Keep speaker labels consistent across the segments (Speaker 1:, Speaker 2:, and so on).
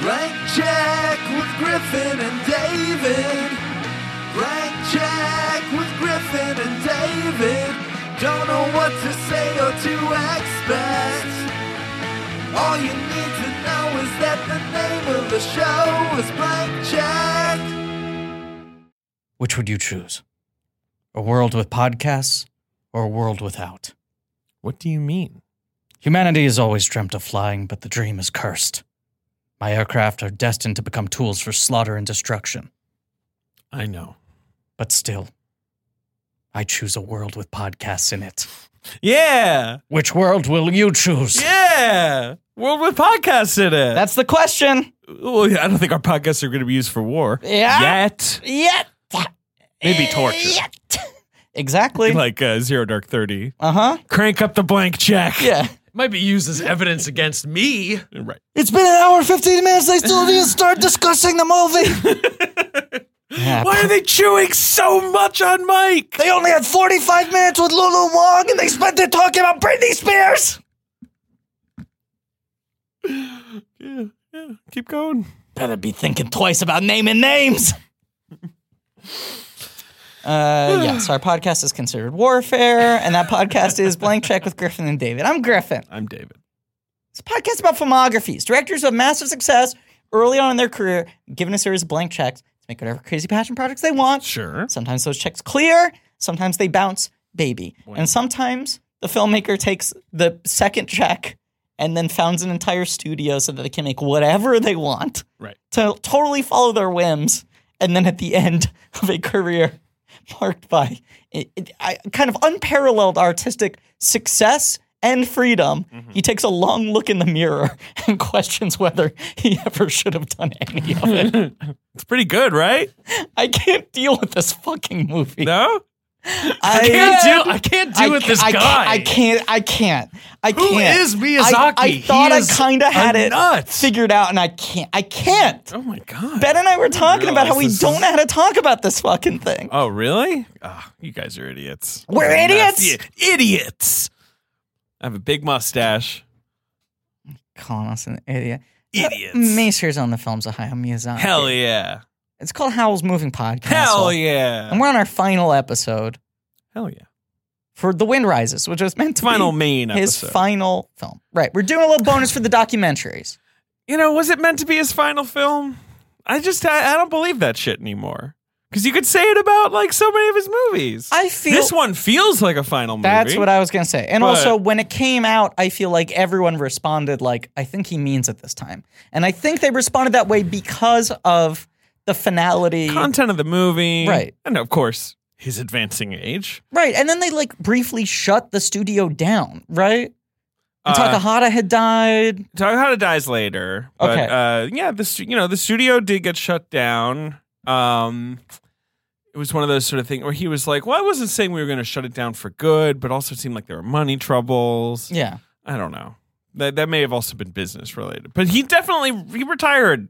Speaker 1: Blank check with Griffin and David. Blank check with Griffin and David. Don't know what to say or to expect. All you need to know is that the name of the show is Blank Check.
Speaker 2: Which would you choose? A world with podcasts or a world without?
Speaker 3: What do you mean?
Speaker 2: Humanity has always dreamt of flying, but the dream is cursed. My aircraft are destined to become tools for slaughter and destruction.
Speaker 3: I know.
Speaker 2: But still, I choose a world with podcasts in it.
Speaker 3: Yeah.
Speaker 2: Which world will you choose?
Speaker 3: Yeah. World with podcasts in it.
Speaker 2: That's the question.
Speaker 3: well, yeah, I don't think our podcasts are going to be used for war.
Speaker 2: Yeah.
Speaker 3: Yet.
Speaker 2: Yet.
Speaker 3: Maybe torture.
Speaker 2: Yet. Exactly.
Speaker 3: Like uh, Zero Dark 30.
Speaker 2: Uh huh.
Speaker 3: Crank up the blank check.
Speaker 2: Yeah.
Speaker 4: Might be used as evidence against me.
Speaker 3: Right.
Speaker 2: It's been an hour and 15 minutes. They still didn't start discussing the movie. Yeah,
Speaker 3: Why are they chewing so much on Mike?
Speaker 2: They only had 45 minutes with Lulu Wong and they spent it talking about Britney Spears.
Speaker 3: Yeah, yeah. Keep going.
Speaker 2: Better be thinking twice about naming names. Uh, yes, our podcast is considered warfare, and that podcast is Blank Check with Griffin and David. I'm Griffin.
Speaker 3: I'm David.
Speaker 2: It's a podcast about filmographies, directors of massive success early on in their career, given a series of blank checks to make whatever crazy passion projects they want.
Speaker 3: Sure.
Speaker 2: Sometimes those checks clear, sometimes they bounce, baby. And sometimes the filmmaker takes the second check and then founds an entire studio so that they can make whatever they want
Speaker 3: Right.
Speaker 2: to totally follow their whims. And then at the end of a career marked by it, it, I, kind of unparalleled artistic success and freedom, he takes a long look in the mirror and questions whether he ever should have done any of it.
Speaker 3: It's pretty good, right?
Speaker 2: I can't deal with this fucking movie.
Speaker 3: No?
Speaker 2: I
Speaker 4: Can't do. I can't do with this
Speaker 2: I
Speaker 4: guy.
Speaker 2: Can't, I can't. I can't. I
Speaker 4: Who
Speaker 2: can't.
Speaker 4: is Miyazaki?
Speaker 2: I, I
Speaker 4: He
Speaker 2: thought I
Speaker 4: is
Speaker 2: kind of had
Speaker 4: a
Speaker 2: it
Speaker 4: nut.
Speaker 2: figured out, and I can't. I can't.
Speaker 3: Oh my god.
Speaker 2: Ben and I were talking about how we
Speaker 3: realize this
Speaker 2: don't
Speaker 3: is-
Speaker 2: know how to talk about this fucking thing.
Speaker 3: Oh, really? Ah, you guys are idiots.
Speaker 2: We're
Speaker 3: You're
Speaker 2: idiots?
Speaker 3: nasty Idiots. I have a big mustache.
Speaker 2: Calling us an idiot.
Speaker 3: Idiots.
Speaker 2: Macer's on the films of Hayao Miyazaki.
Speaker 3: Hell yeah.
Speaker 2: It's called Howl's Moving Podcast.
Speaker 3: Hell yeah.
Speaker 2: And we're on our final episode
Speaker 3: Hell yeah.
Speaker 2: for The Wind Rises, which was meant to
Speaker 3: Final
Speaker 2: be
Speaker 3: main
Speaker 2: his
Speaker 3: episode.
Speaker 2: final film. Right. We're doing a little bonus for the documentaries.
Speaker 3: you know, was it meant to be his final film? I just I, I don't believe that shit anymore. Because you could say it about like so many of his movies.
Speaker 2: I feel
Speaker 3: this one feels like a final movie.
Speaker 2: That's what I was gonna say. And
Speaker 3: But-
Speaker 2: also, when it came out, I feel like everyone responded like, "I think he means it this time," and I think they responded that way because of the finality,
Speaker 3: content of the movie,
Speaker 2: Right.
Speaker 3: And of course, his advancing age.
Speaker 2: right? And then they like briefly shut the studio down, right?
Speaker 3: Uh,
Speaker 2: And Takahata had died.
Speaker 3: Talk how to dies later, but
Speaker 2: Okay.
Speaker 3: uh, yeah, the stu- you know the studio did get shut down. Um, it was one of those sort of things where he was like, "Well, I wasn't saying we were going to shut it down for good, but also it seemed like there were money troubles."
Speaker 2: Yeah,
Speaker 3: I don't know. That that may have also been business related, but he definitely he retired.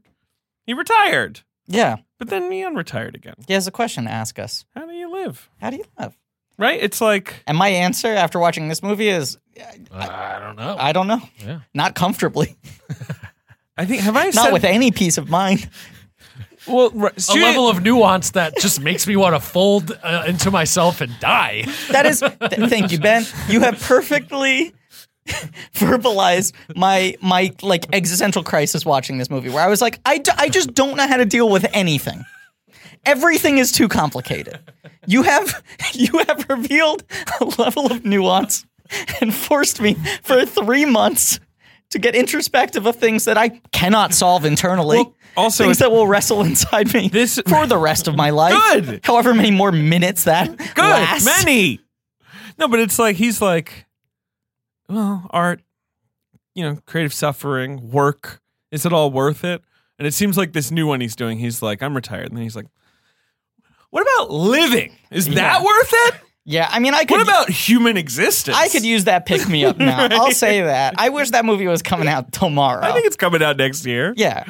Speaker 3: He retired,
Speaker 2: yeah.
Speaker 3: but then he unretired again.
Speaker 2: He has a question to ask us:
Speaker 3: How do you live?
Speaker 2: How do you live?
Speaker 3: Right? It's like
Speaker 2: And my answer after watching this movie is,
Speaker 4: I don't know.
Speaker 2: I don't know.
Speaker 4: Yeah.
Speaker 2: Not comfortably.
Speaker 3: I think have I
Speaker 2: Not
Speaker 3: said
Speaker 2: with any peace of mind.
Speaker 3: well right,
Speaker 4: a level of nuance that just makes me want to fold uh, into myself and die.
Speaker 2: That is, th- thank you, Ben. You have perfectly verbalized my my like existential crisis watching this movie, where I was like, I, d- I just don't know how to deal with anything. Everything is too complicated. You have you have revealed a level of nuance and forced me for three months to get introspective of things that I cannot solve internally.
Speaker 3: Well, also-
Speaker 2: things that will wrestle inside me
Speaker 3: This-
Speaker 2: for the rest of my life.
Speaker 3: Good.
Speaker 2: However many more minutes that
Speaker 3: good
Speaker 2: lasts.
Speaker 3: many. No, but it's like he's like, well, art, you know, creative suffering, work. Is it all worth it? And it seems like this new one he's doing. He's like, I'm retired, and then he's like, what about living? Is that worth it?
Speaker 2: Yeah, I mean, I could.
Speaker 3: What about human existence?
Speaker 2: I could use that pick me up now. I'll say that. I wish that movie was coming out tomorrow.
Speaker 3: I think it's coming out next year.
Speaker 2: yeah.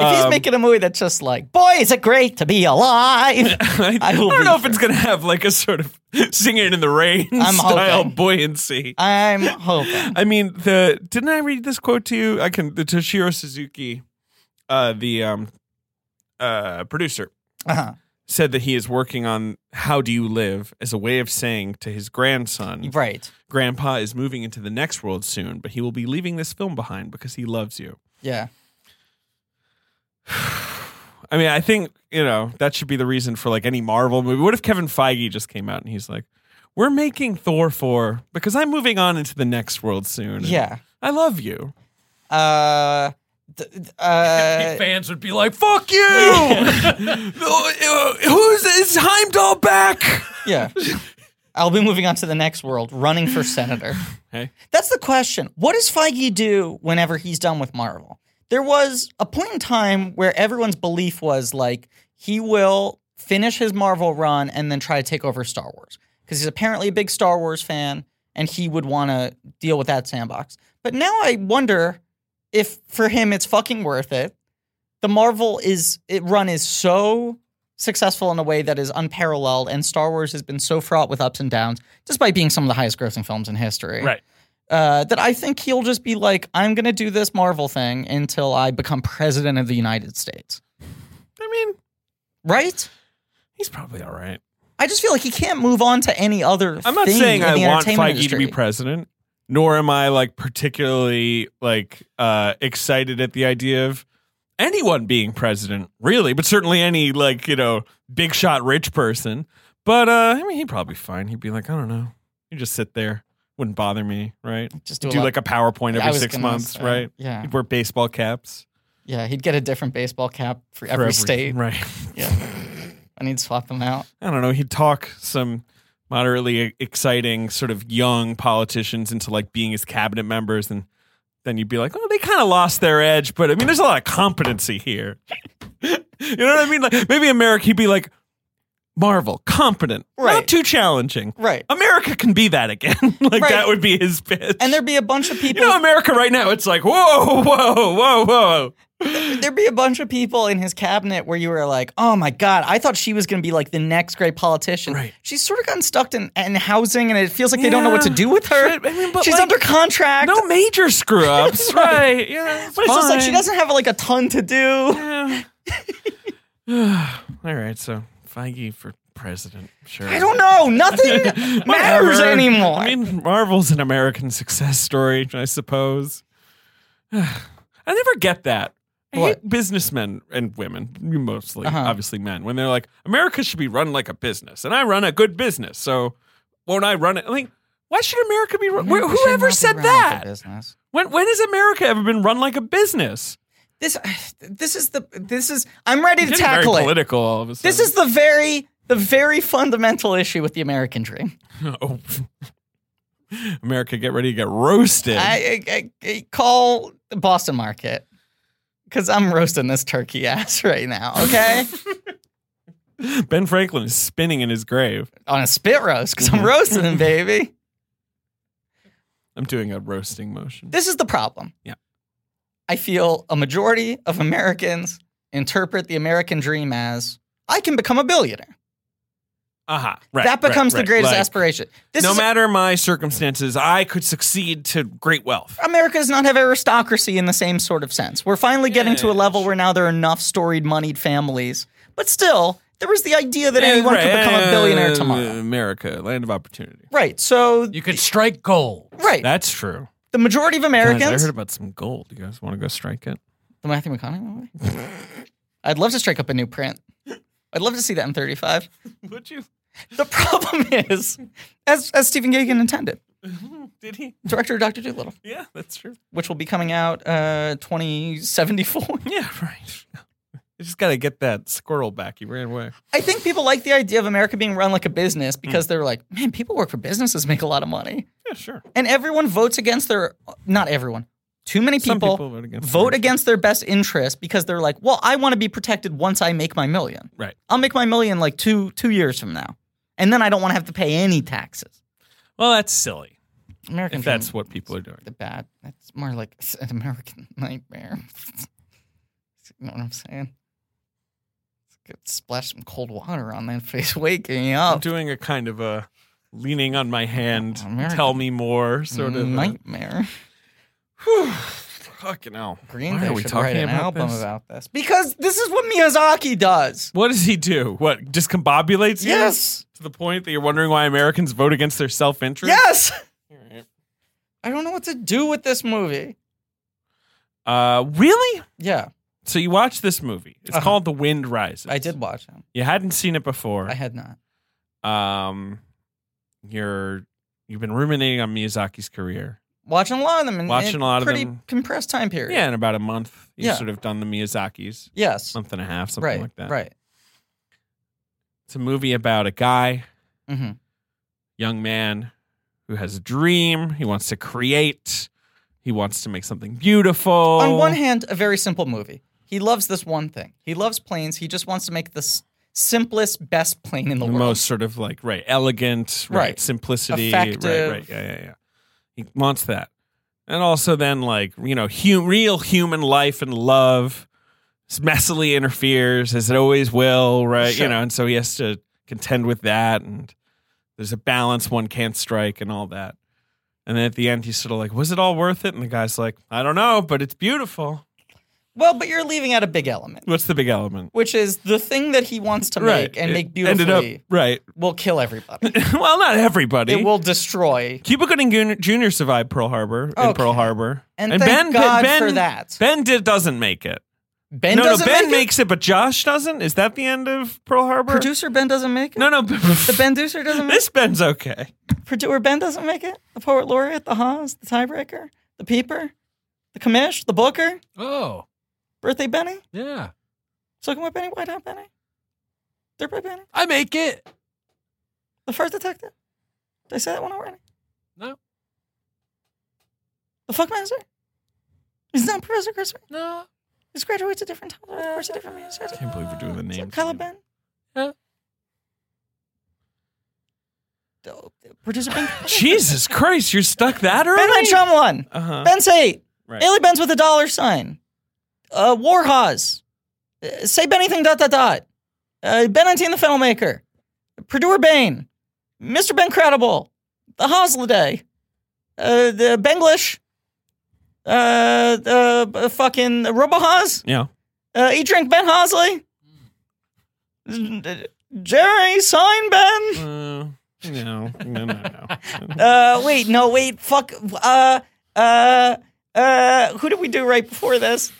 Speaker 2: If he's
Speaker 3: Um,
Speaker 2: making a movie that's just like, boy, is it great to be alive?
Speaker 3: I,
Speaker 2: I will
Speaker 3: don't know
Speaker 2: be
Speaker 3: if it's going to have like a sort of singing in the rain
Speaker 2: I'm
Speaker 3: style
Speaker 2: hoping.
Speaker 3: buoyancy. I,
Speaker 2: I'm hoping.
Speaker 3: mean, the didn't I read this quote to you? I can the Toshiro Suzuki uh, the um, uh, producer
Speaker 2: Uh-huh.
Speaker 3: said that he is working on "How Do You Live" as a way of saying to his grandson,
Speaker 2: Right.
Speaker 3: "Grandpa is moving into the next world soon, but he will be leaving this film behind because he loves you."
Speaker 2: Yeah.
Speaker 3: I mean, I think you know that should be the reason for like any Marvel movie. What if Kevin Feige just came out and he's like, "We're making Thor four because I'm moving on into the next world soon." and
Speaker 2: Yeah.
Speaker 3: I love you.
Speaker 2: Uh, th- th- uh,
Speaker 4: Fans would be like, "Fuck you!"
Speaker 3: Who's is Heimdall back?
Speaker 2: yeah. I'll be moving on to the next world, running for senator.
Speaker 3: Hey,
Speaker 2: That's the question. What does Feige do whenever he's done with Marvel? There was a point in time where everyone's belief was like he will finish his Marvel run and then try to take over Star Wars because he's apparently a big Star Wars fan and he would want to deal with that sandbox. But now I wonder if for him it's fucking worth it. The Marvel is it run is so successful in a way that is unparalleled and Star Wars has been so fraught with ups and downs despite being some of the highest grossing films in history
Speaker 4: right.
Speaker 2: uh, that I think he'll just be like, I'm going to do this Marvel thing until I become president of the United States.
Speaker 3: I mean,
Speaker 2: Right?
Speaker 3: he's probably all right.
Speaker 2: I just feel like he can't move on to any other.
Speaker 3: I'm not
Speaker 2: thing
Speaker 3: saying
Speaker 2: in
Speaker 3: I
Speaker 2: the
Speaker 3: want Feige
Speaker 2: entertainment industry.
Speaker 3: to be president, nor am I like particularly like uh excited at the idea of anyone being president, really, but certainly any like, you know, big shot rich person. But uh I mean he'd probably be fine. He'd be like, I don't know. You just sit there. Wouldn't bother me, right?
Speaker 2: Just do,
Speaker 3: Do,
Speaker 2: a lot-
Speaker 3: like a PowerPoint
Speaker 2: I
Speaker 3: every
Speaker 2: was
Speaker 3: six
Speaker 2: gonna uh,
Speaker 3: months,
Speaker 2: say,
Speaker 3: right?
Speaker 2: Yeah,
Speaker 3: You'd wear baseball caps
Speaker 2: yeah. He'd get a different baseball cap for every,
Speaker 3: for
Speaker 2: state.
Speaker 3: Right.
Speaker 2: Yeah, and he'd swap them out.
Speaker 3: I don't know, he'd talk some moderately e-, exciting sort of young politicians into like being his cabinet members and then you'd be like, "Oh, they kind of lost their edge, but I mean, there's a lot of competency here." you know what I mean? Like maybe America he'd be like Marvel, competent,
Speaker 2: Right.
Speaker 3: not too challenging.
Speaker 2: Right.
Speaker 3: America can be that again. like
Speaker 2: Right.
Speaker 3: that would be his pitch.
Speaker 2: And there'd be a bunch of people.
Speaker 3: you know, America right now, it's like, whoa, whoa, whoa, whoa.
Speaker 2: there'd be a bunch of people in his cabinet where you were like, "Oh my god, I thought she was going to be like the next great politician."
Speaker 3: Right.
Speaker 2: She's sort of gotten stuck in, in housing, and it feels like they don't know what to
Speaker 3: Yeah.
Speaker 2: do with her.
Speaker 3: Shit, I mean, but
Speaker 2: She's
Speaker 3: like-
Speaker 2: under contract.
Speaker 3: No major screw ups, right? Yeah,
Speaker 2: But it's just like she
Speaker 3: fine.
Speaker 2: doesn't have like a ton to do.
Speaker 3: Yeah. All right, so Feige for president, sure.
Speaker 2: I don't know. Nothing matters
Speaker 3: Whatever.
Speaker 2: anymore.
Speaker 3: I mean, Marvel's an American success story, I suppose. I never get that. I
Speaker 2: What?
Speaker 3: hate businessmen and women, mostly,
Speaker 2: Uh-huh.
Speaker 3: obviously men, when they're like, America should be run like a business, and I run a good business, so won't I run it? I mean, why should America be run? Wh- whoever said that? When, when has America ever been run like a business?
Speaker 2: This this is the this is I'm ready to
Speaker 3: Getting very
Speaker 2: tackle it.
Speaker 3: political all of a sudden.
Speaker 2: This is the very the very fundamental issue with the American dream.
Speaker 3: Oh. America, get ready to get roasted.
Speaker 2: I, I, I call the Boston Market because I'm roasting this turkey ass right now. Okay,
Speaker 3: ben Franklin is spinning in his grave.
Speaker 2: on a spit roast because
Speaker 3: Mm-hmm.
Speaker 2: I'm roasting him, baby.
Speaker 3: I'm doing a roasting motion.
Speaker 2: This is the problem.
Speaker 3: Yeah.
Speaker 2: I feel a majority of Americans interpret the American dream as I can become a billionaire.
Speaker 3: Aha. Uh-huh. Right.
Speaker 2: that
Speaker 3: right,
Speaker 2: becomes
Speaker 3: right.
Speaker 2: the greatest
Speaker 3: Like,
Speaker 2: aspiration. This
Speaker 3: No
Speaker 2: is
Speaker 3: matter my circumstances, I could succeed to great wealth.
Speaker 2: America does not have aristocracy in the same sort of sense. We're finally getting to a level where now there are enough storied, moneyed families, but still, there was the idea that anyone
Speaker 3: Right.
Speaker 2: could become a billionaire
Speaker 3: Uh,
Speaker 2: tomorrow.
Speaker 3: America, land of opportunity.
Speaker 2: Right. So,
Speaker 4: You could strike gold.
Speaker 2: right.
Speaker 3: That's true.
Speaker 2: the majority of
Speaker 3: Guys, I
Speaker 2: Americans.
Speaker 3: heard about some gold. You guys want to go strike it?
Speaker 2: the Matthew McConaughey movie? I'd love to strike up a new print. I'd love to see that M35.
Speaker 3: Would you?
Speaker 2: The problem is, as, as Stephen Gagan intended,
Speaker 3: Did he?
Speaker 2: director of Dr. Doolittle,
Speaker 3: Yeah, that's true.
Speaker 2: which will be coming out uh, 2074.
Speaker 3: Yeah, right. You just got to get that squirrel back. He ran away.
Speaker 2: I think people like the idea of America being run like a business because
Speaker 3: Hmm.
Speaker 2: they're like, man, people work for businesses make a lot of money.
Speaker 3: Yeah, sure.
Speaker 2: And everyone votes against their, not everyone, too many
Speaker 3: Some
Speaker 2: people,
Speaker 3: people vote against
Speaker 2: vote
Speaker 3: their-
Speaker 2: against their best interest because they're like, well, I want to be protected once I make my million.
Speaker 3: Right.
Speaker 2: I'll make my million like two two years from now, and then I don't want to have to pay any taxes.
Speaker 3: Well, that's silly.
Speaker 2: American
Speaker 3: if that's
Speaker 2: dream,
Speaker 3: what people are doing.
Speaker 2: the bad. That's more like an American nightmare. you know what I'm saying? Could splash some cold water on that face, waking you
Speaker 3: I'm
Speaker 2: up.
Speaker 3: doing a kind of a leaning on my hand,
Speaker 2: Oh, American.
Speaker 3: uh, tell me more sort of. a-
Speaker 2: nightmare.
Speaker 3: Whew. Fucking hell.
Speaker 2: Green
Speaker 3: Why
Speaker 2: Day
Speaker 3: are we
Speaker 2: should
Speaker 3: talking
Speaker 2: write an
Speaker 3: about
Speaker 2: album
Speaker 3: this?
Speaker 2: about this because this is what Miyazaki does.
Speaker 3: What does he do? What discombobulates you?
Speaker 2: Yes,
Speaker 3: To the point that you're wondering why Americans vote against their self-interest.
Speaker 2: yes.
Speaker 3: Yeah.
Speaker 2: I don't know what to do with this movie.
Speaker 3: Uh, really?
Speaker 2: Yeah,
Speaker 3: So you watch this movie. It's
Speaker 2: Uh-huh.
Speaker 3: called The Wind Rises.
Speaker 2: I did watch him.
Speaker 3: You hadn't seen it before.
Speaker 2: I had not.
Speaker 3: um, you're you've been ruminating on Miyazaki's career.
Speaker 2: Watching a lot of them. In,
Speaker 3: Watching
Speaker 2: in
Speaker 3: a lot of
Speaker 2: pretty
Speaker 3: them.
Speaker 2: compressed time period.
Speaker 3: Yeah, in about a month, you've
Speaker 2: Yeah.
Speaker 3: sort of done the Miyazaki's
Speaker 2: Yes.
Speaker 3: month and a half, something
Speaker 2: Right.
Speaker 3: like that.
Speaker 2: Right.
Speaker 3: It's a movie about a guy,
Speaker 2: hmm
Speaker 3: young man, who has a dream. He wants to create. He wants to make something beautiful.
Speaker 2: On one hand, a very simple movie. He loves this one thing. He loves planes. He just wants to make the s- simplest, best plane in the,
Speaker 3: the
Speaker 2: world.
Speaker 3: most sort of like right elegant right,
Speaker 2: Right.
Speaker 3: simplicity
Speaker 2: Effective.
Speaker 3: right right yeah yeah yeah he wants that and also then like you know hu- real human life and love messily interferes as it always will right
Speaker 2: Sure.
Speaker 3: you know and so he has to contend with that and there's a balance one can't strike and all that and then at the end he's sort of like was it all worth it and the guy's like i don't know but it's beautiful
Speaker 2: Well, but you're leaving out a big element,
Speaker 3: what's the big element
Speaker 2: which is the thing that he wants to
Speaker 3: right
Speaker 2: make and
Speaker 3: it
Speaker 2: make
Speaker 3: ended
Speaker 2: beautifully
Speaker 3: up right
Speaker 2: will kill everybody.
Speaker 3: well not everybody
Speaker 2: it will destroy.
Speaker 3: Cuba Gooding Jun- Jr. survived Pearl Harbor in
Speaker 2: Okay.
Speaker 3: Pearl Harbor,
Speaker 2: And thank God
Speaker 3: Ben,
Speaker 2: for that.
Speaker 3: Ben did, doesn't make it.
Speaker 2: Ben
Speaker 3: no, no,
Speaker 2: doesn't
Speaker 3: Ben
Speaker 2: make it?
Speaker 3: makes it, but Josh doesn't. Is that the end of Pearl Harbor?
Speaker 2: Producer Ben doesn't make it.
Speaker 3: no, no,
Speaker 2: The Ben Deucer doesn't make
Speaker 3: this Ben's okay.
Speaker 2: it. Producer Ben doesn't make it. The poet laureate, the Haas, the tiebreaker, the peeper, the commish, the booker,
Speaker 4: Oh,
Speaker 2: birthday Benny,
Speaker 4: yeah.
Speaker 2: soaking wet Benny, white hot Benny, dirtbag Benny,
Speaker 4: I make it.
Speaker 2: the first detective. Did I say that one already?
Speaker 4: No,
Speaker 2: The fuckmaster. He's not Professor Christopher.
Speaker 4: no.
Speaker 2: He's graduates a different time. Of course, a different university.
Speaker 3: Can't believe we're doing the
Speaker 2: So
Speaker 3: names.
Speaker 2: Kylo Ben.
Speaker 4: Huh?
Speaker 2: The- the Producer Ben.
Speaker 3: Jesus Christ, you're stuck that early.
Speaker 2: Ben Went Shyamalan.
Speaker 3: uh-huh.
Speaker 2: Ben's eight.
Speaker 3: Right.
Speaker 2: Ailey Ben's with a dollar sign. Uh, Warhaz. Uh, say anything. Dot dot dot. Uh, ben Anteen the filmmaker. Purdue Bain. Mr. Ben Credible. The Hosliday. Uh, the Benglish. Uh, the uh, fucking Robohaz.
Speaker 3: yeah,
Speaker 2: Uh, Eat Drink Ben Hosley. Jerry Sign Ben.
Speaker 3: uh, no, no, no, no.
Speaker 2: Uh, wait, no, wait, fuck. Uh, uh, uh, who did we do right before this?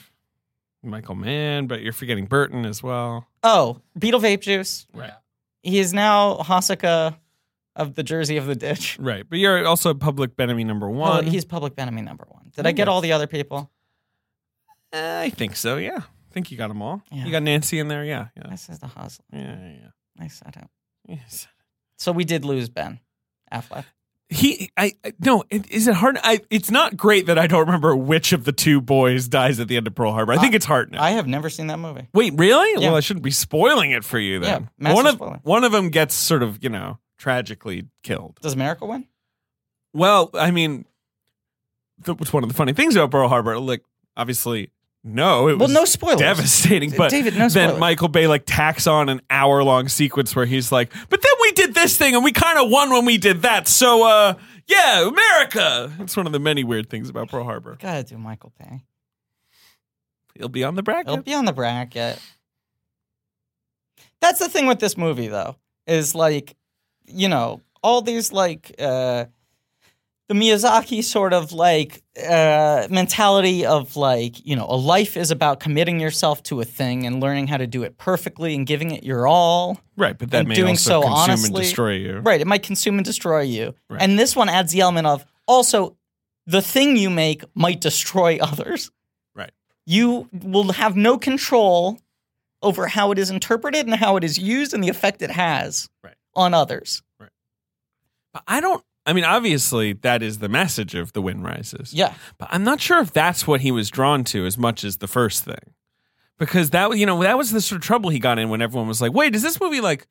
Speaker 3: Michael Mann, but you're forgetting Burton as well.
Speaker 2: Oh, Beetle Vape Juice.
Speaker 4: Right.
Speaker 2: He is now Hosaka of the Jersey of the Ditch.
Speaker 3: Right, but you're also public enemy number
Speaker 2: Well,
Speaker 3: one.
Speaker 2: he's public enemy number one. Did I get all the other people?
Speaker 3: Uh, I think so. Yeah, I think you got them all.
Speaker 2: Yeah.
Speaker 3: You got Nancy in there. Yeah, yeah,
Speaker 2: I said the Hosley.
Speaker 3: yeah, yeah.
Speaker 2: I said it.
Speaker 3: yeah. Yes.
Speaker 2: So we did lose Ben Affleck.
Speaker 3: He, I, I no. It, is it hard? I. It's not great that I don't remember which of the two boys dies at the end of Pearl Harbor. I think it's hard now.
Speaker 2: I have never seen that movie.
Speaker 3: Wait, really?
Speaker 2: Yeah.
Speaker 3: Well, I shouldn't be spoiling it for you then.
Speaker 2: Yeah, massive
Speaker 3: one of
Speaker 2: spoiler.
Speaker 3: one of them gets sort of you know tragically killed.
Speaker 2: Does America win?
Speaker 3: Well, I mean, that was one of the funny things about Pearl Harbor. Like, obviously, no. It
Speaker 2: Well,
Speaker 3: was
Speaker 2: no spoilers.
Speaker 3: devastating. But
Speaker 2: David, no spoilers.
Speaker 3: then Michael Bay like tacks on an hour long sequence where he's like, "But then we did this thing, and we kind of won when we did that." So, uh, yeah, America. It's one of the many weird things about Pearl Harbor.
Speaker 2: Gotta do Michael Bay.
Speaker 3: He'll be on the bracket.
Speaker 2: It'll be on the bracket. That's the thing with this movie, though, is like, you know, all these like uh, the Miyazaki sort of like uh, mentality of like, you know, a life is about committing yourself to a thing and learning how to do it perfectly and giving it your all.
Speaker 3: right, but that
Speaker 2: and
Speaker 3: may
Speaker 2: doing
Speaker 3: also
Speaker 2: so
Speaker 3: consume
Speaker 2: honestly-
Speaker 3: and destroy you.
Speaker 2: Right, it might consume and destroy you.
Speaker 3: Right.
Speaker 2: And this one adds the element of also the thing you make might destroy others.
Speaker 3: Right.
Speaker 2: You will have no control over how it is interpreted and how it is used and the effect it has
Speaker 3: Right.
Speaker 2: on others.
Speaker 3: But I don't. I mean, obviously, that is the message of the wind rises.
Speaker 2: Yeah.
Speaker 3: But I'm not sure if that's what he was drawn to as much as the first thing. Because that you know, that was the sort of trouble he got in when everyone was like, Wait, is this movie like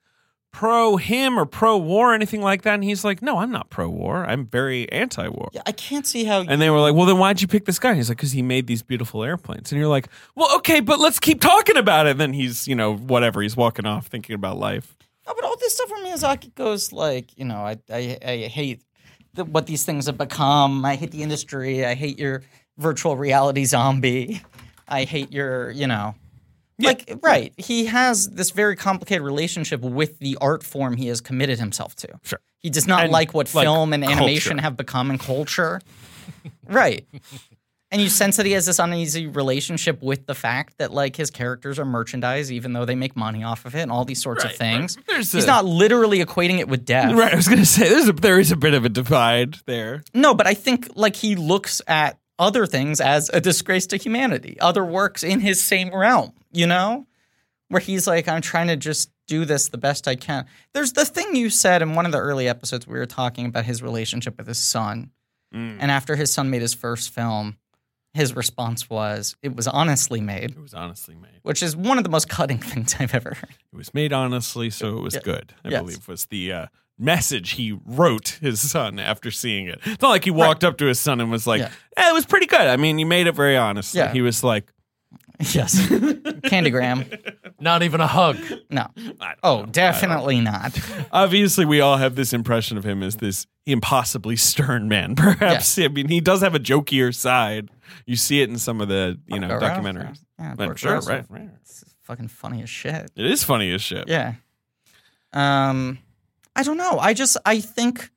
Speaker 3: pro him or pro war or anything like that? And he's like, No, I'm not pro war. I'm very anti war.
Speaker 2: Yeah, I can't see how
Speaker 3: And they were like, Well then why'd you pick this guy? And he's like, Because he made these beautiful airplanes. And you're like, Well, okay, but let's keep talking about it. And then he's, you know, whatever, he's walking off thinking about life.
Speaker 2: No, but all this stuff where Miyazaki goes like, you know, I I, I hate the, what these things have become. I hate the industry. I hate your virtual reality zombie. I hate your, you know. Like, right. He has this very complicated relationship with the art form he has committed himself to.
Speaker 3: Sure.
Speaker 2: He does not
Speaker 3: And,
Speaker 2: like what
Speaker 3: like,
Speaker 2: film and animation
Speaker 3: culture.
Speaker 2: have become in culture. right. And you sense that he has this uneasy relationship with the fact that, like, his characters are merchandise, even though they make money off of it and all these sorts of things.
Speaker 3: There's
Speaker 2: He's
Speaker 3: a-
Speaker 2: not literally equating it with death.
Speaker 3: Right, I was gonna say there's a there is a bit of a divide there.
Speaker 2: No, but I think like he looks at other things as a disgrace to humanity, other works in his same realm, you know? Where he's like, I'm trying to just do this the best I can. There's the thing you said in one of the early episodes we were talking about his relationship with his son.
Speaker 3: Mm.
Speaker 2: And after his son made his first film, his response was, It was honestly made,
Speaker 3: It was honestly made.
Speaker 2: which is one of the most cutting things I've ever heard.
Speaker 3: It was made honestly, so it was good. I
Speaker 2: Yes.
Speaker 3: believe was the uh, message he wrote his son after seeing it. It's not like he walked up to his son and was like,
Speaker 2: Yeah.
Speaker 3: "Eh, "It was pretty good." I mean, you made it very honestly.
Speaker 2: Yeah.
Speaker 3: He was like,
Speaker 2: Yes. Candygram.
Speaker 4: Not even a hug.
Speaker 2: No.
Speaker 3: I don't
Speaker 2: Oh,
Speaker 3: know.
Speaker 2: definitely not.
Speaker 3: Obviously, we all have this impression of him as this impossibly stern man. Perhaps I mean he does have a jokier side. You see it in some of the you know
Speaker 2: Go around.
Speaker 3: documentaries.
Speaker 2: Yeah,
Speaker 3: But
Speaker 2: Gordon
Speaker 3: sure,
Speaker 2: Ramsay.
Speaker 3: right, right.
Speaker 2: It's fucking funny as shit.
Speaker 3: It is funny as shit.
Speaker 2: Yeah. Um, I don't know. I just I think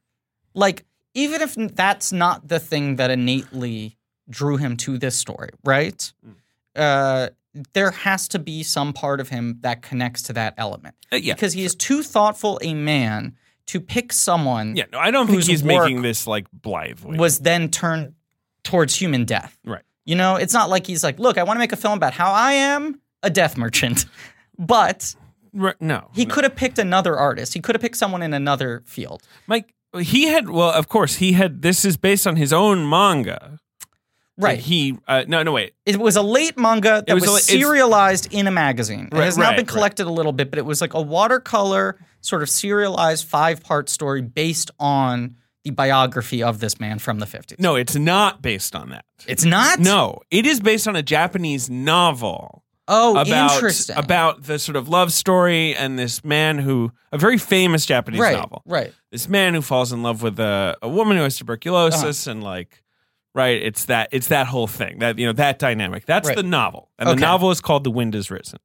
Speaker 2: like even if that's not the thing that innately drew him to this story, right?
Speaker 3: Mm.
Speaker 2: Uh, there has to be some part of him that connects to that element
Speaker 3: Uh, yeah.
Speaker 2: because he is too thoughtful a man to pick someone
Speaker 3: Yeah, no, I don't think
Speaker 2: whose
Speaker 3: he's
Speaker 2: work
Speaker 3: making this like blithely.
Speaker 2: was then turned towards human death.
Speaker 3: right.
Speaker 2: You know, it's not like he's like, look, I want to make a film about how I am a death merchant, but
Speaker 3: right. No.
Speaker 2: He
Speaker 3: no.
Speaker 2: could have picked another artist. He could have picked someone in another field.
Speaker 3: Mike he had well, of course, he had this is based on his own manga. that
Speaker 2: Right.
Speaker 3: He uh, no, no wait.
Speaker 2: it was a late manga that
Speaker 3: was
Speaker 2: was,
Speaker 3: a late- it's-
Speaker 2: serialized in a magazine.
Speaker 3: Right,
Speaker 2: it has now
Speaker 3: right,
Speaker 2: been
Speaker 3: right.
Speaker 2: collected a little bit, but it was like a watercolor sort of serialized five-part story based on the biography of this man from the 50s.
Speaker 3: No, it's not based on that.
Speaker 2: It's not?
Speaker 3: No, it is based on a Japanese novel.
Speaker 2: Oh,
Speaker 3: about
Speaker 2: interesting.
Speaker 3: about the sort of love story and this man who a very famous Japanese
Speaker 2: right,
Speaker 3: novel.
Speaker 2: Right.
Speaker 3: This man who falls in love with a, a woman who has tuberculosis
Speaker 2: Uh-huh.
Speaker 3: and like right, it's that it's that whole thing. That you know, that dynamic. That's
Speaker 2: Right.
Speaker 3: the novel. And the
Speaker 2: Okay.
Speaker 3: novel is called The Wind Is Risen.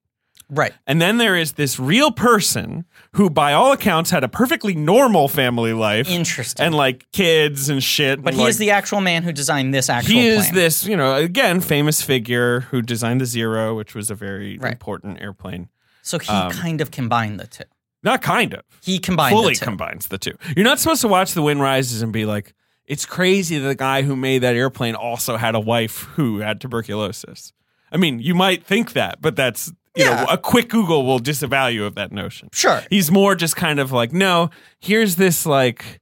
Speaker 2: Right.
Speaker 3: And then there is this real person who by all accounts had a perfectly normal family life
Speaker 2: Interesting.
Speaker 3: and like kids and shit.
Speaker 2: but
Speaker 3: and,
Speaker 2: he
Speaker 3: like,
Speaker 2: is the actual man who designed this actual
Speaker 3: he is
Speaker 2: plane.
Speaker 3: this, you know, again, famous figure who designed the Zero, which was a very
Speaker 2: Right.
Speaker 3: important airplane.
Speaker 2: so he
Speaker 3: um,
Speaker 2: kind of combined the two.
Speaker 3: Not kind of.
Speaker 2: He combined
Speaker 3: fully
Speaker 2: the two.
Speaker 3: combines the two. You're not supposed to watch The Wind Rises and be like, it's crazy that the guy who made that airplane also had a wife who had tuberculosis. I mean, you might think that, but that's you know,
Speaker 2: Yeah.
Speaker 3: a quick Google will disavow you of that notion.
Speaker 2: Sure.
Speaker 3: He's more just kind of like, no, here's this like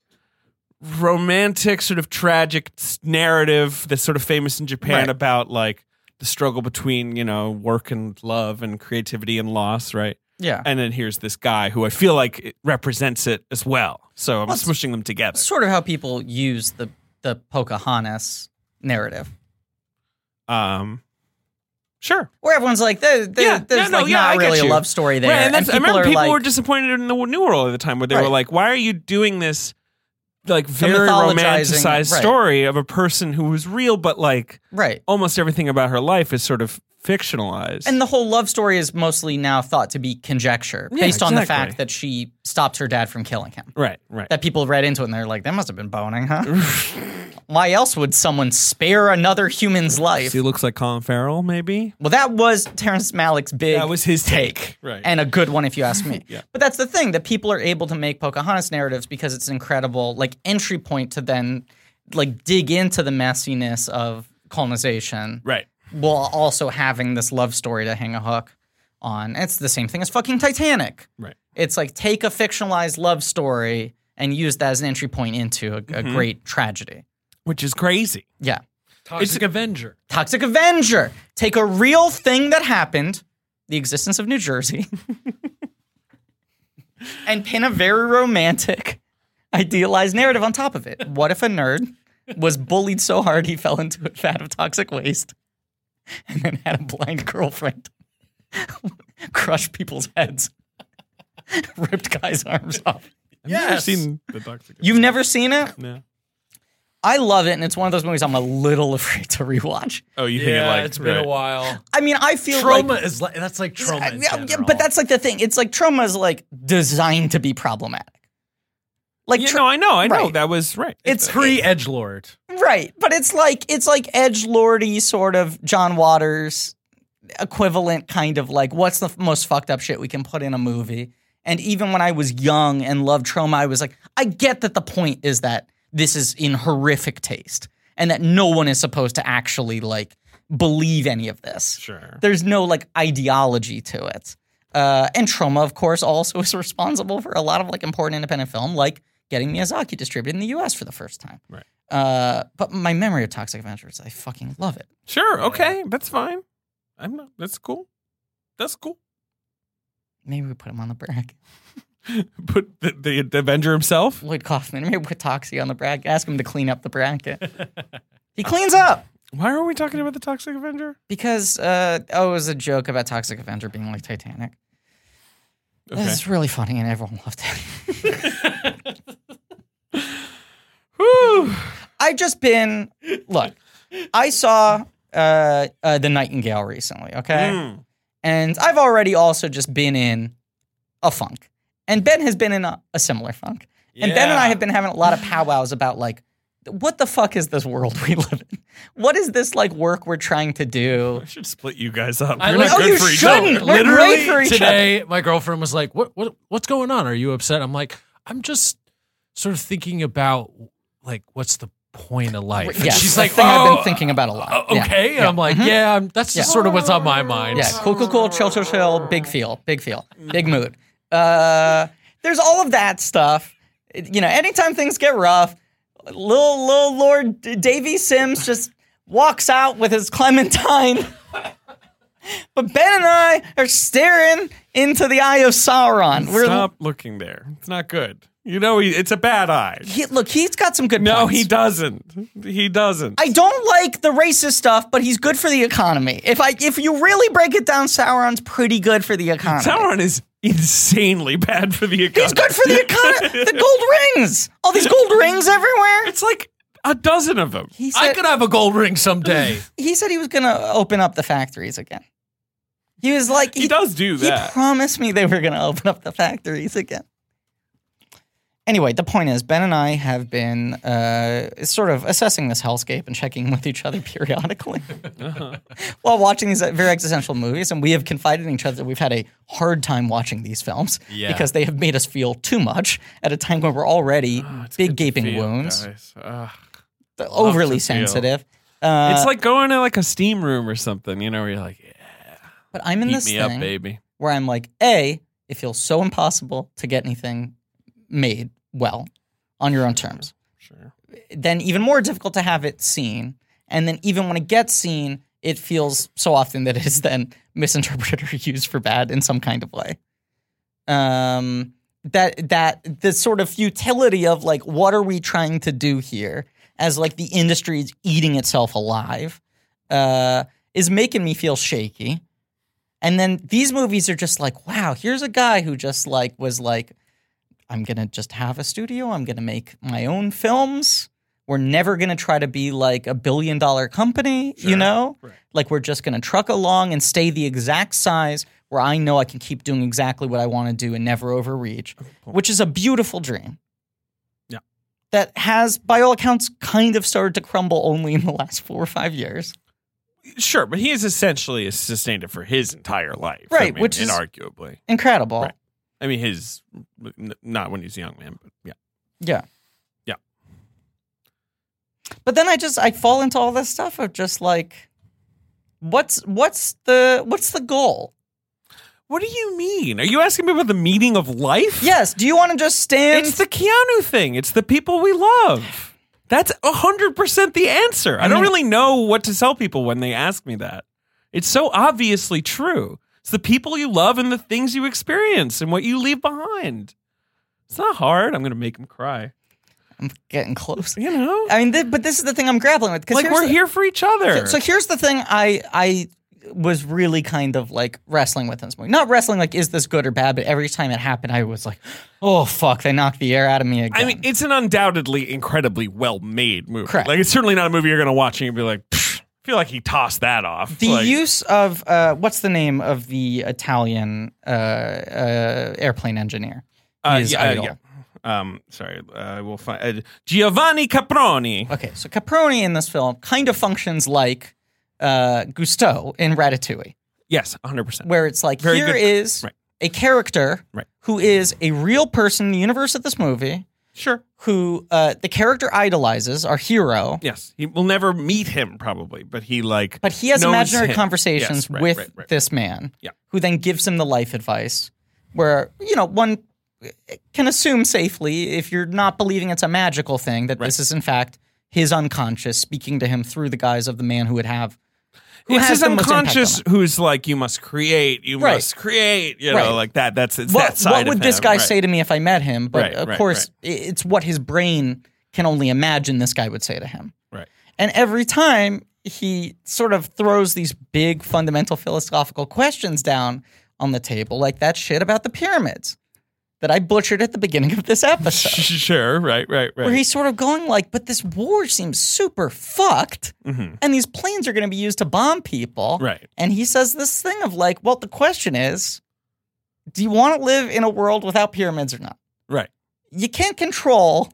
Speaker 3: romantic sort of tragic s- narrative that's sort of famous in Japan
Speaker 2: Right.
Speaker 3: about like the struggle between, you know, work and love and creativity and loss, right?
Speaker 2: yeah.
Speaker 3: and then here's this guy who I feel like it represents it as well. So I'm
Speaker 2: What's-
Speaker 3: smushing them together.
Speaker 2: sort of how people use the the Pocahontas narrative,
Speaker 3: Um, sure.
Speaker 2: where everyone's like, there, there-
Speaker 3: Yeah,
Speaker 2: there's
Speaker 3: no, no,
Speaker 2: like
Speaker 3: yeah, I
Speaker 2: not
Speaker 3: get
Speaker 2: really a
Speaker 3: you.
Speaker 2: love story there,
Speaker 3: Right, and that's, I
Speaker 2: people
Speaker 3: remember
Speaker 2: are
Speaker 3: people
Speaker 2: like,
Speaker 3: were disappointed in the New World at the time, where they were
Speaker 2: Right.
Speaker 3: like, "Why are you doing this?" Like very
Speaker 2: mythologizing-
Speaker 3: romanticized
Speaker 2: right.
Speaker 3: story of a person who was real, but like
Speaker 2: right.
Speaker 3: almost everything about her life is sort of fictionalized.
Speaker 2: And the whole love story is mostly now thought to be conjecture
Speaker 3: Yeah,
Speaker 2: based on the
Speaker 3: exactly.
Speaker 2: fact that she stopped her dad from killing him.
Speaker 3: right, right.
Speaker 2: That people read into it and they're like, that must have been boning, huh? Why else would someone spare another human's life?
Speaker 3: he looks like Colin Farrell, maybe.
Speaker 2: Well, that was Terrence Malick's big.
Speaker 3: That was his take. Right.
Speaker 2: right? And a good one, if you ask me. But that's the thing that people are able to make Pocahontas narratives because it's an incredible like entry point to then like dig into the messiness of colonization,
Speaker 3: Right.
Speaker 2: While also having this love story to hang a hook on. It's the same thing as fucking Titanic.
Speaker 3: Right.
Speaker 2: It's like take a fictionalized love story and use that as an entry point into a, a great tragedy.
Speaker 3: Which is crazy.
Speaker 2: Yeah.
Speaker 4: Toxic Avenger.
Speaker 2: Toxic Avenger. Take a real thing that happened, the existence of New Jersey, and pin a very romantic, idealized narrative on top of it. What if a nerd was bullied so hard he fell into a vat of toxic waste and then had a blind girlfriend crush people's heads, ripped guys' arms off?
Speaker 3: I've never
Speaker 4: Yes.
Speaker 3: seen the Toxic.
Speaker 2: You've never seen it?
Speaker 3: No.
Speaker 2: I love it, and it's one of those movies I'm a little afraid to rewatch.
Speaker 3: Oh, you think it
Speaker 4: Yeah,
Speaker 3: like
Speaker 4: it's been
Speaker 3: right.
Speaker 4: a while.
Speaker 2: I mean, I feel like
Speaker 4: Trauma is like that's like trauma. in
Speaker 2: Yeah, yeah,
Speaker 4: general.
Speaker 2: but that's like the thing. It's like trauma is like designed to be problematic. Like
Speaker 3: Yeah,
Speaker 2: tra-
Speaker 3: no, I know, I know.
Speaker 2: Right.
Speaker 3: That was right.
Speaker 2: it's
Speaker 4: pre Edge Lord.
Speaker 2: right, but it's like it's like edge lordy sort of John Waters equivalent kind of like what's the f- most fucked up shit we can put in a movie. And even when I was young and loved trauma, I was like, I get that the point is that this is in horrific taste and that no one is supposed to actually like believe any of this.
Speaker 3: sure.
Speaker 2: there's no like ideology to it. Uh, and Trauma, of course, also is responsible for a lot of like important independent film, like getting Miyazaki distributed in the U.S. for the first time.
Speaker 3: Right.
Speaker 2: Uh, but my memory of Toxic Avengers, I fucking love it.
Speaker 3: Sure. Okay. That's fine. I'm not. That's cool. That's cool.
Speaker 2: Maybe we put him on the brag.
Speaker 3: Put the, the, the Avenger himself.
Speaker 2: Lloyd Kaufman. Maybe we put Toxie on the brag. Ask him to clean up the bracket. he cleans up
Speaker 3: Why are we talking about the Toxic Avenger?
Speaker 2: because uh, oh, it was a joke about Toxic Avenger being like Titanic.
Speaker 3: Okay.
Speaker 2: It's really funny, and everyone loved it.
Speaker 3: Whew.
Speaker 2: I've just been look. I saw uh, uh, the Nightingale recently, okay,
Speaker 4: Hmm.
Speaker 3: Mm.
Speaker 2: and I've already also just been in a funk, and Ben has been in a, a similar funk, and Ben and I
Speaker 3: Yeah.
Speaker 2: have been having a lot of powwows about like. What the fuck is this world we live in? What is this like work we're trying to do?
Speaker 3: I should split you guys up.
Speaker 4: I
Speaker 3: You're
Speaker 4: like-
Speaker 3: not
Speaker 4: Oh,
Speaker 3: good
Speaker 2: you
Speaker 3: for each
Speaker 2: shouldn't.
Speaker 3: other.
Speaker 2: We're great
Speaker 4: Literally
Speaker 2: for each
Speaker 4: today, my girlfriend was like, "What? What? What's going on? Are you upset?" I'm like, "I'm just sort of thinking about like what's the point of life." And
Speaker 2: Yes,
Speaker 4: she's
Speaker 2: a
Speaker 4: like,
Speaker 2: thing I've
Speaker 4: "Oh,
Speaker 2: been thinking about a lot.
Speaker 4: uh,
Speaker 2: Yeah.
Speaker 4: okay." And I'm like, "Yeah, I'm, that's just
Speaker 2: Yeah.
Speaker 4: sort of what's on my mind."
Speaker 2: Yeah, cool, cool, cool. Chill, chill, chill. Big feel, big feel, big mood. Uh, there's all of that stuff. You know, anytime things get rough, little little Lord D- Davy Sims just walks out with his Clementine. but Ben and I are staring into the eye of Sauron. We're
Speaker 3: Stop looking there. It's not good. You know, he, it's a bad eye.
Speaker 2: He, look, he's got some good.
Speaker 3: No,
Speaker 2: points.
Speaker 3: he doesn't. He doesn't.
Speaker 2: I don't like the racist stuff, but he's good for the economy. If I if you really break it down, Sauron's pretty good for the economy.
Speaker 3: Sauron is insanely bad for the economy.
Speaker 2: He's good for the economy. the gold rings. All these gold rings everywhere.
Speaker 3: It's like a dozen of them.
Speaker 2: He
Speaker 4: I
Speaker 2: said,
Speaker 4: could have a gold ring someday.
Speaker 2: he said he was going to open up the factories again. He was like, he,
Speaker 3: He does do
Speaker 2: he
Speaker 3: that.
Speaker 2: promised me they were going to open up the factories again. Anyway, the point is, Ben and I have been uh, sort of assessing this hellscape and checking with each other periodically
Speaker 3: Uh-huh.
Speaker 2: while watching these uh, very existential movies. And we have confided in each other that we've had a hard time watching these films
Speaker 4: Yeah.
Speaker 2: because they have made us feel too much at a time when we're already
Speaker 3: Oh,
Speaker 2: big gaping
Speaker 3: Feel,
Speaker 2: wounds.
Speaker 3: guys. Ugh.
Speaker 2: the- overly
Speaker 3: feel.
Speaker 2: sensitive. Uh,
Speaker 3: it's like going to like a steam room or something, you know, where you're like, yeah,
Speaker 2: but I'm in
Speaker 3: heat
Speaker 2: this
Speaker 3: me
Speaker 2: thing
Speaker 3: up, baby.
Speaker 2: where I'm like, a, it feels so impossible to get anything made well on your own terms.
Speaker 3: Sure.
Speaker 2: Then even more difficult to have it seen, and then even when it gets seen, it feels so often that it is then misinterpreted or used for bad in some kind of way. Um, that that the sort of futility of like, what are we trying to do here? As like the industry is eating itself alive, uh, is making me feel shaky. And then these movies are just like, wow, here's a guy who just like was like, I'm gonna just have a studio. I'm gonna make my own films. We're never gonna try to be like a billion dollar company, you know? Like we're just gonna truck along and stay the exact size where I know I can keep doing exactly what I want to do and never overreach, which is a beautiful dream.
Speaker 3: Yeah.
Speaker 2: That has, by all accounts, kind of started to crumble only in the last four or five years.
Speaker 3: Sure, but he has essentially sustained it for his entire life. I
Speaker 2: Right,
Speaker 3: mean,
Speaker 2: which is-
Speaker 3: inarguably.
Speaker 2: Incredible.
Speaker 3: Right. I mean, his n- not when he's a young man, but yeah.
Speaker 2: Yeah.
Speaker 3: Yeah.
Speaker 2: But then I just I fall into all this stuff of just like what's what's the what's the goal?
Speaker 3: What do you mean? Are you asking me about the meaning of life?
Speaker 2: Yes, do you want to just stand
Speaker 3: It's the Keanu thing. It's the people we love. That's 100% the answer. I, don't
Speaker 2: mean-
Speaker 3: really know what to tell people when they ask me that. It's so obviously true. It's the people you love and the things you experience and what you leave behind. It's not hard. I'm going to make them cry.
Speaker 2: I'm getting close.
Speaker 3: You know?
Speaker 2: I mean, th- but this is Uh, the thing I'm grappling with because
Speaker 3: like, we're here for each other.
Speaker 2: So here's the thing I I was really kind of like wrestling with this movie. Not wrestling like is this good or bad, but every time it happened, I was like, oh fuck, they knocked the air out of me again.
Speaker 3: I mean, it's an undoubtedly incredibly well made movie.
Speaker 2: Correct.
Speaker 3: Like, it's certainly not a movie you're going to watch and you'll be like, "Pfft, I feel like he tossed that off.
Speaker 2: the
Speaker 3: like,
Speaker 2: use of uh, what's the name of the Italian uh, uh, airplane engineer?
Speaker 3: uh,
Speaker 2: His
Speaker 3: yeah,
Speaker 2: idol.
Speaker 3: yeah. Um, sorry, I will find uh, Giovanni Caproni.
Speaker 2: Okay, so Caproni in this film kind of functions like uh, Gusteau in Ratatouille,
Speaker 3: Yes, 100. percent
Speaker 2: where it's like
Speaker 3: Very
Speaker 2: here is
Speaker 3: good- right.
Speaker 2: a character
Speaker 3: Right.
Speaker 2: who is a real person in the universe of this movie,
Speaker 3: Sure.
Speaker 2: who uh, the character idolizes, our hero,
Speaker 3: Yes, he will never meet him probably, but he like.
Speaker 2: but he has
Speaker 3: knows
Speaker 2: imaginary
Speaker 3: him.
Speaker 2: conversations
Speaker 3: Yes, right,
Speaker 2: with
Speaker 3: right, right.
Speaker 2: this man,
Speaker 3: Yeah.
Speaker 2: who then gives him the life advice, where you know one can assume safely if you're not believing it's a magical thing that this is in fact his unconscious speaking to him through the guise of the man who would have who
Speaker 3: it's
Speaker 2: has
Speaker 3: his
Speaker 2: the most impact on
Speaker 3: unconscious
Speaker 2: him.
Speaker 3: who's like, you must create, you
Speaker 2: Right.
Speaker 3: must create, you know,
Speaker 2: Right.
Speaker 3: like that. That's it's
Speaker 2: What,
Speaker 3: that side.
Speaker 2: what
Speaker 3: of
Speaker 2: would this
Speaker 3: him,
Speaker 2: guy
Speaker 3: right.
Speaker 2: say to me if I met him? But
Speaker 3: Right,
Speaker 2: of
Speaker 3: right,
Speaker 2: course, i it's what his brain can only imagine this guy would say to him.
Speaker 3: Right.
Speaker 2: And every time he sort of throws these big fundamental philosophical questions down on the table, like that shit about the pyramids that I butchered at the beginning of this episode.
Speaker 3: Sure. Right. Right. Right.
Speaker 2: Where he's sort of going like, but this war seems super fucked, and these planes are going to be used to bomb people.
Speaker 3: Mm-hmm. Right.
Speaker 2: And he says this thing of like, well, the question is, do you want to live in a world without pyramids or not?
Speaker 3: right.
Speaker 2: You can't control,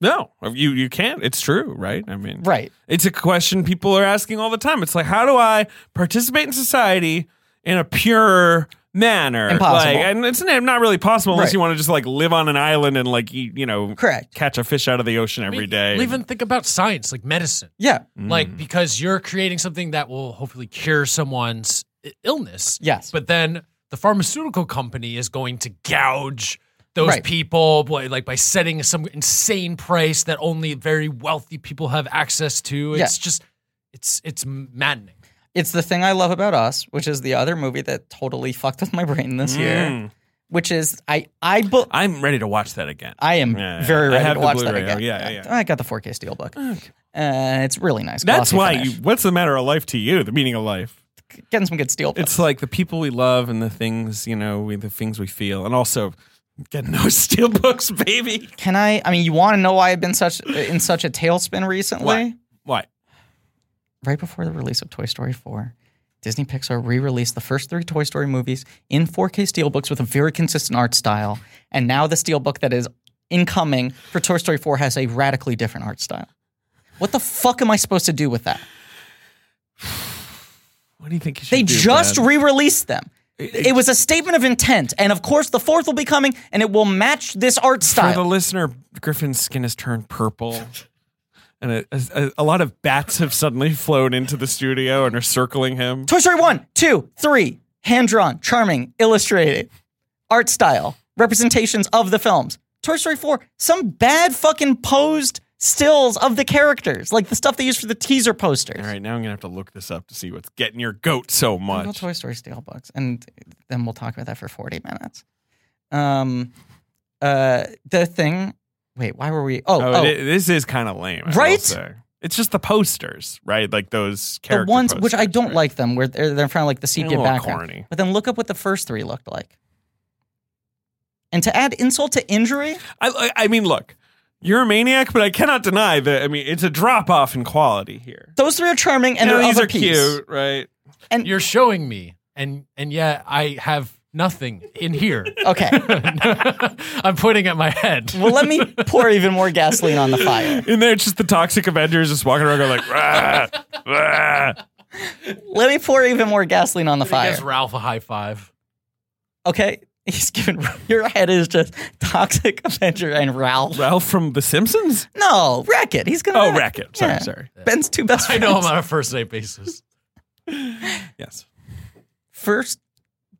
Speaker 3: No, you you can't. It's true, right? I mean,
Speaker 2: right?
Speaker 3: It's a question people are asking all the time. It's like, how do I participate in society in a pure manner?
Speaker 2: Impossible.
Speaker 3: Like, and it's not really possible unless
Speaker 2: Right.
Speaker 3: you want to just like live on an island and like eat, you know,
Speaker 2: Correct.
Speaker 3: catch a fish out of the ocean every day. Mm.
Speaker 4: Even think about science, like medicine.
Speaker 2: Yeah.
Speaker 4: Like because you're creating something that will hopefully cure someone's i- illness.
Speaker 2: Yes.
Speaker 4: But then the pharmaceutical company is going to gouge those
Speaker 2: Right.
Speaker 4: people by, like by setting some insane price that only very wealthy people have access to. It's just it's it's maddening.
Speaker 2: It's the thing I love about Us, which is the other movie that totally fucked with my brain this
Speaker 3: Mm.
Speaker 2: year, which is I I bu-
Speaker 3: I'm ready to watch that again.
Speaker 2: I am
Speaker 3: Yeah,
Speaker 2: very
Speaker 3: I
Speaker 2: ready
Speaker 3: have
Speaker 2: to
Speaker 3: the
Speaker 2: watch that
Speaker 3: Blu-ray. Oh,
Speaker 2: again.
Speaker 3: Yeah, yeah, yeah.
Speaker 2: I got the 4K steelbook. Uh, it's really nice.
Speaker 3: That's
Speaker 2: Glossy
Speaker 3: why
Speaker 2: finish.
Speaker 3: you. What's the matter of life to you? The meaning of life.
Speaker 2: getting some good steelbooks.
Speaker 3: It's like the people we love and the things you know, we, the things we feel, and also getting those steel books, baby.
Speaker 2: Can I? I mean, you want to know why I've been such in such a tailspin recently?
Speaker 3: Why? Why?
Speaker 2: Right before the release of Toy Story 4, Disney Pixar re-released the first three Toy Story movies in 4K steelbooks with a very consistent art style, and now the steelbook that is incoming for Toy Story 4 has a radically different art style. What the fuck am I supposed to do with that?
Speaker 3: What do you think you should
Speaker 2: They
Speaker 3: do,
Speaker 2: just
Speaker 3: Ben?
Speaker 2: re-released them. It, was a statement of intent, and of course, the fourth will be coming, and it will match this art
Speaker 3: For the
Speaker 2: style.
Speaker 3: listener, Griffin's skin has turned purple. And a, a, a lot of bats have suddenly flown into the studio and are circling him.
Speaker 2: Toy Story 1, 2, 3, hand drawn, charming, illustrated, art style, representations of the films. Toy Story 4, some bad fucking posed stills of the characters, like the stuff they use for the teaser posters.
Speaker 3: All right, now I'm going to have to look this up to see what's getting your goat so
Speaker 2: Real
Speaker 3: much.
Speaker 2: Toy Story steelbooks, and then we'll talk about that for 40 minutes. Um, uh, the thing, wait, why were we? Oh,
Speaker 3: Oh,
Speaker 2: oh,
Speaker 3: it- this is kind of lame. I will
Speaker 2: Right?
Speaker 3: say. It's just the posters, right? Like those
Speaker 2: the
Speaker 3: character
Speaker 2: ones which I
Speaker 3: posters,
Speaker 2: don't
Speaker 3: right?
Speaker 2: like them, where they're, they're in front of like the sepia
Speaker 3: little
Speaker 2: background.
Speaker 3: corny.
Speaker 2: But then look up what the first three looked like. And to add insult to injury,
Speaker 3: I, I I mean, look, you're a maniac, but I cannot deny that. I mean, it's a drop off in quality here.
Speaker 2: those three are charming and
Speaker 3: You know,
Speaker 2: they're
Speaker 3: these
Speaker 2: of a
Speaker 3: are
Speaker 2: piece.
Speaker 3: cute, right?
Speaker 4: You're showing me and and yet I have nothing in here.
Speaker 2: Okay,
Speaker 4: I'm pointing at my head.
Speaker 2: well let me pour even more gasoline on the fire.
Speaker 3: And they're just the toxic Avengers just walking around going like, rah, rah.
Speaker 2: Let me pour even more gasoline on the fire.
Speaker 4: Gives Ralph a high five.
Speaker 2: Okay, he's giving your head is just toxic Avenger and Ralph.
Speaker 3: Ralph from The Simpsons?
Speaker 2: No, Racket. He's gonna.
Speaker 3: Oh, Racket. Sorry,
Speaker 2: Yeah.
Speaker 3: sorry.
Speaker 2: Ben's two best
Speaker 4: I
Speaker 2: friends.
Speaker 4: know him on a first name basis.
Speaker 3: Yes.
Speaker 2: First,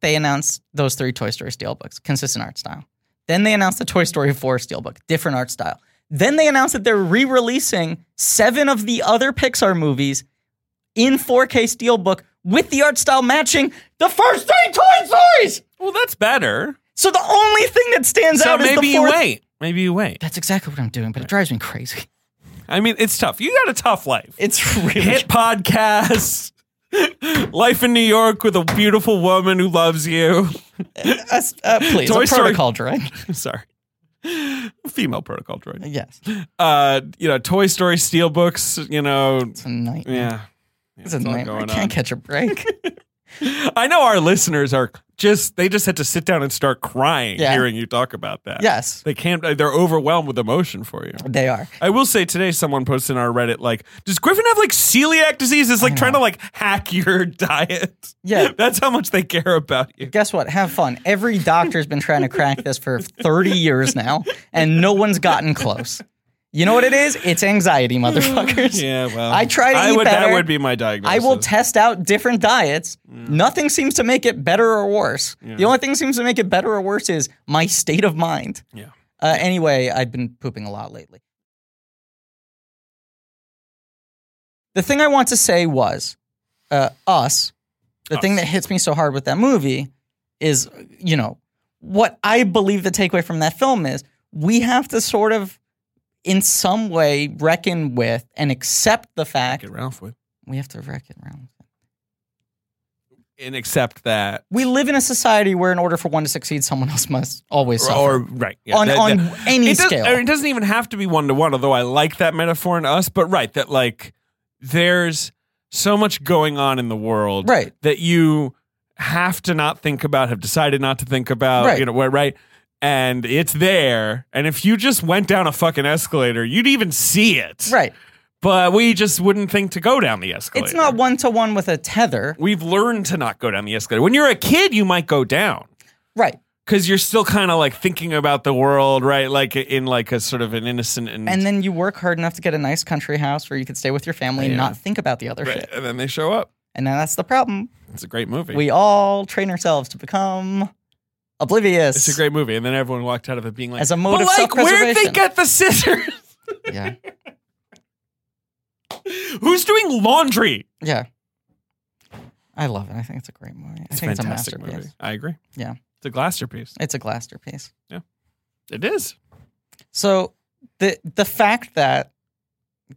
Speaker 2: they announced those three Toy Story steelbooks, consistent art style. Then they announced the Toy Story 4 steelbook, different art style. Then they announced that they're re releasing seven of the other Pixar movies in 4K steelbook with the art style matching the first three Toy Stories.
Speaker 3: Well, that's better.
Speaker 2: So the only thing that stands
Speaker 3: So
Speaker 2: out is
Speaker 3: maybe
Speaker 2: the
Speaker 3: you
Speaker 2: fourth.
Speaker 3: wait. Maybe you wait.
Speaker 2: That's exactly what I'm doing, but it drives me crazy.
Speaker 3: I mean, it's tough. You got a tough life.
Speaker 2: It's really
Speaker 3: Hit podcasts. Life in New York with a beautiful woman who loves you.
Speaker 2: Uh, uh, please,
Speaker 3: Toy
Speaker 2: a
Speaker 3: Story-
Speaker 2: protocol droid.
Speaker 3: Sorry. Female protocol droid.
Speaker 2: Yes,
Speaker 3: Uh, you know, Toy Story steel books, you know,
Speaker 2: it's a nightmare.
Speaker 3: yeah. Yeah,
Speaker 2: It's a
Speaker 3: it's all
Speaker 2: nightmare. I
Speaker 3: going
Speaker 2: can't
Speaker 3: on.
Speaker 2: catch a break.
Speaker 3: I know our listeners are just they just had to sit down and start crying
Speaker 2: Yeah.
Speaker 3: hearing you talk about that.
Speaker 2: yes,
Speaker 3: They can't they're overwhelmed with emotion for you.
Speaker 2: they are.
Speaker 3: I will say today someone posted on our Reddit like, does Griffin have like celiac disease? It's like trying to like hack your diet.
Speaker 2: Yeah.
Speaker 3: That's how much they care about you.
Speaker 2: Guess what? Have fun. Every doctor's been trying to crack this for 30 years now, and no one's gotten close. You know what it is? It's anxiety, motherfuckers.
Speaker 3: Yeah, well.
Speaker 2: I try to
Speaker 3: I
Speaker 2: eat
Speaker 3: would that
Speaker 2: better.
Speaker 3: would be my diagnosis.
Speaker 2: I will test out different diets.
Speaker 3: Mm.
Speaker 2: Nothing seems to make it better or worse. The only thing that seems to make it better or worse is my state of mind.
Speaker 3: Yeah.
Speaker 2: Uh, anyway, I've been pooping a lot lately. The thing I want to say was uh, us, the thing
Speaker 3: Us.
Speaker 2: that hits me so hard with that movie is, you know, what I believe the takeaway from that film is we have to sort of, in some way, reckon with and accept the fact
Speaker 3: Get Ralph with.
Speaker 2: we have to reckon around.
Speaker 3: And accept that.
Speaker 2: We live in a society where, in order for one to succeed, someone else must always suffer
Speaker 3: Or right. yeah,
Speaker 2: on,
Speaker 3: that-
Speaker 2: on
Speaker 3: that-
Speaker 2: any
Speaker 3: it does-
Speaker 2: scale.
Speaker 3: I mean, it doesn't even have to be one to one, although I like that metaphor in us, but right, that like there's so much going on in the world
Speaker 2: Right.
Speaker 3: that you have to not think about, have decided not to think about,
Speaker 2: Right.
Speaker 3: you know, what- right? And it's there. And if you just went down a fucking escalator, you'd even see it.
Speaker 2: right.
Speaker 3: But we just wouldn't think to go down the escalator.
Speaker 2: It's not one to one with a tether.
Speaker 3: We've learned to not go down the escalator. When you're a kid, you might go down
Speaker 2: Right.
Speaker 3: because you're still kind of like thinking about the world, right? Like in like a sort of an innocent
Speaker 2: And then you work hard enough to get a nice country house where you could stay with your family and
Speaker 3: Yeah.
Speaker 2: not think about the other
Speaker 3: Right,
Speaker 2: shit.
Speaker 3: And then they show up.
Speaker 2: And now that's the problem.
Speaker 3: It's a great movie.
Speaker 2: We all train ourselves to become oblivious.
Speaker 3: it's a great movie. And then everyone walked out of it being like,
Speaker 2: As a mode
Speaker 3: but
Speaker 2: of
Speaker 3: like, where'd they
Speaker 2: self-preservation."
Speaker 3: get the scissors?
Speaker 2: yeah.
Speaker 3: Who's doing laundry?
Speaker 2: Yeah. I love it. I think it's a great movie. I
Speaker 3: It's a
Speaker 2: think it's a
Speaker 3: fantastic
Speaker 2: masterpiece.
Speaker 3: movie. I agree.
Speaker 2: Yeah.
Speaker 3: It's a masterpiece.
Speaker 2: It's a masterpiece.
Speaker 3: It is.
Speaker 2: So the the fact that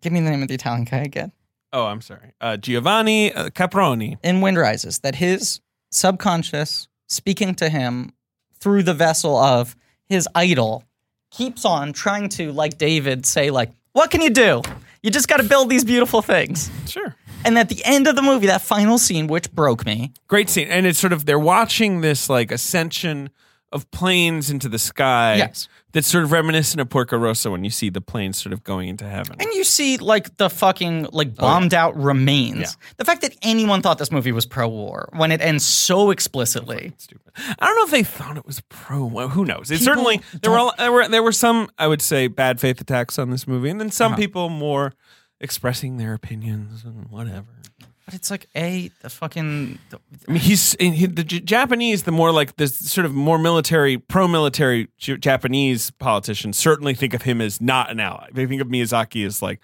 Speaker 2: give me the name of the Italian guy again
Speaker 3: Oh, I'm sorry. Uh, Giovanni uh, Caproni.
Speaker 2: in Wind Rises that his subconscious speaking to him through the vessel of his idol keeps on trying to like David say like what can you do you just got to build these beautiful things
Speaker 3: Sure.
Speaker 2: and at the end of the movie that final scene which broke me
Speaker 3: Great scene. And it's sort of, they're watching this like ascension of planes into the sky.
Speaker 2: Yes.
Speaker 3: That's sort of reminiscent of Porco Rosso when you see the planes sort of going into heaven.
Speaker 2: and you see like the fucking like bombed out remains the fact that anyone thought this movie was pro war when it ends so explicitly
Speaker 3: stupid. I don't know if they thought it was pro. well, Who knows? It certainly there were, all, there were there were some I would say bad faith attacks on this movie, and then
Speaker 2: Uh-huh.
Speaker 3: some people more expressing their opinions and whatever.
Speaker 2: But it's like a the fucking the-
Speaker 3: I mean, he's in, he, the J- Japanese. The more like this sort of more military, pro-military J- Japanese politicians certainly think of him as not an ally. They think of Miyazaki as like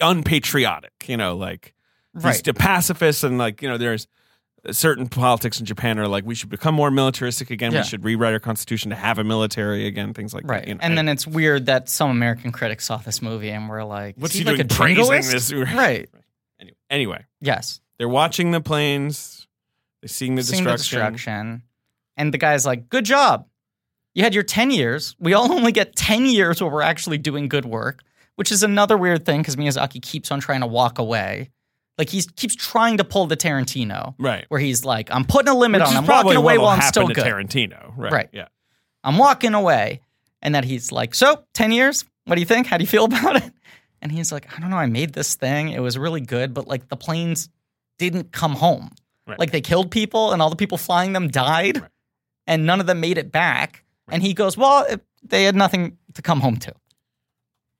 Speaker 3: unpatriotic. You know, like
Speaker 2: Right.
Speaker 3: he's a pacifist, and like you know, there's uh, certain politics in Japan are like we should become more militaristic again.
Speaker 2: Yeah.
Speaker 3: We should rewrite our constitution to have a military again. Things like
Speaker 2: right.
Speaker 3: that. you know.
Speaker 2: and then it's weird that some American critics saw this movie and were like,
Speaker 3: what's
Speaker 2: "Is
Speaker 3: he
Speaker 2: like
Speaker 3: doing
Speaker 2: a
Speaker 3: praising
Speaker 2: jingoist?"
Speaker 3: this?
Speaker 2: Right.
Speaker 3: Anyway, anyway,
Speaker 2: Yes.
Speaker 3: they're watching the planes. They're seeing the
Speaker 2: Seeing
Speaker 3: destruction.
Speaker 2: the destruction, and the guy's like, "Good job, you had your ten years. We all only get ten years where we're actually doing good work." Which is another weird thing because Miyazaki keeps on trying to walk away, like he keeps trying to pull the Tarantino,
Speaker 3: Right.
Speaker 2: where he's like, "I'm putting a limit
Speaker 3: Which
Speaker 2: on.
Speaker 3: is
Speaker 2: I'm
Speaker 3: probably
Speaker 2: walking away
Speaker 3: what'll
Speaker 2: while I'm
Speaker 3: happen
Speaker 2: still
Speaker 3: to
Speaker 2: good.
Speaker 3: Tarantino, right?
Speaker 2: Right.
Speaker 3: Yeah.
Speaker 2: I'm walking away. And that he's like, So, 10 years? What do you think? How do you feel about it? And he's like, I don't know. I made this thing. It was really good, but like the planes didn't come home.
Speaker 3: Right.
Speaker 2: Like they killed people and all the people flying them died
Speaker 3: Right.
Speaker 2: and none of them made it back. And he goes, Well, it- they had nothing to come home to.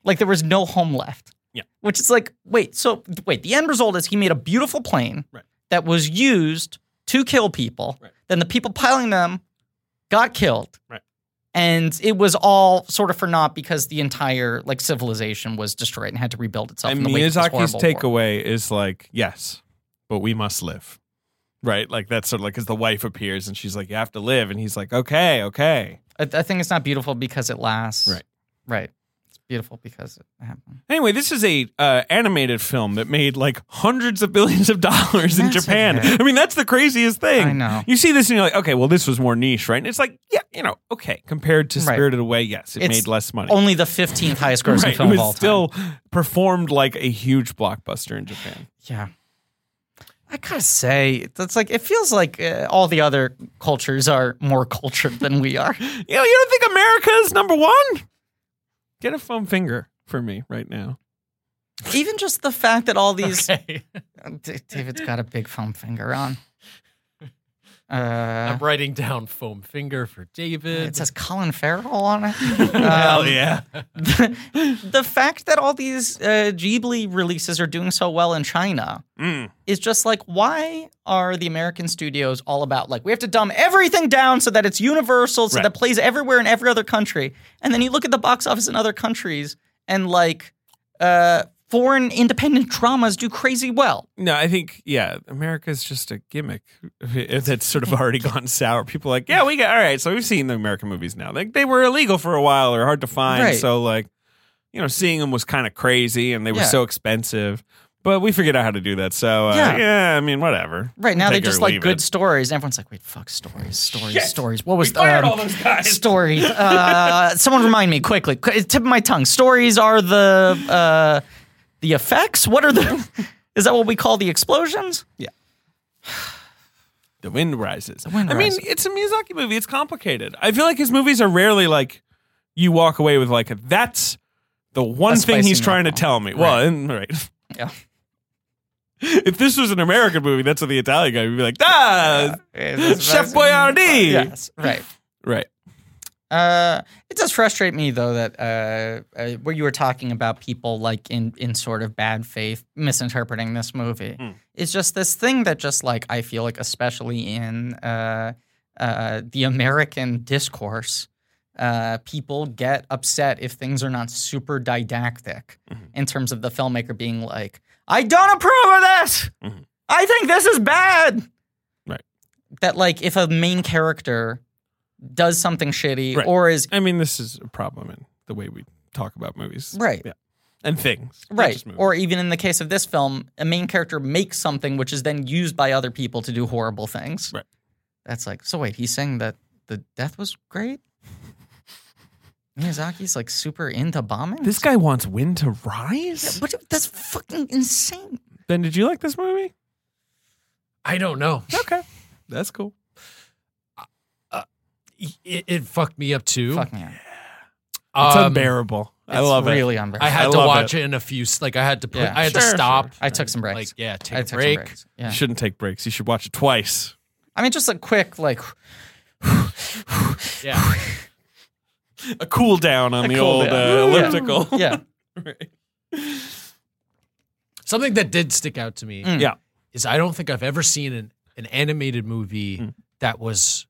Speaker 2: Like there was no home left.
Speaker 3: Yeah.
Speaker 2: Which is like, wait, so wait, the end result is he made a beautiful plane
Speaker 3: Right.
Speaker 2: that was used to kill people.
Speaker 3: Right.
Speaker 2: Then the people piloting them got killed.
Speaker 3: Right.
Speaker 2: And it was all sort of for naught because the entire like civilization was destroyed and had to rebuild itself.
Speaker 3: And
Speaker 2: in the wake of this
Speaker 3: Miyazaki's
Speaker 2: horrible war.
Speaker 3: takeaway is like, yes, but we must live. Right? Like that's sort of like because the wife appears and she's like, you have to live. And he's like, okay, okay.
Speaker 2: I, I think it's not beautiful because it lasts.
Speaker 3: Right.
Speaker 2: Right. It's beautiful because it happened.
Speaker 3: Anyway, this is a uh, animated film that made like hundreds of billions of dollars in
Speaker 2: That's
Speaker 3: Japan.
Speaker 2: okay.
Speaker 3: I mean, that's the craziest thing.
Speaker 2: I know.
Speaker 3: You see this and you're like, okay, well, this was more niche, right? And it's like, yeah, you know, okay, compared to
Speaker 2: Right.
Speaker 3: Spirited Away, yes, it
Speaker 2: It's
Speaker 3: made less money.
Speaker 2: Only the 15th highest grossing
Speaker 3: Right,
Speaker 2: film
Speaker 3: it
Speaker 2: of all
Speaker 3: was
Speaker 2: time.
Speaker 3: still performed like a huge blockbuster in Japan.
Speaker 2: yeah. I gotta say, that's like it feels like uh, all the other cultures are more cultured than we are.
Speaker 3: You know, you don't think America is number one? Get a foam finger for me right now.
Speaker 2: Even just the fact that all these
Speaker 4: Okay.
Speaker 2: D- David's got a big foam finger on. Uh,
Speaker 4: I'm writing down foam finger for David.
Speaker 2: it says Colin Farrell on it.
Speaker 3: Hell
Speaker 2: Um,
Speaker 3: yeah.
Speaker 2: the fact that all these uh, Ghibli releases are doing so well in China
Speaker 3: Mm.
Speaker 2: is just like, why are the American studios all about like we have to dumb everything down so that it's universal, so
Speaker 3: Right.
Speaker 2: that plays everywhere in every other country, and then you look at the box office in other countries and like uh, foreign independent dramas do crazy well.
Speaker 3: No, I think, yeah, America's just a gimmick that's sort of already gone sour. People are like, yeah, we got, all right, so we've seen the American movies now. Like, they were illegal for a while or hard to find.
Speaker 2: Right.
Speaker 3: So, like, you know, seeing them was kind of crazy and they were
Speaker 2: Yeah.
Speaker 3: so expensive. But we figured out how to do that. So, uh,
Speaker 2: Yeah.
Speaker 3: yeah. I mean, whatever.
Speaker 2: Right now, they
Speaker 3: Take it or
Speaker 2: just like
Speaker 3: leave
Speaker 2: good
Speaker 3: it.
Speaker 2: stories. Everyone's like, wait, fuck stories, stories,
Speaker 3: Shit.
Speaker 2: stories. What was
Speaker 3: We fired
Speaker 2: um,
Speaker 3: all those guys.
Speaker 2: stories? Uh, someone remind me quickly. Qu- Tip of my tongue. Stories are the uh, the effects. What are the? Is that what we call the explosions?
Speaker 3: The Wind Rises. The
Speaker 2: Wind
Speaker 3: I mean,
Speaker 2: Rises.
Speaker 3: it's a Miyazaki movie. It's complicated. I feel like his movies are rarely like you walk away with like that's the one
Speaker 2: A
Speaker 3: thing
Speaker 2: spicy
Speaker 3: he's trying to
Speaker 2: novel.
Speaker 3: tell me. Well, and, right.
Speaker 2: Yeah.
Speaker 3: If this was an American movie, that's what the Italian guy would be like. Ah, Chef Boyardee.
Speaker 2: Yes, right.
Speaker 3: Right.
Speaker 2: Uh, it does frustrate me though that uh, uh, where you were talking about people like in in sort of bad faith misinterpreting this movie. It's just this thing that just like I feel like especially in uh, uh, the American discourse, uh, people get upset if things are not super didactic in terms of the filmmaker being like, I don't approve of this.
Speaker 3: Mhm.
Speaker 2: I think this is bad.
Speaker 3: Right.
Speaker 2: That like if a main character does something shitty
Speaker 3: Right.
Speaker 2: or is
Speaker 3: I mean, this is a problem in the way we talk about movies.
Speaker 2: Right.
Speaker 3: Yeah. And things. Not
Speaker 2: Right.
Speaker 3: just movies.
Speaker 2: Or even in the case of this film, a main character makes something which is then used by other people to do horrible things.
Speaker 3: Right.
Speaker 2: That's like, so wait, he's saying that the death was great? Miyazaki's like super into bombing?
Speaker 3: this guy wants wind to rise.
Speaker 2: What- that's fucking insane.
Speaker 3: Ben, did you like this movie?
Speaker 4: I don't know.
Speaker 3: Okay. That's cool.
Speaker 4: It, it fucked me up too.
Speaker 2: Fuck me. up.
Speaker 3: It's
Speaker 4: Um,
Speaker 3: unbearable. I
Speaker 2: It's
Speaker 3: love it.
Speaker 2: really unbearable.
Speaker 4: I had
Speaker 3: I
Speaker 4: to
Speaker 3: love
Speaker 4: watch it. in a few. s- Like I had to. Put,
Speaker 2: Yeah.
Speaker 4: I had to
Speaker 3: Sure,
Speaker 4: stop.
Speaker 2: I took some breaks.
Speaker 4: Like yeah, take
Speaker 2: I
Speaker 4: a
Speaker 2: took some
Speaker 4: break.
Speaker 2: breaks. Yeah.
Speaker 3: You shouldn't take breaks. You should watch it twice.
Speaker 2: I mean, just a quick, like,
Speaker 4: Yeah.
Speaker 3: A cool down on
Speaker 2: A
Speaker 3: the
Speaker 2: cool
Speaker 3: old
Speaker 2: down.
Speaker 3: Uh, elliptical.
Speaker 2: yeah.
Speaker 4: Something that did stick out to me
Speaker 2: Mm.
Speaker 3: Yeah.
Speaker 4: is I don't think I've ever seen an, an animated movie
Speaker 3: Mm.
Speaker 4: that was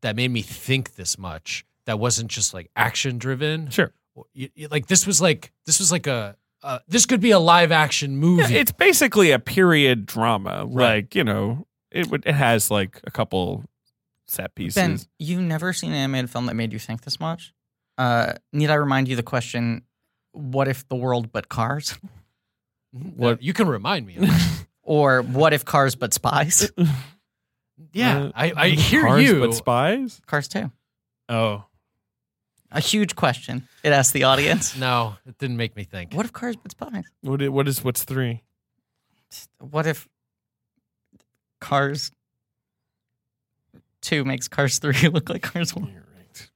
Speaker 4: that made me think this much. That wasn't just like action driven.
Speaker 3: Sure.
Speaker 4: You- you- like this was like this was like a uh, this could be a live action movie.
Speaker 3: It's basically a period drama.
Speaker 4: Right.
Speaker 3: Like, you know, it would it has like a couple set pieces.
Speaker 2: Ben, you've never seen an animated film that made you think this much? Uh, need I remind you the question, what if the world but cars?
Speaker 4: what you can remind me. Of that.
Speaker 2: Or what if cars but spies?
Speaker 4: yeah,
Speaker 3: Uh,
Speaker 4: I, I hear
Speaker 3: Cars
Speaker 4: you.
Speaker 3: But spies?
Speaker 2: Cars too.
Speaker 3: Oh.
Speaker 2: A huge question. It asked the audience.
Speaker 4: no, it didn't make me think.
Speaker 2: What if cars but spies?
Speaker 3: What i- what is what's three?
Speaker 2: What if cars two makes cars three look like cars one?
Speaker 3: You're right.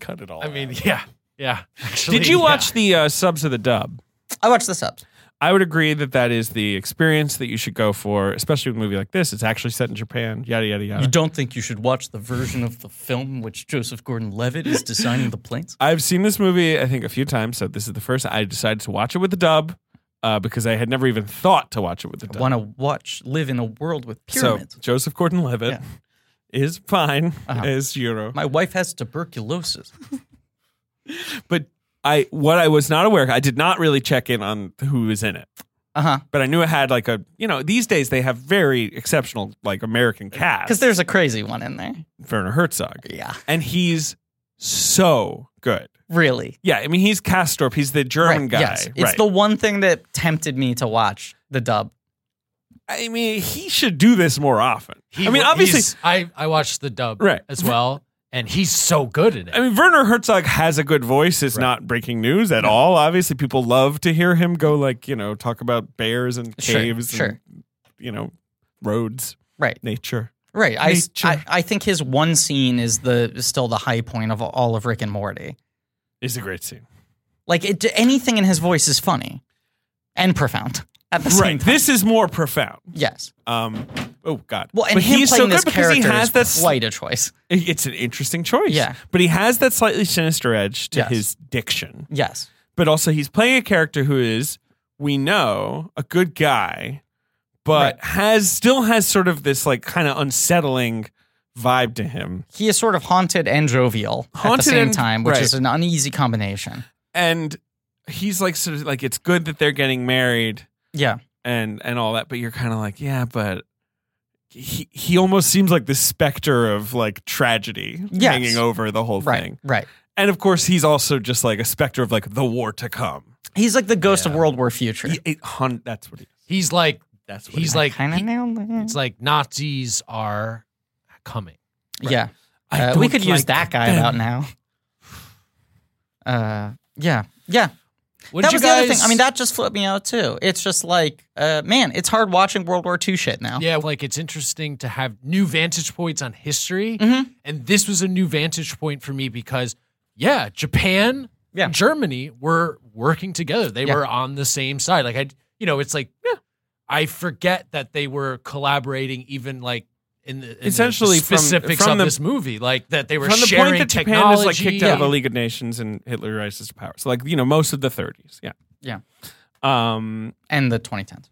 Speaker 3: Cut it all.
Speaker 4: I mean,
Speaker 3: out.
Speaker 4: yeah, yeah. Actually,
Speaker 3: Did you
Speaker 4: yeah.
Speaker 3: watch the uh, subs of the dub?
Speaker 2: I watched the subs.
Speaker 3: I would agree that that is the experience that you should go for, especially with a movie like this. It's actually set in Japan, yada, yada, yada.
Speaker 2: don't think you should watch the version of the film which Joseph Gordon Levitt is designing the planes?
Speaker 3: I've seen this movie, I think, a few times. So this is the first I decided to watch it with the dub uh, because I had never even thought to watch it with the
Speaker 2: I
Speaker 3: dub.
Speaker 2: want to watch live in a world with
Speaker 3: so
Speaker 2: pyramids.
Speaker 3: Joseph Gordon-Levitt
Speaker 2: Yeah.
Speaker 3: is fine
Speaker 2: Uh-huh.
Speaker 3: as Euro,
Speaker 2: My wife has tuberculosis.
Speaker 3: but I what I was not aware, I did not really check in on who was in it.
Speaker 2: Uh huh.
Speaker 3: But I knew it had like a you know these days they have very exceptional like American cast
Speaker 2: Because there's a crazy one in there.
Speaker 3: Werner Herzog
Speaker 2: Yeah.
Speaker 3: and he's so good.
Speaker 2: Really.
Speaker 3: Yeah, I mean he's Castorp. He's the German guy.
Speaker 2: Yes. It's
Speaker 3: right.
Speaker 2: the one thing that tempted me to watch the dub.
Speaker 3: I mean he should do this more often. I mean
Speaker 4: wa-
Speaker 3: obviously.
Speaker 4: he's- I I watched the dub
Speaker 3: Right.
Speaker 4: as well, and he's so good in it.
Speaker 3: I mean, Werner Herzog has a good voice. It's not breaking news at all. Obviously, people love to hear him go, like, you know, talk about bears and
Speaker 2: Sure,
Speaker 3: caves and,
Speaker 2: sure.
Speaker 3: you know, roads,
Speaker 2: Right.
Speaker 3: nature.
Speaker 2: Right. I,
Speaker 3: Nature.
Speaker 2: I I think his one scene is the is still the high point of all of Rick and Morty.
Speaker 3: It's a great scene.
Speaker 2: Like it, anything in his voice is funny and profound at the same
Speaker 3: Right.
Speaker 2: time.
Speaker 3: This is more profound.
Speaker 2: Yes.
Speaker 3: Um, oh, God.
Speaker 2: Well, and
Speaker 3: but
Speaker 2: him
Speaker 3: he's
Speaker 2: playing
Speaker 3: so good
Speaker 2: this
Speaker 3: because
Speaker 2: character
Speaker 3: he has that.
Speaker 2: is
Speaker 3: s-
Speaker 2: quite a choice.
Speaker 3: It's an interesting choice.
Speaker 2: Yeah.
Speaker 3: But he has that slightly sinister edge to
Speaker 2: Yes.
Speaker 3: his diction.
Speaker 2: Yes.
Speaker 3: But also, he's playing a character who is, we know, a good guy, but has still has sort of this, like, kind of unsettling vibe to him.
Speaker 2: He is sort of haunted and jovial at the
Speaker 3: Haunted
Speaker 2: same
Speaker 3: and-
Speaker 2: time, which
Speaker 3: right.
Speaker 2: is an uneasy combination.
Speaker 3: and he's like sort of like it's good that they're getting married
Speaker 2: Yeah.
Speaker 3: and and all that but you're kind of like yeah but he he almost seems like the specter of like tragedy
Speaker 2: Yes.
Speaker 3: hanging over the whole
Speaker 2: Right.
Speaker 3: thing
Speaker 2: Right.
Speaker 3: and of course he's also just like a specter of like the war to come
Speaker 2: He's like the ghost of
Speaker 4: Yeah.
Speaker 2: World War Future.
Speaker 3: He- it- hun- that's what he is
Speaker 4: He's like
Speaker 3: that's what
Speaker 4: he's
Speaker 3: he is.
Speaker 4: like
Speaker 2: kind of
Speaker 4: he-
Speaker 2: nailed it.
Speaker 4: it's like Nazis are coming.
Speaker 2: Yeah.
Speaker 3: I
Speaker 2: Uh, we
Speaker 3: don't
Speaker 2: could use
Speaker 3: like
Speaker 2: that guy
Speaker 3: them.
Speaker 2: about now. Uh, yeah, yeah.
Speaker 4: What
Speaker 2: that was
Speaker 4: did you
Speaker 2: the
Speaker 4: guys?
Speaker 2: other thing. I mean, that just flipped me out too. It's just like, uh, man, it's hard watching World War II shit now.
Speaker 4: yeah, like it's interesting to have new vantage points on history,
Speaker 3: Mm-hmm.
Speaker 2: Mhm.
Speaker 4: and this was a new vantage point for me because yeah, Japan,
Speaker 2: Yeah.
Speaker 4: and Germany were working together. They
Speaker 2: Yeah.
Speaker 4: were on the same side. Like I, you know, it's like I forget that they were collaborating even like. In the, in the
Speaker 3: Essentially from-
Speaker 4: specifics
Speaker 3: from
Speaker 4: of
Speaker 3: the-
Speaker 4: this movie, like that they were
Speaker 3: from the
Speaker 4: sharing
Speaker 3: point that Japan
Speaker 4: technology.
Speaker 3: was like kicked out of the
Speaker 4: Yeah.
Speaker 3: League of Nations and Hitler rises to power, so like you know most of the 30s, yeah,
Speaker 2: Yeah.
Speaker 3: um,
Speaker 2: And the 2010s.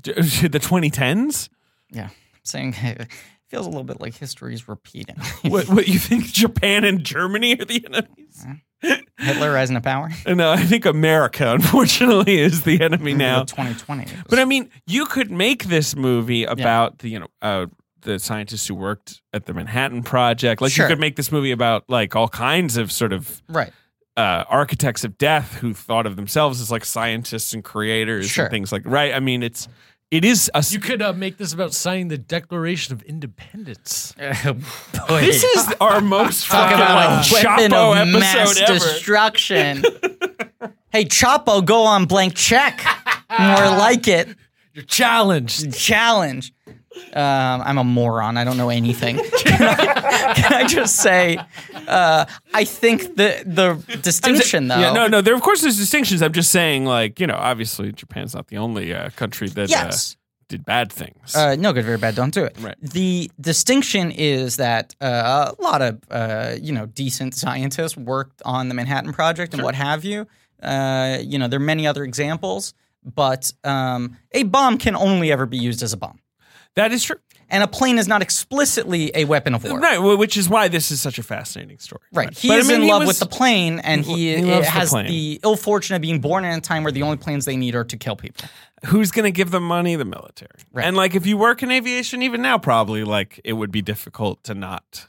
Speaker 3: d- the 2010s.
Speaker 2: Yeah, saying it feels a little bit like history's repeating.
Speaker 3: what, what you think Japan and Germany are the enemies?
Speaker 2: Hitler rising to power.
Speaker 3: No, I think America, unfortunately, is the enemy
Speaker 4: Mm-hmm.
Speaker 3: now.
Speaker 2: 2020. It was-
Speaker 3: But I mean, you could make this movie about the you know uh, the scientists who worked at the Manhattan Project. Like
Speaker 2: Sure.
Speaker 3: you could make this movie about like all kinds of sort of
Speaker 2: right.
Speaker 3: uh, architects of death who thought of themselves as like scientists and creators
Speaker 2: Sure.
Speaker 3: and things like right. I mean, it's it is a.
Speaker 4: You could uh, make this about signing the Declaration of Independence.
Speaker 2: Boy.
Speaker 3: this is our most
Speaker 2: Talk
Speaker 3: fucking,
Speaker 2: about
Speaker 3: like
Speaker 2: a weapon
Speaker 3: Chapo
Speaker 2: of mass
Speaker 3: episode ever.
Speaker 2: destruction. hey, Chapo, go on blank check. More like it.
Speaker 4: You're challenged.
Speaker 2: challenge. Um, I'm a moron. I don't know anything. can, I, can I just say, uh, I think the the distinction though.
Speaker 3: Yeah, no, no. There, of course, there's distinctions. I'm just saying, like, you know, obviously, Japan's not the only uh, country that
Speaker 2: Yes.
Speaker 3: uh, did bad things.
Speaker 2: Uh, no good, very bad. Don't do it.
Speaker 3: Right.
Speaker 2: The distinction is that uh, a lot of uh, you know decent scientists worked on the Manhattan Project and what have you. Uh, you know, there are many other examples, but um, a bomb can only ever be used as a bomb,
Speaker 3: that is true,
Speaker 2: and a plane is not explicitly a weapon of war.
Speaker 3: right? well, Which is why this is such a fascinating story.
Speaker 2: Right. He
Speaker 3: But, I
Speaker 2: is
Speaker 3: mean,
Speaker 2: in
Speaker 3: he
Speaker 2: love
Speaker 3: was-
Speaker 2: with the plane, and he,
Speaker 3: He loves the
Speaker 2: has the,
Speaker 3: plane.
Speaker 2: ill fortune of being born in a time where the only planes they need are to kill people.
Speaker 3: Who's going to give them money? The military.
Speaker 2: Right.
Speaker 3: And like, if you work in aviation, even now, probably like it would be difficult to not.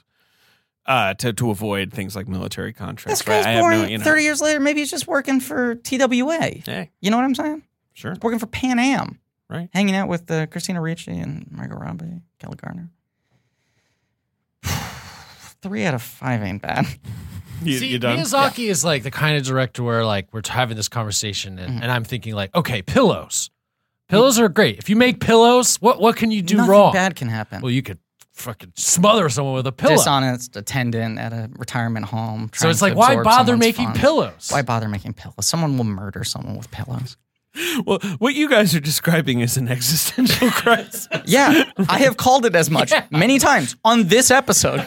Speaker 3: Uh, to, to avoid things like military contracts.
Speaker 2: This guy's
Speaker 3: right? I have
Speaker 2: born
Speaker 3: no, you know-
Speaker 2: 30 years later. Maybe he's just working for TWA.
Speaker 3: Hey,
Speaker 2: You know what I'm saying?
Speaker 3: sure.
Speaker 2: Working for Pan Am.
Speaker 3: Right.
Speaker 2: Hanging out with uh, Christina Ricci and Margot Robbie, Kelly Garner. Three out of five ain't bad.
Speaker 3: You,
Speaker 4: See,
Speaker 3: you done?
Speaker 4: Miyazaki is like the kind of director where like we're having this conversation
Speaker 2: Mm-hmm.
Speaker 4: and, and I'm thinking like, okay, pillows. Pillows are great. If you make pillows, what what can you do
Speaker 2: Nothing
Speaker 4: wrong?
Speaker 2: bad can happen.
Speaker 4: Well, you could fucking smother someone with a pillow.
Speaker 2: Dishonest attendant at a retirement home.
Speaker 4: so
Speaker 2: trying
Speaker 4: it's
Speaker 2: to
Speaker 4: like, why
Speaker 2: absorb
Speaker 4: bother
Speaker 2: someone's
Speaker 4: making
Speaker 2: funds.
Speaker 4: pillows?
Speaker 2: Why bother making pillows? Someone will murder someone with pillows.
Speaker 3: Well, what you guys are describing is an existential crisis.
Speaker 2: Yeah, I have called it as much many times on this episode.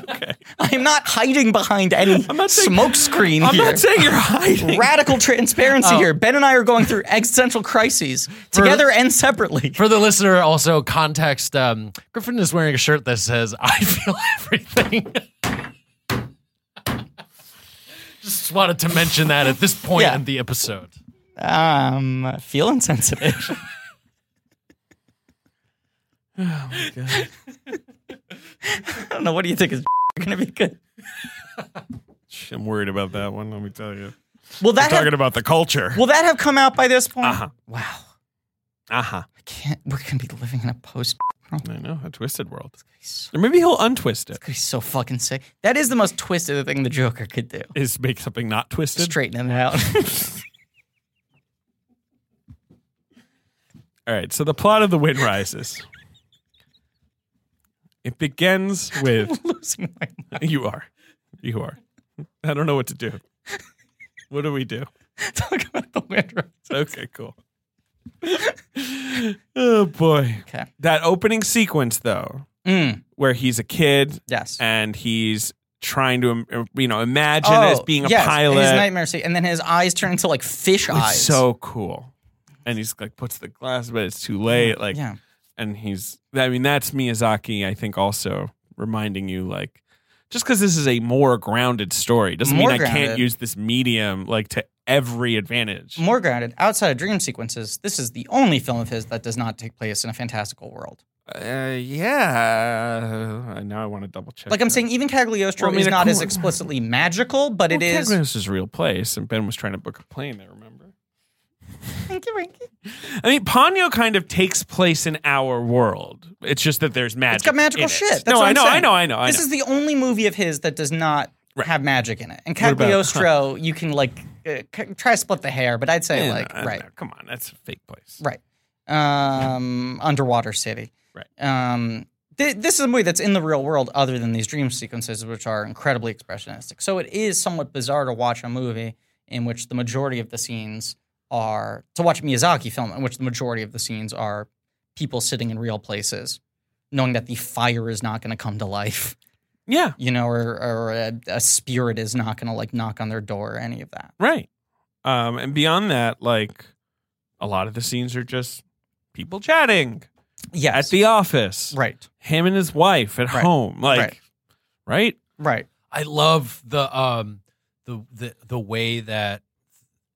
Speaker 2: I am not hiding behind any
Speaker 3: not saying-
Speaker 2: smoke screen
Speaker 3: I'm
Speaker 2: here.
Speaker 3: not saying you're hiding.
Speaker 2: Radical
Speaker 3: Oh.
Speaker 2: transparency here. Ben and I are going through existential crises together and separately.
Speaker 4: For the listener, also context: um, Griffin is wearing a shirt that says "I feel everything." Just wanted to mention that at this point
Speaker 2: Yeah.
Speaker 4: in the episode.
Speaker 3: uh,
Speaker 2: Um, feel insensitive. I don't know. What do you think is going to be good?
Speaker 3: I'm worried about that one. Let me tell you.
Speaker 2: Will
Speaker 3: We're
Speaker 2: that
Speaker 3: talking
Speaker 2: have,
Speaker 3: about the culture.
Speaker 2: will that have come out by this point?
Speaker 3: Uh-huh.
Speaker 2: Wow,
Speaker 3: Uh huh.
Speaker 2: I can't. We're gonna be living in a post.
Speaker 3: I know a twisted world.
Speaker 2: It's
Speaker 3: Or maybe he'll untwist it.
Speaker 2: gonna be so fucking sick. That is the most twisted thing the Joker could do.
Speaker 3: Is make something not twisted.
Speaker 2: Straightening it out.
Speaker 3: All right. So the plot of The Wind Rises. It begins with
Speaker 2: Losing my mind.
Speaker 3: you are, you are. I don't know what to do. What do we do?
Speaker 2: Talk about the wind. Rises.
Speaker 3: Okay, cool. oh boy.
Speaker 2: Okay.
Speaker 3: That opening sequence though,
Speaker 2: Mm,
Speaker 3: where he's a kid
Speaker 2: yes.
Speaker 3: and he's trying to um, you know imagine as being a
Speaker 2: Oh, yes,
Speaker 3: pilot.
Speaker 2: His nightmare scene, and then his eyes turn into like fish
Speaker 3: It's
Speaker 2: eyes.
Speaker 3: so cool. And he's like puts the glass, but it's too late. Like,
Speaker 2: yeah,
Speaker 3: and he's. I mean, that's Miyazaki. I think also reminding you like, just because this is a more grounded story doesn't
Speaker 2: More
Speaker 3: mean I
Speaker 2: grounded.
Speaker 3: can't use this medium like to every advantage.
Speaker 2: more grounded. Outside of dream sequences, this is the only film of his that does not take place in a fantastical world.
Speaker 3: Uh, yeah. Uh, now I want to double check.
Speaker 2: Like I'm
Speaker 3: that.
Speaker 2: saying, even Cagliostro
Speaker 3: Well, I mean,
Speaker 2: is
Speaker 3: a
Speaker 2: not
Speaker 3: cool-
Speaker 2: as explicitly magical, but it
Speaker 3: well,
Speaker 2: is.
Speaker 3: Cagnos is a real place, and Ben was trying to book a plane there. Remember?
Speaker 2: It's
Speaker 3: I mean, Ponyo kind of takes place in our world. It's just that there's magic.
Speaker 2: got magical
Speaker 3: in it.
Speaker 2: shit. That's
Speaker 3: no,
Speaker 2: what
Speaker 3: I
Speaker 2: I'm
Speaker 3: know, I
Speaker 2: saying.
Speaker 3: know, I know, I know.
Speaker 2: This is the only movie of his that does not
Speaker 3: Right.
Speaker 2: have magic in it. And
Speaker 3: What about-
Speaker 2: Cagliostro, you can like uh, c- try to split the hair, but I'd say
Speaker 3: Yeah,
Speaker 2: like
Speaker 3: no, I
Speaker 2: right.
Speaker 3: know. Come on, that's a fake place.
Speaker 2: Right. Um, underwater city.
Speaker 3: Right.
Speaker 2: Um, th- this is a movie that's in the real world, other than these dream sequences, which are incredibly expressionistic. So it is somewhat bizarre to watch a movie in which the majority of the scenes are to watch a Miyazaki film in which the majority of the scenes are people sitting in real places, knowing that the fire is not going to come to life,
Speaker 3: Yeah,
Speaker 2: you know, or, or a, a spirit is not going to like knock on their door or any of that.
Speaker 3: right. Um, and beyond that, like a lot of the scenes are just people chatting
Speaker 2: Yes.
Speaker 3: at the office,
Speaker 2: right.
Speaker 3: him and his wife at
Speaker 2: Right.
Speaker 3: home, like,
Speaker 2: Right.
Speaker 3: right.
Speaker 2: Right.
Speaker 4: I love the um the the the way that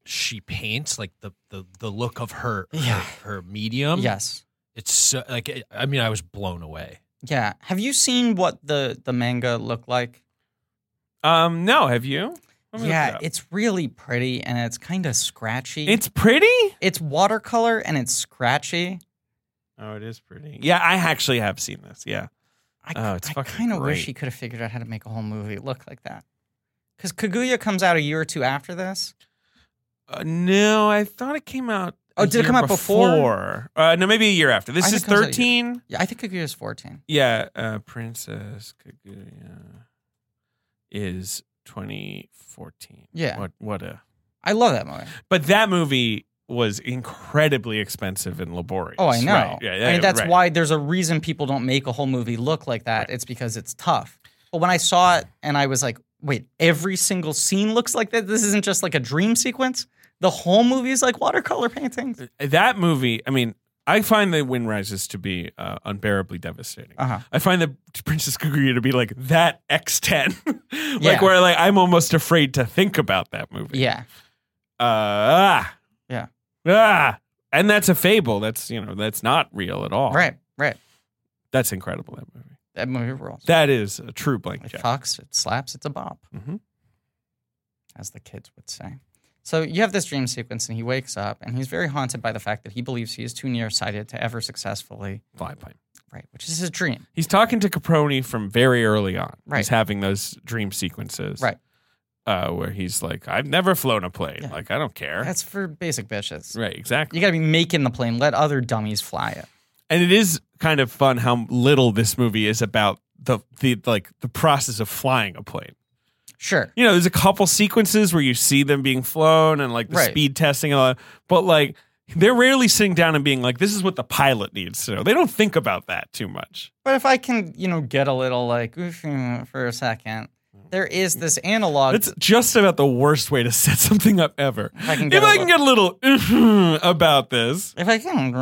Speaker 4: she paints like the the the look of her
Speaker 2: Yeah.
Speaker 4: her, her medium.
Speaker 2: yes.
Speaker 4: It's so like it- I mean I was blown away.
Speaker 2: Yeah. Have you seen what the the manga looked like?
Speaker 3: Um, no, have you? Let me look it
Speaker 2: Yeah,
Speaker 3: up.
Speaker 2: it's really pretty and it's kind of scratchy.
Speaker 3: it's pretty.
Speaker 2: it's watercolor and it's scratchy.
Speaker 3: Oh, it is pretty. Yeah, I actually have seen this. Yeah,
Speaker 2: I,
Speaker 3: Oh, it's
Speaker 2: I
Speaker 3: fucking
Speaker 2: kind of wish
Speaker 3: great.
Speaker 2: he could have figured out how to make a whole movie look like that. Because Kaguya comes out a year or two after this.
Speaker 3: uh, no, I thought it came out.
Speaker 2: Oh,
Speaker 3: a
Speaker 2: did it
Speaker 3: year
Speaker 2: come out before?
Speaker 3: Uh, no, maybe a year after.
Speaker 2: I
Speaker 3: This
Speaker 2: think
Speaker 3: is
Speaker 2: it comes out a year-
Speaker 3: thirteen.
Speaker 2: Yeah, I think Kaguya's 14.
Speaker 3: Yeah, uh, Princess Kaguya is 2014.
Speaker 2: Yeah.
Speaker 3: What what a
Speaker 2: I love that movie.
Speaker 3: But that movie was incredibly expensive and laborious.
Speaker 2: Oh, I know.
Speaker 3: Right. Yeah, yeah,
Speaker 2: I mean, that's
Speaker 3: right.
Speaker 2: why there's a reason people don't make a whole movie look like that. It's because it's tough. But when I saw it and I was like, wait, every single scene looks like that? This isn't just like a dream sequence? The whole movie is like watercolor paintings?
Speaker 3: Uh, that movie, I mean, I find The Wind Rises to be uh, unbearably devastating.
Speaker 2: Uh-huh.
Speaker 3: I find the Princess Kaguya to be like that X10. like
Speaker 2: Yeah.
Speaker 3: where like I'm almost afraid to think about that movie.
Speaker 2: Yeah.
Speaker 3: Uh, ah.
Speaker 2: Yeah.
Speaker 3: Ah. And that's a fable. That's, you know, that's not real at all.
Speaker 2: Right, right.
Speaker 3: That's incredible that movie.
Speaker 2: That movie rules.
Speaker 3: That is a true blank
Speaker 2: It
Speaker 3: check.
Speaker 2: fucks, it slaps, it's a bop,
Speaker 3: Mhm.
Speaker 2: as the kids would say. So you have this dream sequence and he wakes up and he's very haunted by the fact that he believes he is too nearsighted to ever successfully,
Speaker 3: Fly plane.
Speaker 2: right, which is his dream.
Speaker 3: He's talking to Caproni from very early on.
Speaker 2: Right.
Speaker 3: He's having those dream sequences.
Speaker 2: Right.
Speaker 3: Uh, where he's like, I've never flown a plane.
Speaker 2: Yeah.
Speaker 3: Like, I don't care.
Speaker 2: That's for basic bitches.
Speaker 3: right, exactly.
Speaker 2: You got to be making the plane. Let other dummies fly it.
Speaker 3: and it is kind of fun how little this movie is about the the like the process of flying a plane.
Speaker 2: Sure.
Speaker 3: You know, there's a couple sequences where you see them being flown and like the
Speaker 2: Right.
Speaker 3: speed testing and all that, but like they're rarely sitting down and being like, This is what the pilot needs to know. They don't think about that too much.
Speaker 2: But if I can, you know, get a little like oof, mm, for a second, there is this analog.
Speaker 3: That's just about the worst way to set something up ever.
Speaker 2: if I can get,
Speaker 3: If
Speaker 2: a
Speaker 3: I can
Speaker 2: little-
Speaker 3: get a little about this,
Speaker 2: if I can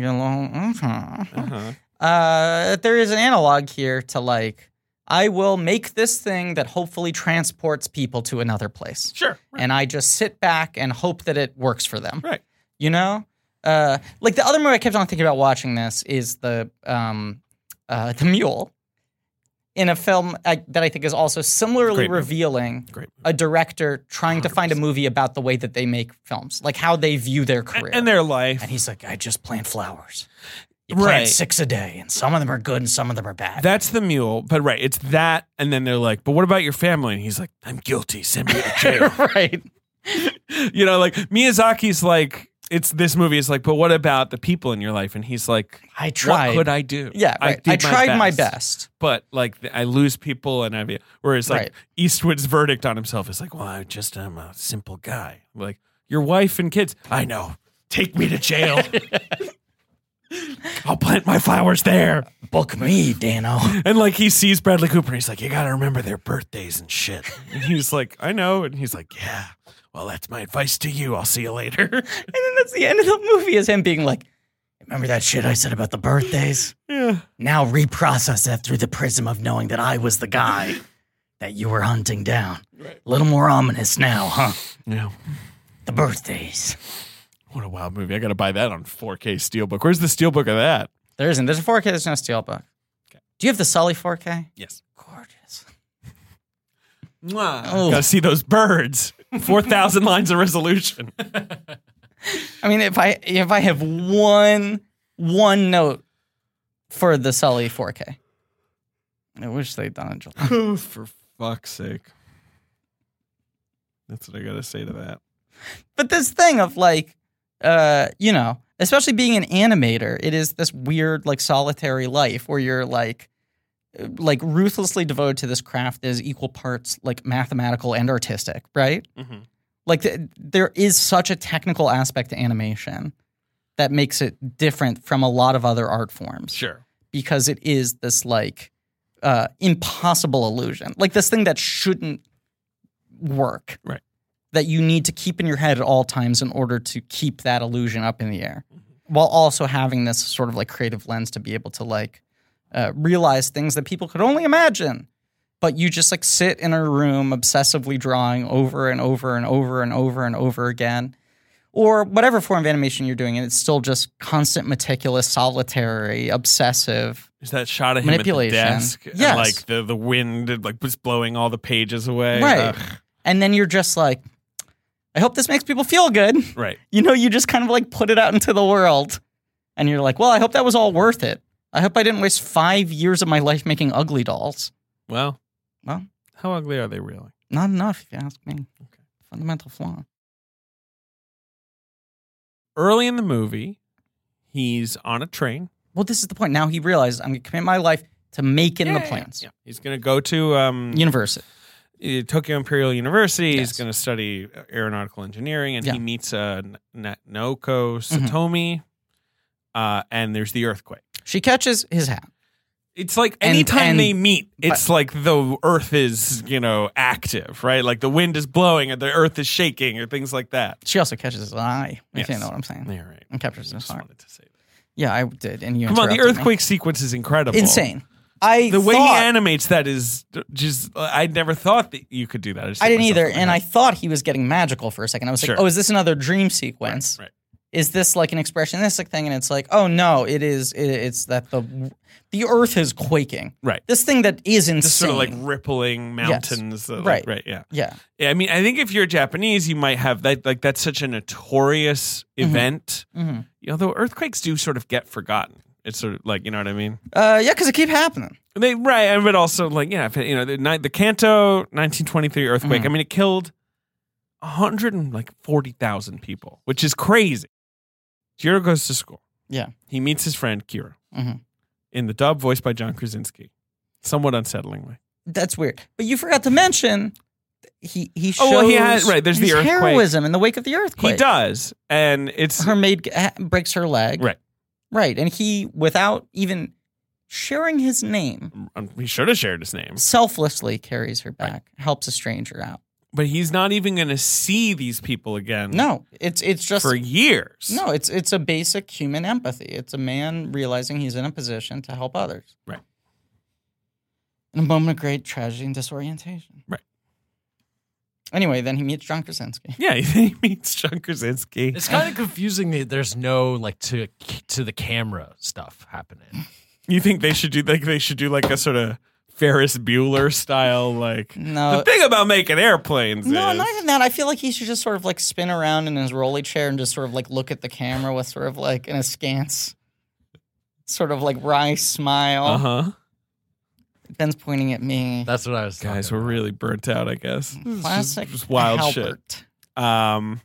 Speaker 2: get a little. Uh, there is an analog here to like, I will make this thing that hopefully transports people to another place.
Speaker 3: sure.
Speaker 2: and I just sit back and hope that it works for them.
Speaker 3: Right.
Speaker 2: You know, uh, like the other movie I kept on thinking about watching this is the um, uh, the Mule. in a film uh, that I think is also similarly
Speaker 3: Great movie.
Speaker 2: revealing
Speaker 3: Great.
Speaker 2: a director trying to find a movie about the way that they make films, like how they view their career.
Speaker 3: And their life.
Speaker 2: And he's like, I just plant flowers. You plant
Speaker 3: Right.
Speaker 2: six a day, and some of them are good and some of them are bad.
Speaker 3: That's the mule. But right, it's that. And then they're like, but what about your family? And he's like, I'm guilty. Send me to jail.
Speaker 2: right.
Speaker 3: you know, like Miyazaki's like, it's this movie is like, but what about the people in your life? And he's like,
Speaker 2: I
Speaker 3: what
Speaker 2: tried.
Speaker 3: could I do?
Speaker 2: yeah, right. I,
Speaker 3: did
Speaker 2: tried my best.
Speaker 3: but like th- I lose people and I whereas like
Speaker 2: Right.
Speaker 3: Eastwood's verdict on himself is like, well, I just I'm a simple guy. Like your wife and kids, I know. Take me to jail. I'll plant my flowers there.
Speaker 2: Book me, Dano.
Speaker 3: And like he sees Bradley Cooper and he's like, you got to remember their birthdays and shit. And he's like, I know. And he's like, yeah. Well, that's my advice to you. I'll see you later.
Speaker 2: And then that's the end of the movie is him being like, Remember that shit I said about the birthdays?
Speaker 3: yeah.
Speaker 2: Now reprocess that through the prism of knowing that I was the guy that you were hunting down. A little more ominous now, huh?
Speaker 3: Yeah.
Speaker 2: The birthdays.
Speaker 3: What a wild movie. I got to buy that on 4K steelbook. Where's the steelbook of that?
Speaker 2: There isn't. There's a 4K, there's no Steelbook. Do you have the Sully 4K?
Speaker 3: Yes.
Speaker 2: Gorgeous. Oh.
Speaker 3: Got to see those birds. 4,000 lines of resolution.
Speaker 2: I mean, if I if I have one one note for the Sully 4K, I wish they'd done it. July.
Speaker 3: For fuck's sake. That's what I got to say to that.
Speaker 2: But this thing of like, uh, you know, especially being an animator, it is this weird like solitary life where you're like, uh, like ruthlessly devoted to this craft that is equal parts like mathematical and artistic, right?
Speaker 3: Mm-hmm.
Speaker 2: like th- there is such a technical aspect to animation that makes it different from a lot of other art forms
Speaker 3: Sure.
Speaker 2: because it is this like uh, impossible illusion like this thing that shouldn't work
Speaker 3: Right.
Speaker 2: that you need to keep in your head at all times in order to keep that illusion up in the air while also having this sort of like creative lens to be able to like uh, realize things that people could only imagine but you just like sit in a room obsessively drawing over and over and over and over and over again or whatever form of animation you're doing and it's still just constant meticulous solitary obsessive
Speaker 3: Is that shot of him
Speaker 2: Manipulation.
Speaker 3: at the desk? and,
Speaker 2: Yes.
Speaker 3: like the, the wind and, like was blowing all the pages away. Uh,
Speaker 2: right
Speaker 3: Ugh.
Speaker 2: and then you're just like i hope this makes people feel good
Speaker 3: right.
Speaker 2: you know you just kind of like put it out into the world and you're like well i hope that was all worth it i hope i didn't waste five years of my life making ugly dolls
Speaker 3: Well.
Speaker 2: Well.
Speaker 3: How ugly are they really?
Speaker 2: not enough if you ask me fundamental flaw
Speaker 3: Early in the movie, he's on a train.
Speaker 2: well this is the point now he realizes i'm going to commit my life to making the plans
Speaker 3: Yeah. He's going to go to um,
Speaker 2: university
Speaker 3: uh, Tokyo Imperial University.
Speaker 2: Yes.
Speaker 3: He's going to study aeronautical engineering, and
Speaker 2: Yeah. Mm-hmm.
Speaker 3: he meets uh, N- N- Naoko Satomi. Uh, and there's the earthquake.
Speaker 2: she catches his hat
Speaker 3: It's like
Speaker 2: And-
Speaker 3: anytime
Speaker 2: and-
Speaker 3: they meet, it's like the earth is, you know, active, right? Like the wind is blowing or the earth is shaking or things like that.
Speaker 2: she also catches his eye if you
Speaker 3: Yes.
Speaker 2: know what i'm saying
Speaker 3: All right.
Speaker 2: and captures his
Speaker 3: Just
Speaker 2: heart
Speaker 3: wanted to say that.
Speaker 2: yeah i did and you
Speaker 3: Come on, the
Speaker 2: interrupted me.
Speaker 3: earthquake sequence is incredible.
Speaker 2: insane i
Speaker 3: The way he
Speaker 2: thought-
Speaker 3: animates that is just, I never thought that you could do that. just hit
Speaker 2: I didn't
Speaker 3: myself
Speaker 2: either,
Speaker 3: in the
Speaker 2: and I
Speaker 3: head.
Speaker 2: thought he was getting magical for a second. I was
Speaker 3: Sure.
Speaker 2: like, "Oh, is this another dream sequence?
Speaker 3: Right.
Speaker 2: Is this like an expressionistic thing?" And it's like, "Oh no, it is. It, it's that the the Earth is quaking.
Speaker 3: Right.
Speaker 2: This thing that is insane.
Speaker 3: Just sort of like rippling mountains. uh, like-
Speaker 2: Right.
Speaker 3: Right. Yeah.
Speaker 2: yeah,
Speaker 3: Yeah, I mean, I think if you're Japanese, you might have that. Like, that's such a notorious event.
Speaker 2: hmm
Speaker 3: You know, though earthquakes do sort of get forgotten. It's sort of like, you know what I mean?
Speaker 2: uh, yeah, because it keep happening.
Speaker 3: They right, and but also like, yeah, if it- you know, the ni- the Kanto 1923 earthquake. I mean, it killed a hundred and like forty thousand people, which is crazy. Jiro goes to school.
Speaker 2: Yeah.
Speaker 3: he meets his friend Kira
Speaker 2: Mhm.
Speaker 3: in the dub, voiced by John Krasinski, somewhat unsettlingly.
Speaker 2: That's weird. But you forgot to mention he he shows
Speaker 3: Oh, well, he has- right, there's the
Speaker 2: his
Speaker 3: earthquake.
Speaker 2: heroism in the wake of the earthquake.
Speaker 3: He does, and it's
Speaker 2: Her maid g- ha- breaks her leg.
Speaker 3: Right.
Speaker 2: right, and he without even sharing his name.
Speaker 3: um, he should have shared his name.
Speaker 2: selflessly carries her back, helps a stranger out.
Speaker 3: but he's not even going to see these people again
Speaker 2: No, it's it's just
Speaker 3: for years.
Speaker 2: no, it's it's a basic human empathy. It's a man realizing he's in a position to help others.
Speaker 3: Right.
Speaker 2: In a moment of great tragedy and disorientation.
Speaker 3: Right.
Speaker 2: Anyway, then he meets John Krasinski.
Speaker 3: Yeah, he meets John Krasinski.
Speaker 4: It's kind of confusing that there's no like to to the camera stuff happening.
Speaker 3: you think they should do like they should do like a sort of Ferris Bueller style. Like
Speaker 2: No.
Speaker 3: the thing about making airplanes
Speaker 2: No,
Speaker 3: is
Speaker 2: not even that. I feel like he should just sort of like spin around in his rolly chair and just sort of like look at the camera with sort of like an askance, sort of like wry smile.
Speaker 3: uh huh.
Speaker 2: Ben's pointing at me.
Speaker 4: That's what I was.
Speaker 3: Guys,
Speaker 4: talking
Speaker 3: we're
Speaker 4: about.
Speaker 3: really burnt out. I guess.
Speaker 2: Mm, Classic
Speaker 3: just wild
Speaker 2: Halbert.
Speaker 3: Um.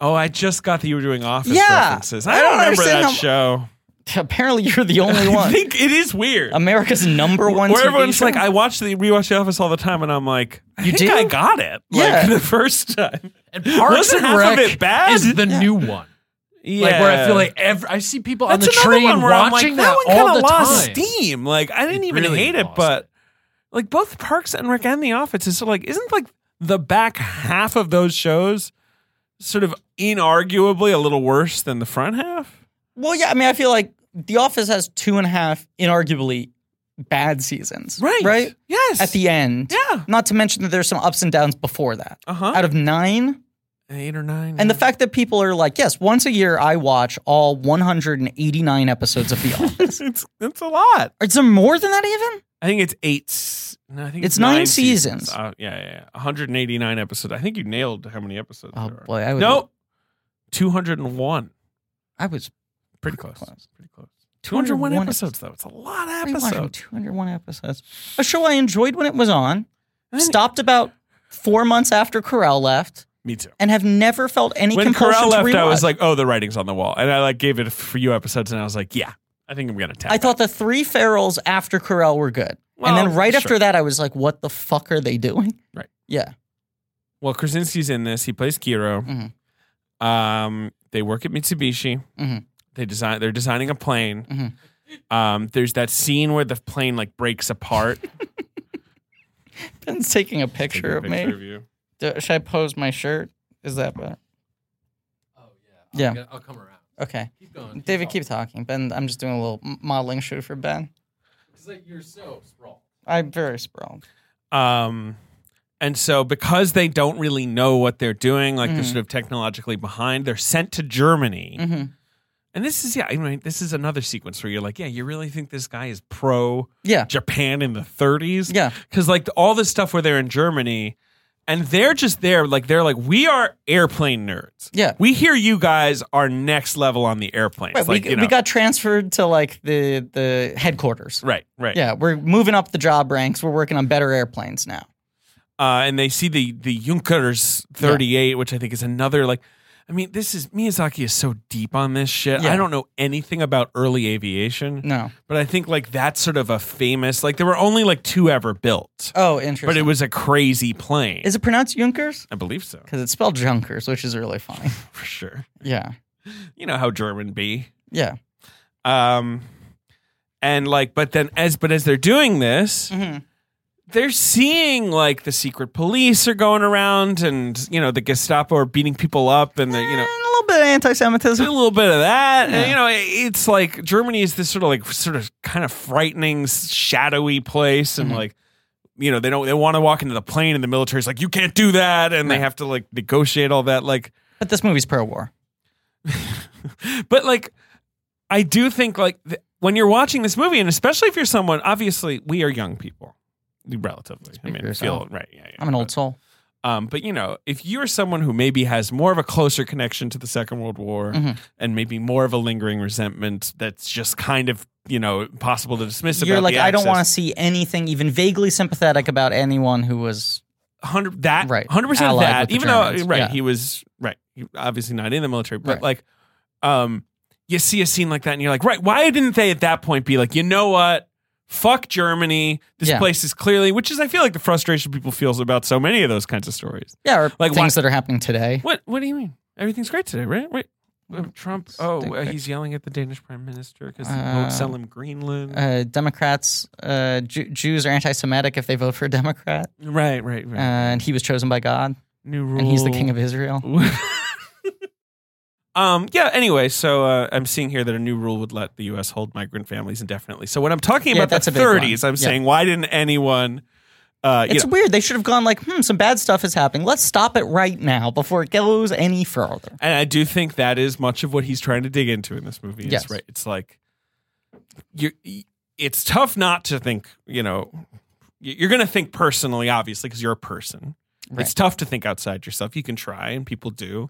Speaker 3: Oh, I just got that you were doing office
Speaker 2: Yeah.
Speaker 3: references.
Speaker 2: I
Speaker 3: I
Speaker 2: don't
Speaker 3: don't remember
Speaker 2: understand
Speaker 3: that
Speaker 2: how-
Speaker 3: show.
Speaker 2: Apparently, you're the only
Speaker 3: I
Speaker 2: one.
Speaker 3: think it is weird.
Speaker 2: America's number one.
Speaker 3: Where
Speaker 2: TV
Speaker 3: everyone's
Speaker 2: show?
Speaker 3: like, I watch the rewatch The Office all the time, and I'm like, I
Speaker 2: You
Speaker 3: think
Speaker 2: do?
Speaker 3: I got it.
Speaker 2: Yeah.
Speaker 3: Like the first time.
Speaker 4: And Parks
Speaker 3: Wasn't
Speaker 4: and
Speaker 3: half
Speaker 4: Rec
Speaker 3: of it bad?
Speaker 4: is the new one.
Speaker 3: Yeah.
Speaker 4: Like where I feel like every I see people on the
Speaker 3: That's another
Speaker 4: train
Speaker 3: one where I'm like,
Speaker 4: watching
Speaker 3: that,
Speaker 4: that,
Speaker 3: one
Speaker 4: all
Speaker 3: kinda
Speaker 4: the
Speaker 3: lost
Speaker 4: time.
Speaker 3: steam. Like I didn't
Speaker 4: It
Speaker 3: even
Speaker 4: really
Speaker 3: hate it,
Speaker 4: lost
Speaker 3: but like both Parks and Rec and The Office is like, isn't like the back half of those shows sort of inarguably a little worse than the front half?
Speaker 2: Well, yeah. I mean, I feel like The Office has two and a half inarguably bad seasons. Right.
Speaker 3: Yes.
Speaker 2: At the end.
Speaker 3: yeah.
Speaker 2: Not to mention that there's some ups and downs before that.
Speaker 3: Uh huh.
Speaker 2: Out of nine,
Speaker 3: Eight or nine.
Speaker 2: And the fact that people are like, yes, once a year I watch all 189 episodes of The Office.
Speaker 3: it's it's a lot.
Speaker 2: Is there more than that even?
Speaker 3: I think it's eight. s- No, I think
Speaker 2: It's nine seasons.
Speaker 3: Uh, yeah, yeah, yeah. 189 episodes. I think you nailed how many episodes.
Speaker 2: Oh
Speaker 3: there are.
Speaker 2: boy, I was
Speaker 3: Nope. 201.
Speaker 2: I was
Speaker 3: Pretty close. Pretty close.
Speaker 2: 201
Speaker 3: 201, episodes, though. It's a lot of
Speaker 2: I've been watching
Speaker 3: episodes.
Speaker 2: 201 episodes. A show I enjoyed when it was on.
Speaker 3: I didn't-
Speaker 2: Stopped about four months after Corral left,
Speaker 3: Me too.
Speaker 2: and have never felt any
Speaker 3: When
Speaker 2: compulsion
Speaker 3: Corral left,
Speaker 2: to rewatch.
Speaker 3: I was like, oh, the writing's on the wall. And I like gave it a few episodes, and I was like, yeah, I think I'm going to tap
Speaker 2: I thought the three ferals after Corral were good,
Speaker 3: Well,
Speaker 2: and then right
Speaker 3: sure.
Speaker 2: after that, I was like, what the fuck are they doing?
Speaker 3: Right.
Speaker 2: Yeah.
Speaker 3: Well, Krasinski's in this. He plays Kiro.
Speaker 2: Mm-hmm.
Speaker 3: Um, they work at Mitsubishi.
Speaker 2: Mhm.
Speaker 3: They design. They're designing a plane.
Speaker 2: Mhm.
Speaker 3: Um, there's that scene where the plane like breaks apart.
Speaker 2: Ben's taking a picture of me.
Speaker 3: you.
Speaker 2: Do- should I pose my shirt? Is that better?
Speaker 4: I'll
Speaker 2: Yeah.
Speaker 4: get- I'll come around.
Speaker 2: Okay.
Speaker 4: Keep going.
Speaker 2: David, keep talking. Ben, I'm just doing a little m- modeling shoot for Ben.
Speaker 4: It's like you're so sprawled.
Speaker 2: I'm very sprawled.
Speaker 3: Um, and so because they don't really know what they're doing, like
Speaker 2: Mm.
Speaker 3: they're sort of technologically behind, they're sent to Germany.
Speaker 2: Mhm.
Speaker 3: And this is yeah, I mean, this is another sequence where you're like, yeah, you really think this guy is pro
Speaker 2: Yeah.
Speaker 3: Japan in the 30s?
Speaker 2: Yeah.
Speaker 3: because like all this stuff where they're in Germany. And they're just there, like they're like, we are airplane nerds.
Speaker 2: Yeah.
Speaker 3: we hear you guys are next level on the airplane.
Speaker 2: Right.
Speaker 3: like,
Speaker 2: we,
Speaker 3: you know,
Speaker 2: we got transferred to like the the headquarters.
Speaker 3: right, right.
Speaker 2: Yeah. We're moving up the job ranks. We're working on better airplanes now.
Speaker 3: uh, and they see the the Junkers 38, which I think is another like. I mean, this is Miyazaki is so deep on this shit.
Speaker 2: Yeah.
Speaker 3: I don't know anything about early aviation,
Speaker 2: No.
Speaker 3: but I think like that's sort of a famous like there were only like two ever built,
Speaker 2: Oh, interesting.
Speaker 3: but it was a crazy plane.
Speaker 2: Is it pronounced Junkers?
Speaker 3: I believe so
Speaker 2: Because it's spelled Junkers, which is really funny.
Speaker 3: for sure.
Speaker 2: Yeah.
Speaker 3: You know how German be.
Speaker 2: Yeah.
Speaker 3: Um, and like, but then as but as they're doing this,
Speaker 2: Mhm.
Speaker 3: they're seeing like the secret police are going around, and you know the Gestapo are beating people up, and they're you know.
Speaker 2: And Mm-hmm. Eh, a little bit of anti
Speaker 3: There's a
Speaker 2: Semitism.
Speaker 3: little bit of that.
Speaker 2: Yeah.
Speaker 3: And, you know, it- it's like Germany is this sort of like sort of kind of frightening, shadowy place, and
Speaker 2: Mhm.
Speaker 3: like you know they don't they want to walk into the plane, and the military's like you can't do that, and
Speaker 2: Right.
Speaker 3: they have to like negotiate all that. Like,
Speaker 2: But this movie's pro war.
Speaker 3: but like I do think like th- when you're watching this movie, and especially if you're someone, obviously we are young people, relatively. I
Speaker 2: for
Speaker 3: mean,
Speaker 2: yourself.
Speaker 3: feel right. Yeah, yeah.
Speaker 2: I'm an old soul.
Speaker 3: Um, but you know, if you're someone who maybe has more of a closer connection to the Second World War
Speaker 2: Mhm.
Speaker 3: and maybe more of a lingering resentment that's just kind of you know possible to dismiss
Speaker 2: You're
Speaker 3: about
Speaker 2: like,
Speaker 3: the
Speaker 2: I don't want
Speaker 3: access,
Speaker 2: to see anything even vaguely sympathetic about anyone who was
Speaker 3: hundred that
Speaker 2: Right.
Speaker 3: hundred percent
Speaker 2: Allied with
Speaker 3: that
Speaker 2: the
Speaker 3: even though
Speaker 2: Germans.
Speaker 3: right
Speaker 2: Yeah.
Speaker 3: he was right he obviously not in the military but
Speaker 2: Right.
Speaker 3: like um you see a scene like that and you're like right why didn't they at that point be like you know what fuck Germany this
Speaker 2: Yeah.
Speaker 3: place is clearly which is I feel like the frustration people feels about so many of those kinds of stories
Speaker 2: Yeah, or
Speaker 3: Like,
Speaker 2: things that are happening today.
Speaker 3: What What do you mean? Everything's great today, right? Wait,
Speaker 2: Mm,
Speaker 3: uh, Trump. Oh, uh,
Speaker 2: Stupid.
Speaker 3: he's yelling at the Danish prime minister because he
Speaker 2: Uh,
Speaker 3: won't sell him Greenland.
Speaker 2: Uh, Democrats, uh, Ju- Jews are anti-Semitic if they vote for a Democrat,
Speaker 3: right, right,
Speaker 2: uh,
Speaker 3: right.
Speaker 2: and he was chosen by God,
Speaker 3: New rule.
Speaker 2: and he's the king of Israel.
Speaker 3: um. Yeah. Anyway, so uh, I'm seeing here that a new rule would let the U.S. hold migrant families indefinitely. So when I'm talking
Speaker 2: Yeah,
Speaker 3: about
Speaker 2: that's a
Speaker 3: the
Speaker 2: big one.
Speaker 3: 30s, I'm
Speaker 2: Yeah.
Speaker 3: saying why didn't anyone? Uh, you
Speaker 2: It's
Speaker 3: know,
Speaker 2: weird. They should have gone like, hmm, some bad stuff is happening. Let's stop it right now before it goes any further.
Speaker 3: and I do think that is much of what he's trying to dig into in this movie.
Speaker 2: Yes.
Speaker 3: Is, right. It's like you. it's tough not to think, you know, y- you're going to think personally, obviously, because you're a person. It's
Speaker 2: Right.
Speaker 3: tough to think outside yourself. You can try, and people do.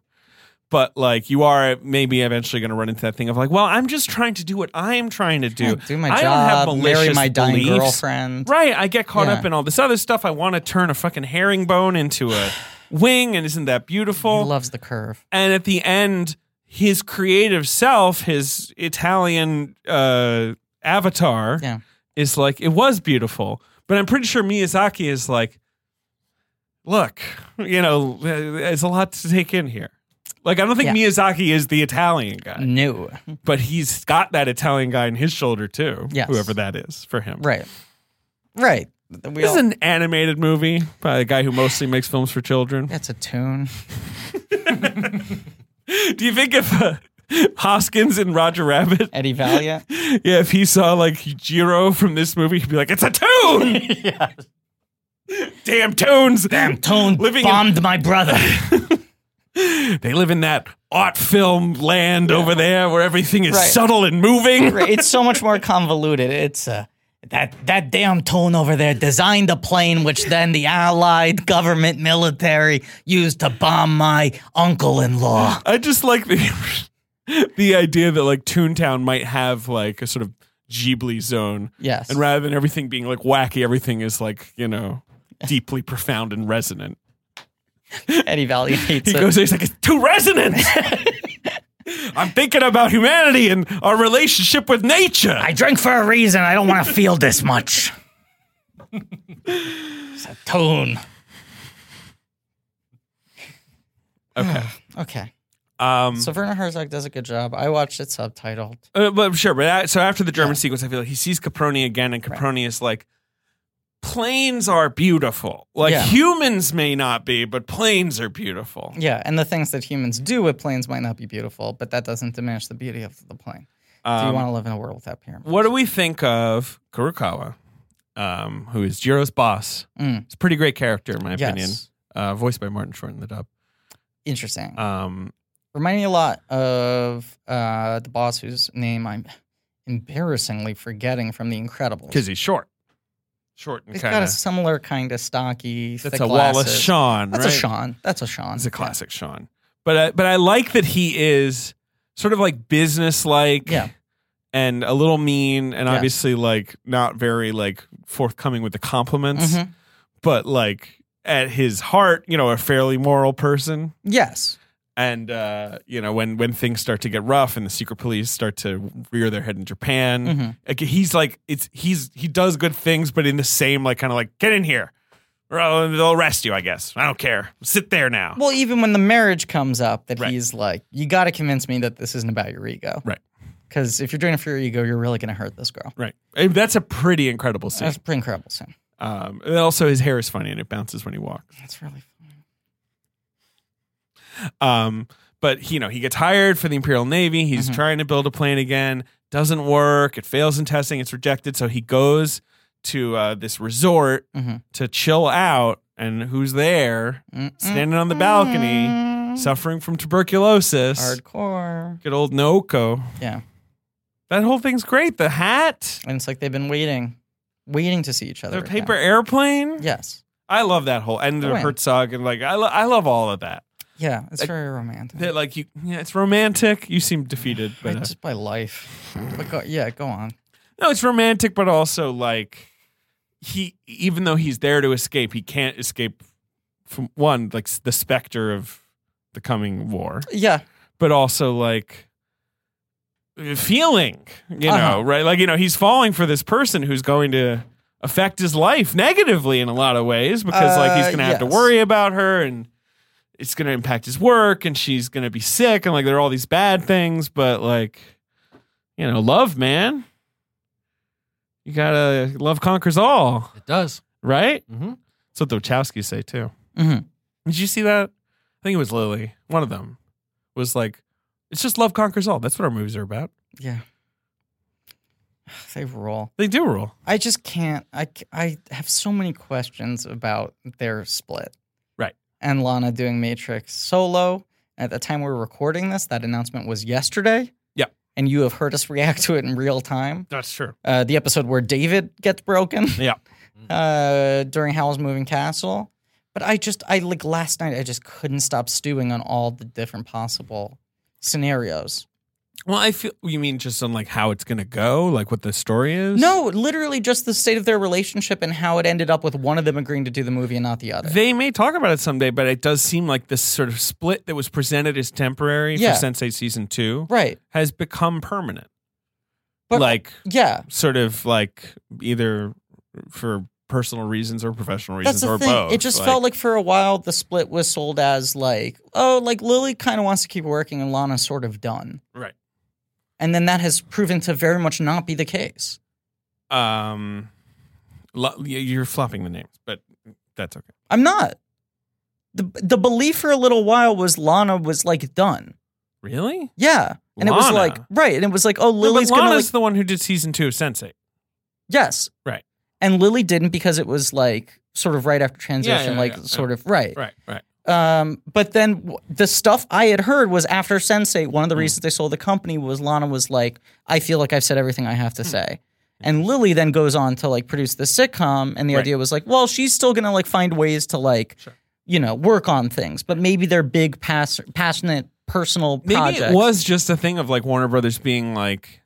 Speaker 3: But like you are maybe eventually going to run into that thing of like, well, I'm just trying to do what I am trying to do.
Speaker 2: do my
Speaker 3: I
Speaker 2: job,
Speaker 3: don't have
Speaker 2: marry
Speaker 3: malicious
Speaker 2: my dying
Speaker 3: beliefs.
Speaker 2: girlfriend.
Speaker 3: Right. I get caught
Speaker 2: Yeah.
Speaker 3: up in all this other stuff. I want to turn a fucking herringbone into a wing, and isn't that beautiful?
Speaker 2: He loves the curve.
Speaker 3: and at the end his creative self his italian uh avatar
Speaker 2: Yeah.
Speaker 3: is like it was beautiful but i'm pretty sure miyazaki is like look you know it's a lot to take in here like i don't think
Speaker 2: Yeah. Mm.
Speaker 3: miyazaki is the italian guy
Speaker 2: No.
Speaker 3: but he's got that italian guy in his shoulder too
Speaker 2: Yes.
Speaker 3: whoever that is for him
Speaker 2: Right. Right. We
Speaker 3: this
Speaker 2: all,
Speaker 3: is an animated movie by a guy who mostly makes films for children
Speaker 2: that's a tune.
Speaker 3: do you think if uh, hoskins and roger rabbit
Speaker 2: Eddie Valiant.
Speaker 3: Yeah, if he saw like Jiro from this movie, he'd be like, "It's a tune." Damn tunes. Damn
Speaker 2: Tone
Speaker 3: Living in-
Speaker 2: bombed my brother.
Speaker 3: They live in that art film land over there where everything is
Speaker 2: Right.
Speaker 3: subtle and moving.
Speaker 2: Right, It's so much more convoluted. It's uh, that that damn tone over there designed a plane, which then the Allied government military used to bomb my uncle-in-law.
Speaker 3: I just like the the idea that like Toontown might have like a sort of Ghibli zone.
Speaker 2: Yes.
Speaker 3: And rather than everything being like wacky, everything is like, you know, deeply profound and resonant.
Speaker 2: Eddie Valiant hates
Speaker 3: He
Speaker 2: it.
Speaker 3: goes, he's like, it's too resonant. I'm thinking about humanity and our relationship with nature.
Speaker 2: I drink for a reason. I don't want to feel this much. it's a tone.
Speaker 3: okay.
Speaker 2: Okay.
Speaker 3: Um,
Speaker 2: So Werner Herzog does a good job. I watched it subtitled.
Speaker 3: uh, but sure. But that, so after the German sequence, I feel like he sees Caproni again, and Caproni is like, "Planes are beautiful. Like
Speaker 2: Yeah.
Speaker 3: humans may not be, but planes are beautiful."
Speaker 2: Yeah, and the things that humans do with planes might not be beautiful, but that doesn't diminish the beauty of the plane. do you
Speaker 3: Um,
Speaker 2: want to live in a world without pyramids?
Speaker 3: What do we think of Kurukawa, um, who is Jiro's boss?
Speaker 2: Mm.
Speaker 3: It's a pretty great character, in my
Speaker 2: Yes.
Speaker 3: opinion. Uh, voiced by Martin Short in the dub.
Speaker 2: Interesting.
Speaker 3: Um,
Speaker 2: Remind me a lot of uh, the boss whose name I'm embarrassingly forgetting from The Incredibles.
Speaker 3: because he's short, short and
Speaker 2: He's
Speaker 3: kind
Speaker 2: got a
Speaker 3: of.
Speaker 2: similar kind of stocky.
Speaker 3: That's
Speaker 2: thick
Speaker 3: a Wallace
Speaker 2: glasses.
Speaker 3: Shawn.
Speaker 2: That's
Speaker 3: right?
Speaker 2: a Sean. That's a Sean.
Speaker 3: It's a classic Sean. But I, but I like that he is sort of like business like
Speaker 2: Yeah.
Speaker 3: and a little mean and
Speaker 2: Yes.
Speaker 3: obviously like not very like forthcoming with the compliments,
Speaker 2: Mhm.
Speaker 3: but like at his heart, you know, a fairly moral person.
Speaker 2: Yes.
Speaker 3: And uh, you know when when things start to get rough and the secret police start to rear their head in Japan,
Speaker 2: Mhm.
Speaker 3: like, he's like it's he's he does good things, but in the same like kind of like get in here, or uh, they'll arrest you. I guess I don't care. Sit there now.
Speaker 2: Well, even when the marriage comes up, that
Speaker 3: Right.
Speaker 2: he's like, you got to convince me that this isn't about your ego.
Speaker 3: Right.
Speaker 2: Because if you're doing it for your ego, you're really going to hurt this girl.
Speaker 3: Right. Uh, That's a pretty incredible scene.
Speaker 2: That's pretty incredible scene.
Speaker 3: Um, and also, his hair is funny and it bounces when he walks.
Speaker 2: That's really funny.
Speaker 3: Um, but he- you know, he gets hired for the Imperial Navy. He's trying to build a plane again. Doesn't work. It fails in testing. It's rejected. So he goes to uh, this resort
Speaker 2: Mhm.
Speaker 3: to chill out. And who's there? Standing on the
Speaker 2: Mm-hmm.
Speaker 3: balcony, suffering from tuberculosis.
Speaker 2: Hardcore.
Speaker 3: Good old Nooko.
Speaker 2: Yeah.
Speaker 3: That whole thing's great. The hat,
Speaker 2: And it's like they've been waiting, waiting to see each other.
Speaker 3: the
Speaker 2: again.
Speaker 3: paper airplane.
Speaker 2: Yes.
Speaker 3: I love that whole and the
Speaker 2: Right.
Speaker 3: Herzog and like I, lo- I love all of that.
Speaker 2: Yeah. It's
Speaker 3: Like-
Speaker 2: very romantic.
Speaker 3: That like you, yeah, it's romantic. You seem defeated,
Speaker 2: I
Speaker 3: but uh,
Speaker 2: just by life. But go, yeah, go on.
Speaker 3: no, it's romantic. But also like he, even though he's there to escape, he can't escape from one like s- the specter of the coming war,
Speaker 2: Yeah.
Speaker 3: but also like feeling, you know,
Speaker 2: Uh-huh.
Speaker 3: right? Like you know, he's falling for this person who's going to affect his life negatively in a lot of ways because like he's
Speaker 2: Uh,
Speaker 3: going to have to
Speaker 2: yes.
Speaker 3: worry about her and it's going to impact his work and she's going to be sick and like there are all these bad things but like you know love man you gotta love conquers all
Speaker 4: It does.
Speaker 3: right
Speaker 4: Mhm.
Speaker 3: that's what the wachowskis say too
Speaker 2: Mhm.
Speaker 3: did you see that i think it was lily one of them was like it's just love conquers all that's what our movies are about
Speaker 2: Yeah. They roll.
Speaker 3: they do rule
Speaker 2: I just can't. I, c- I have so many questions about their split.
Speaker 3: Right.
Speaker 2: And Lana doing Matrix solo. At the time we were recording this, that announcement was yesterday.
Speaker 3: Yep.
Speaker 2: and you have heard us react to it in real time.
Speaker 3: That's true.
Speaker 2: Uh, the episode where David gets broken
Speaker 3: Yeah.
Speaker 2: uh, during Howl's Moving Castle. But I just, I like last night, I just couldn't stop stewing on all the different possible scenarios.
Speaker 3: Well, I feel you mean just on like how it's gonna go, like what the story is.
Speaker 2: No, literally just the state of their relationship and how it ended up with one of them agreeing to do the movie and not the other.
Speaker 3: They may talk about it someday, but it does seem like this sort of split that was presented as temporary
Speaker 2: Yeah.
Speaker 3: for Sensei season two
Speaker 2: right.
Speaker 3: has become permanent.
Speaker 2: But-
Speaker 3: like
Speaker 2: Yeah.
Speaker 3: sort of like either for personal reasons or professional
Speaker 2: That's
Speaker 3: reasons
Speaker 2: the
Speaker 3: or
Speaker 2: thing.
Speaker 3: both.
Speaker 2: It just felt like for a while the split was sold as like, oh, like Lily kind of wants to keep working and Lana's sort of done.
Speaker 3: right.
Speaker 2: And then that has proven to very much not be the case.
Speaker 3: Um, lo- y- you're flopping the names, but that's okay.
Speaker 2: I'm not. The the belief for a little while was Lana was like done.
Speaker 3: Really?
Speaker 2: Yeah. And it was
Speaker 3: Lana?
Speaker 2: like right, and it was like, oh
Speaker 3: No, but
Speaker 2: Lily's gonna
Speaker 3: Lana's
Speaker 2: like
Speaker 3: the one who did season two of Sensei.
Speaker 2: Yes.
Speaker 3: Right.
Speaker 2: And Lily didn't because it was like sort of right after transition,
Speaker 3: yeah,
Speaker 2: like
Speaker 3: yeah, yeah.
Speaker 2: sort of right.
Speaker 3: Right. Right.
Speaker 2: Um, but then w- the stuff I had heard was after Sensei, one
Speaker 3: Hmm.
Speaker 2: of the reasons they sold the company was Lana was like, I feel like I've said everything I
Speaker 3: Hmm.
Speaker 2: have to say. And Lily then goes on to like produce the sitcom, and the
Speaker 3: Right.
Speaker 2: idea was like, well, she's still gonna like find ways to like, you know, work on things, but maybe they're big, pass- passionate, personal
Speaker 3: Maybe
Speaker 2: projects.
Speaker 3: it was just a thing of like Warner Brothers being like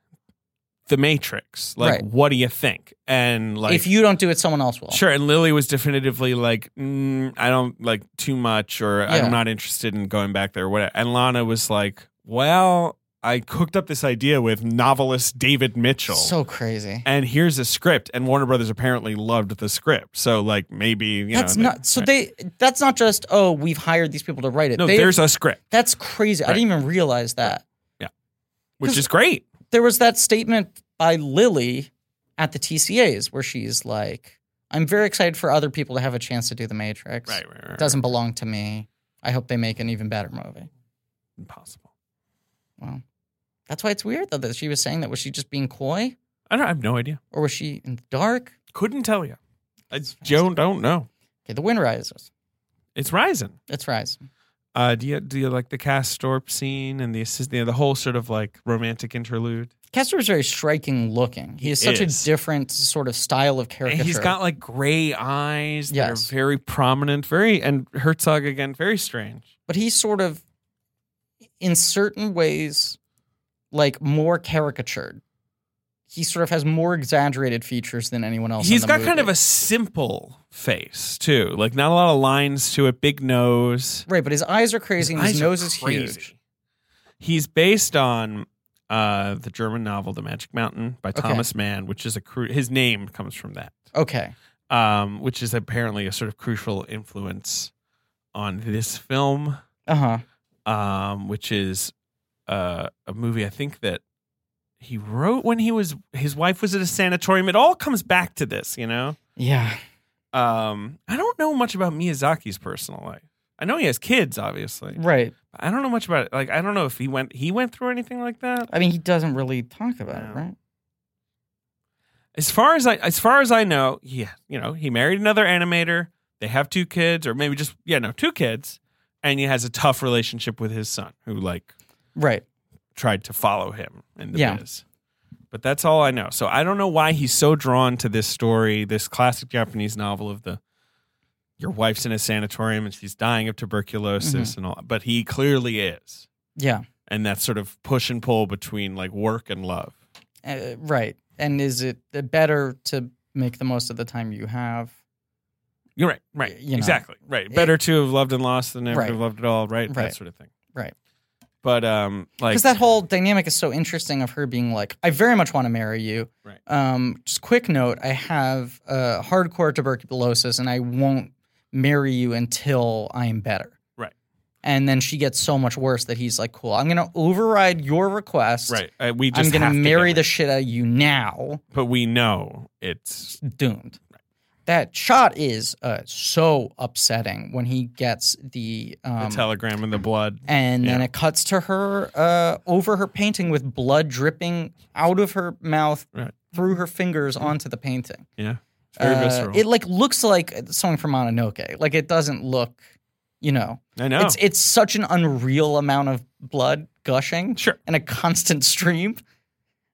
Speaker 3: the Matrix. Like,
Speaker 2: Right.
Speaker 3: what do you think? And like,
Speaker 2: if you don't do it, someone else will.
Speaker 3: Sure, and Lily was definitively like, mm, I don't like too much, or
Speaker 2: Yeah.
Speaker 3: I'm not interested in going back there, or whatever. And Lana was like, Well, I cooked up this idea with novelist David Mitchell,
Speaker 2: So crazy.
Speaker 3: and here's a script. And Warner Brothers apparently loved the script, so like maybe you
Speaker 2: That's
Speaker 3: know,
Speaker 2: not so they. That's not just oh we've hired these people to write it.
Speaker 3: no,
Speaker 2: They-
Speaker 3: there's a script,
Speaker 2: that's crazy. I
Speaker 3: Right.
Speaker 2: didn't even realize that.
Speaker 3: which is great.
Speaker 2: there was that statement by Lily at the TCAs where she's like, I'm very excited for other people to have a chance to do The Matrix.
Speaker 3: Right, right, right.
Speaker 2: Doesn't belong to me. I hope they make an even better movie.
Speaker 3: impossible.
Speaker 2: Well, that's why it's weird though that she was saying that. Was she just being coy
Speaker 3: I don't. I have no idea.
Speaker 2: or was she in the dark?
Speaker 3: Couldn't tell you. I don't. Don't know.
Speaker 2: Okay, the wind rises.
Speaker 3: It's rising.
Speaker 2: It's rising.
Speaker 3: Uh, do you do you like the cast storp scene and the assist, you know, the whole sort of like romantic interlude?
Speaker 2: Castor is very striking looking. He is such
Speaker 3: is.
Speaker 2: a different sort of style of caricature.
Speaker 3: And he's got like gray eyes that
Speaker 2: Yes.
Speaker 3: are very prominent, very and Herzog again, very strange.
Speaker 2: but he's sort of in certain ways like more caricatured he sort of has more exaggerated features than anyone else
Speaker 3: He's got kind of a simple face too, like not a lot of lines to it. Big nose,
Speaker 2: right but his eyes are crazy and his
Speaker 3: eyes are
Speaker 2: nose is
Speaker 3: crazy.
Speaker 2: huge
Speaker 3: He's based on uh, the German novel *The Magic Mountain* by
Speaker 2: Okay.
Speaker 3: Thomas Mann, which is a cru- his name comes from that,
Speaker 2: okay
Speaker 3: um, which is apparently a sort of crucial influence on this film.
Speaker 2: uh-huh
Speaker 3: um, which is uh, a movie I think that he wrote when he was his wife was at a sanatorium. It all comes back to this, you know.
Speaker 2: yeah
Speaker 3: Um, I don't know much about Miyazaki's personal life. I know he has kids, obviously.
Speaker 2: right
Speaker 3: I don't know much about it. Like, I don't know if he went he went through anything like that.
Speaker 2: i mean he doesn't really talk about it
Speaker 3: No.
Speaker 2: right
Speaker 3: As far as I as far as I know, yeah, you know, he married another animator. They have two kids, or maybe just yeah, no, two kids, and he has a tough relationship with his son, who like
Speaker 2: right
Speaker 3: tried to follow him in the
Speaker 2: Yeah.
Speaker 3: biz. But that's all I know. So I don't know why he's so drawn to this story, this classic Japanese novel of the your wife's in a sanatorium and she's dying of tuberculosis and all. But he clearly is,
Speaker 2: yeah
Speaker 3: and that sort of push and pull between like work and love.
Speaker 2: uh, right and is it better to make the most of the time you have
Speaker 3: You're right, right,
Speaker 2: You know.
Speaker 3: exactly, right. Better to have loved and lost than never
Speaker 2: Right.
Speaker 3: to have loved at all, right?
Speaker 2: Right.
Speaker 3: That sort of thing,
Speaker 2: Right.
Speaker 3: But um, like
Speaker 2: because that whole dynamic is so interesting of her being like, I very much want to marry you.
Speaker 3: Right.
Speaker 2: Um, just quick note: I have uh, hardcore tuberculosis, and I won't marry you until I am better.
Speaker 3: Right.
Speaker 2: And then she gets so much worse that he's like, "Cool, I'm going to override your request.
Speaker 3: right, uh, we just
Speaker 2: I'm going
Speaker 3: have
Speaker 2: to
Speaker 3: to
Speaker 2: marry
Speaker 3: get
Speaker 2: the shit out of you now.
Speaker 3: married. But we know it's
Speaker 2: Doomed." That shot is uh, so upsetting when he gets the
Speaker 3: the
Speaker 2: um,
Speaker 3: telegram and the blood.
Speaker 2: and then
Speaker 3: Yeah.
Speaker 2: it cuts to her uh, over her painting with blood dripping out of her mouth
Speaker 3: Right.
Speaker 2: through her fingers onto the painting.
Speaker 3: Yeah, it's very
Speaker 2: Uh,
Speaker 3: visceral.
Speaker 2: It like looks like something from Mononoke. Like it doesn't look, you know,
Speaker 3: I know.
Speaker 2: it's it's such an unreal amount of blood gushing
Speaker 3: Sure.
Speaker 2: in a constant stream.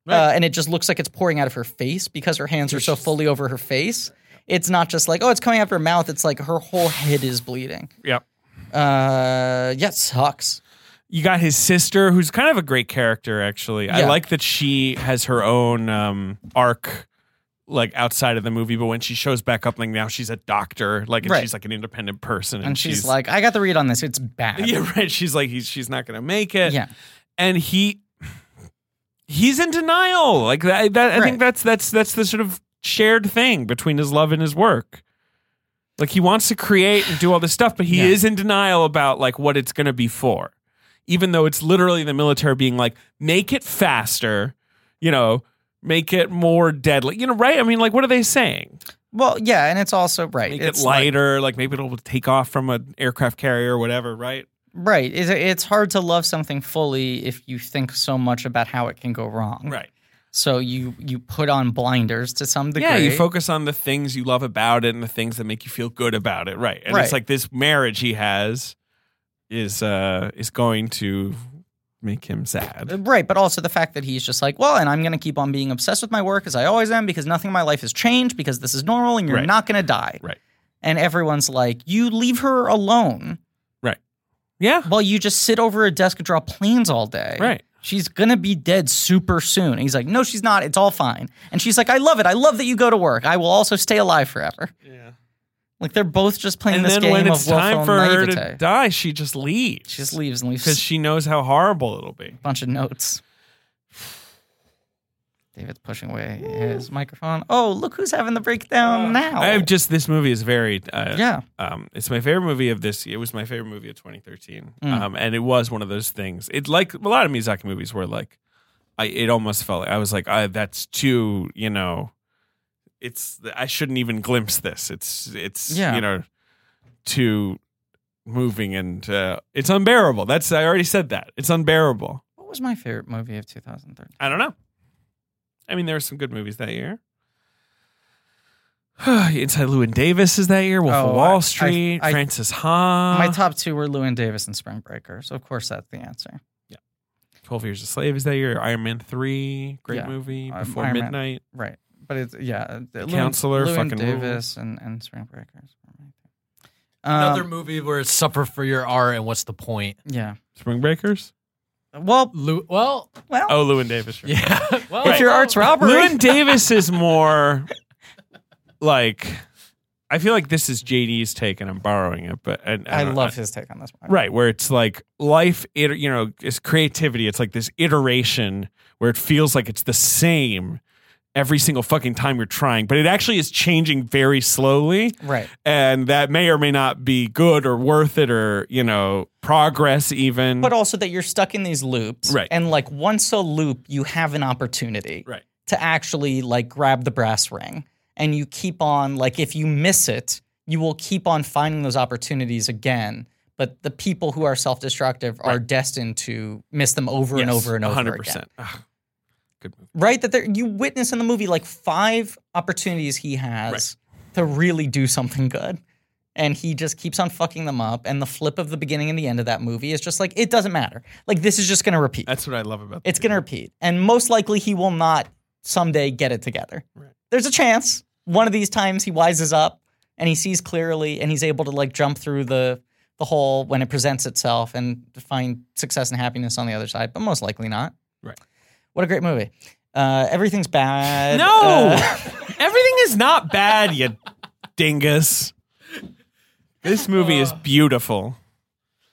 Speaker 2: Uh,
Speaker 4: Right.
Speaker 2: and it just looks like it's pouring out of her face because her hands are so fully over her face. It's not just like, oh, it's coming out of her mouth. It's like her whole head is bleeding.
Speaker 3: Yep.
Speaker 2: Uh, yeah, it sucks.
Speaker 3: You got his sister, who's kind of a great character, actually. I
Speaker 2: Yeah.
Speaker 3: like that she has her own um, arc, like outside of the movie. But when she shows back up, like now she's a doctor, like and
Speaker 2: Right.
Speaker 3: she's like an independent person, and,
Speaker 2: And she's, like, I got the read on this. It's bad.
Speaker 3: yeah, right. She's like, he's she's not gonna make it.
Speaker 2: Yeah.
Speaker 3: and he he's in denial. Like that, that I
Speaker 2: Right.
Speaker 3: think that's that's that's the sort of shared thing between his love and his work. Like he wants to create and do all this stuff, but he
Speaker 2: Yeah.
Speaker 3: is in denial about like what it's going to be for. Even though it's literally the military being like, make it faster, you know, make it more deadly, you know, right? I mean, like, what are they saying?
Speaker 2: Well, yeah, and it's also right.
Speaker 3: Make
Speaker 2: it's
Speaker 3: it
Speaker 2: like-
Speaker 3: lighter, like, maybe it'll take off from an aircraft carrier or whatever, right?
Speaker 2: right. It's, it's hard to love something fully if you think so much about how it can go wrong.
Speaker 3: Right.
Speaker 2: So you you put on blinders to some degree.
Speaker 3: Yeah, you focus on the things you love about it and the things that make you feel good about it, right? And
Speaker 2: Right.
Speaker 3: it's like this marriage he has is uh is going to make him sad.
Speaker 2: Right, but also the fact that he's just like, well, and I'm going to keep on being obsessed with my work as I always am because nothing in my life has changed because this is normal and you're
Speaker 3: Right.
Speaker 2: not going to die.
Speaker 3: Right.
Speaker 2: And everyone's like, you leave her alone
Speaker 3: Yeah,
Speaker 2: while you just sit over a desk and draw planes all day.
Speaker 3: Right.
Speaker 2: She's going to be dead super soon. And he's like, no, she's not. It's all fine. And she's like, I love it. I love that you go to work. I will also stay alive forever.
Speaker 3: yeah.
Speaker 2: Like they're both just playing
Speaker 3: And
Speaker 2: this
Speaker 3: then
Speaker 2: game
Speaker 3: when it's
Speaker 2: of willful
Speaker 3: time for her
Speaker 2: naivete.
Speaker 3: to die, she just leaves.
Speaker 2: she just leaves and leaves
Speaker 3: because she knows how horrible it'll be.
Speaker 2: bunch of notes. David's pushing away his microphone. Oh, look who's having the breakdown now.
Speaker 3: Uh, I have just this movie is very uh,
Speaker 2: yeah.
Speaker 3: um, it's my favorite movie of this. It was my favorite movie of 2013,
Speaker 2: Mm.
Speaker 3: um, and it was one of those things. It's like a lot of Miyazaki movies where like, I it almost felt like I was like, I, that's too, you know, it's I shouldn't even glimpse this. It's it's
Speaker 2: Yeah.
Speaker 3: you know, too moving and uh, it's unbearable. That's I already said that. It's unbearable.
Speaker 2: What was my favorite movie of 2013?
Speaker 3: I don't know. I mean, there were some good movies that year. Inside Lewin Davis is that year. Wolf
Speaker 2: Oh,
Speaker 3: of
Speaker 2: I- I-
Speaker 3: Wall Street.
Speaker 2: I-
Speaker 3: Francis Ha.
Speaker 2: my top two were Lewin Davis and Spring Breakers. Of course, that's the answer.
Speaker 3: 12 Years a Slave is that year. Iron Man 3, great
Speaker 2: Yeah.
Speaker 3: movie.
Speaker 2: Um,
Speaker 3: Before
Speaker 2: Iron Man.
Speaker 3: Midnight.
Speaker 2: Right. But it's, yeah. uh, The
Speaker 3: Counselor,
Speaker 2: Lewin
Speaker 3: fucking
Speaker 2: Davis and, and Spring Breakers.
Speaker 4: Another
Speaker 2: Um,
Speaker 4: movie where it's supper for your art and what's the point?
Speaker 2: yeah.
Speaker 3: Spring Breakers?
Speaker 2: Well,
Speaker 4: Lew- well,
Speaker 2: well.
Speaker 3: Oh, Lewin Davis. Sure.
Speaker 4: yeah. Well,
Speaker 2: If your art's robbery,
Speaker 3: Lewin Davis is more like, I feel like this is JD's take and I'm borrowing it, but and,
Speaker 2: I
Speaker 3: don't-
Speaker 2: love his take on this one.
Speaker 3: Right, where it's like life, iter- you know, is creativity. It's like this iteration where it feels like it's the same every single fucking time you're trying, but it actually is changing very slowly.
Speaker 2: Right.
Speaker 3: And that may or may not be good or worth it or, you know, progress even.
Speaker 2: But also that you're stuck in these loops.
Speaker 3: Right.
Speaker 2: And like once a loop, you have an opportunity.
Speaker 3: right.
Speaker 2: to actually like grab the brass ring and you keep on like if you miss it you will keep on finding those opportunities again but the people who are self-destructive are destined to miss them over and
Speaker 3: Yes,
Speaker 2: over and over again
Speaker 3: Ugh. Good movie.
Speaker 2: right that there, you witness in the movie like five opportunities he has to really do something good and he just keeps on fucking them up and the flip of the beginning and the end of that movie is just like it doesn't matter like this is just going to repeat
Speaker 3: That's what I love about
Speaker 2: it's
Speaker 3: the
Speaker 2: going to repeat. And most likely he will not someday get it together. There's a chance one of these times he wises up and he sees clearly and he's able to like jump through the the hole when it presents itself and find success and happiness on the other side, but most likely not.
Speaker 3: Right.
Speaker 2: What a great movie. Uh, everything's bad.
Speaker 3: No!
Speaker 2: Uh,
Speaker 3: Everything is not bad, you dingus. This movie is beautiful.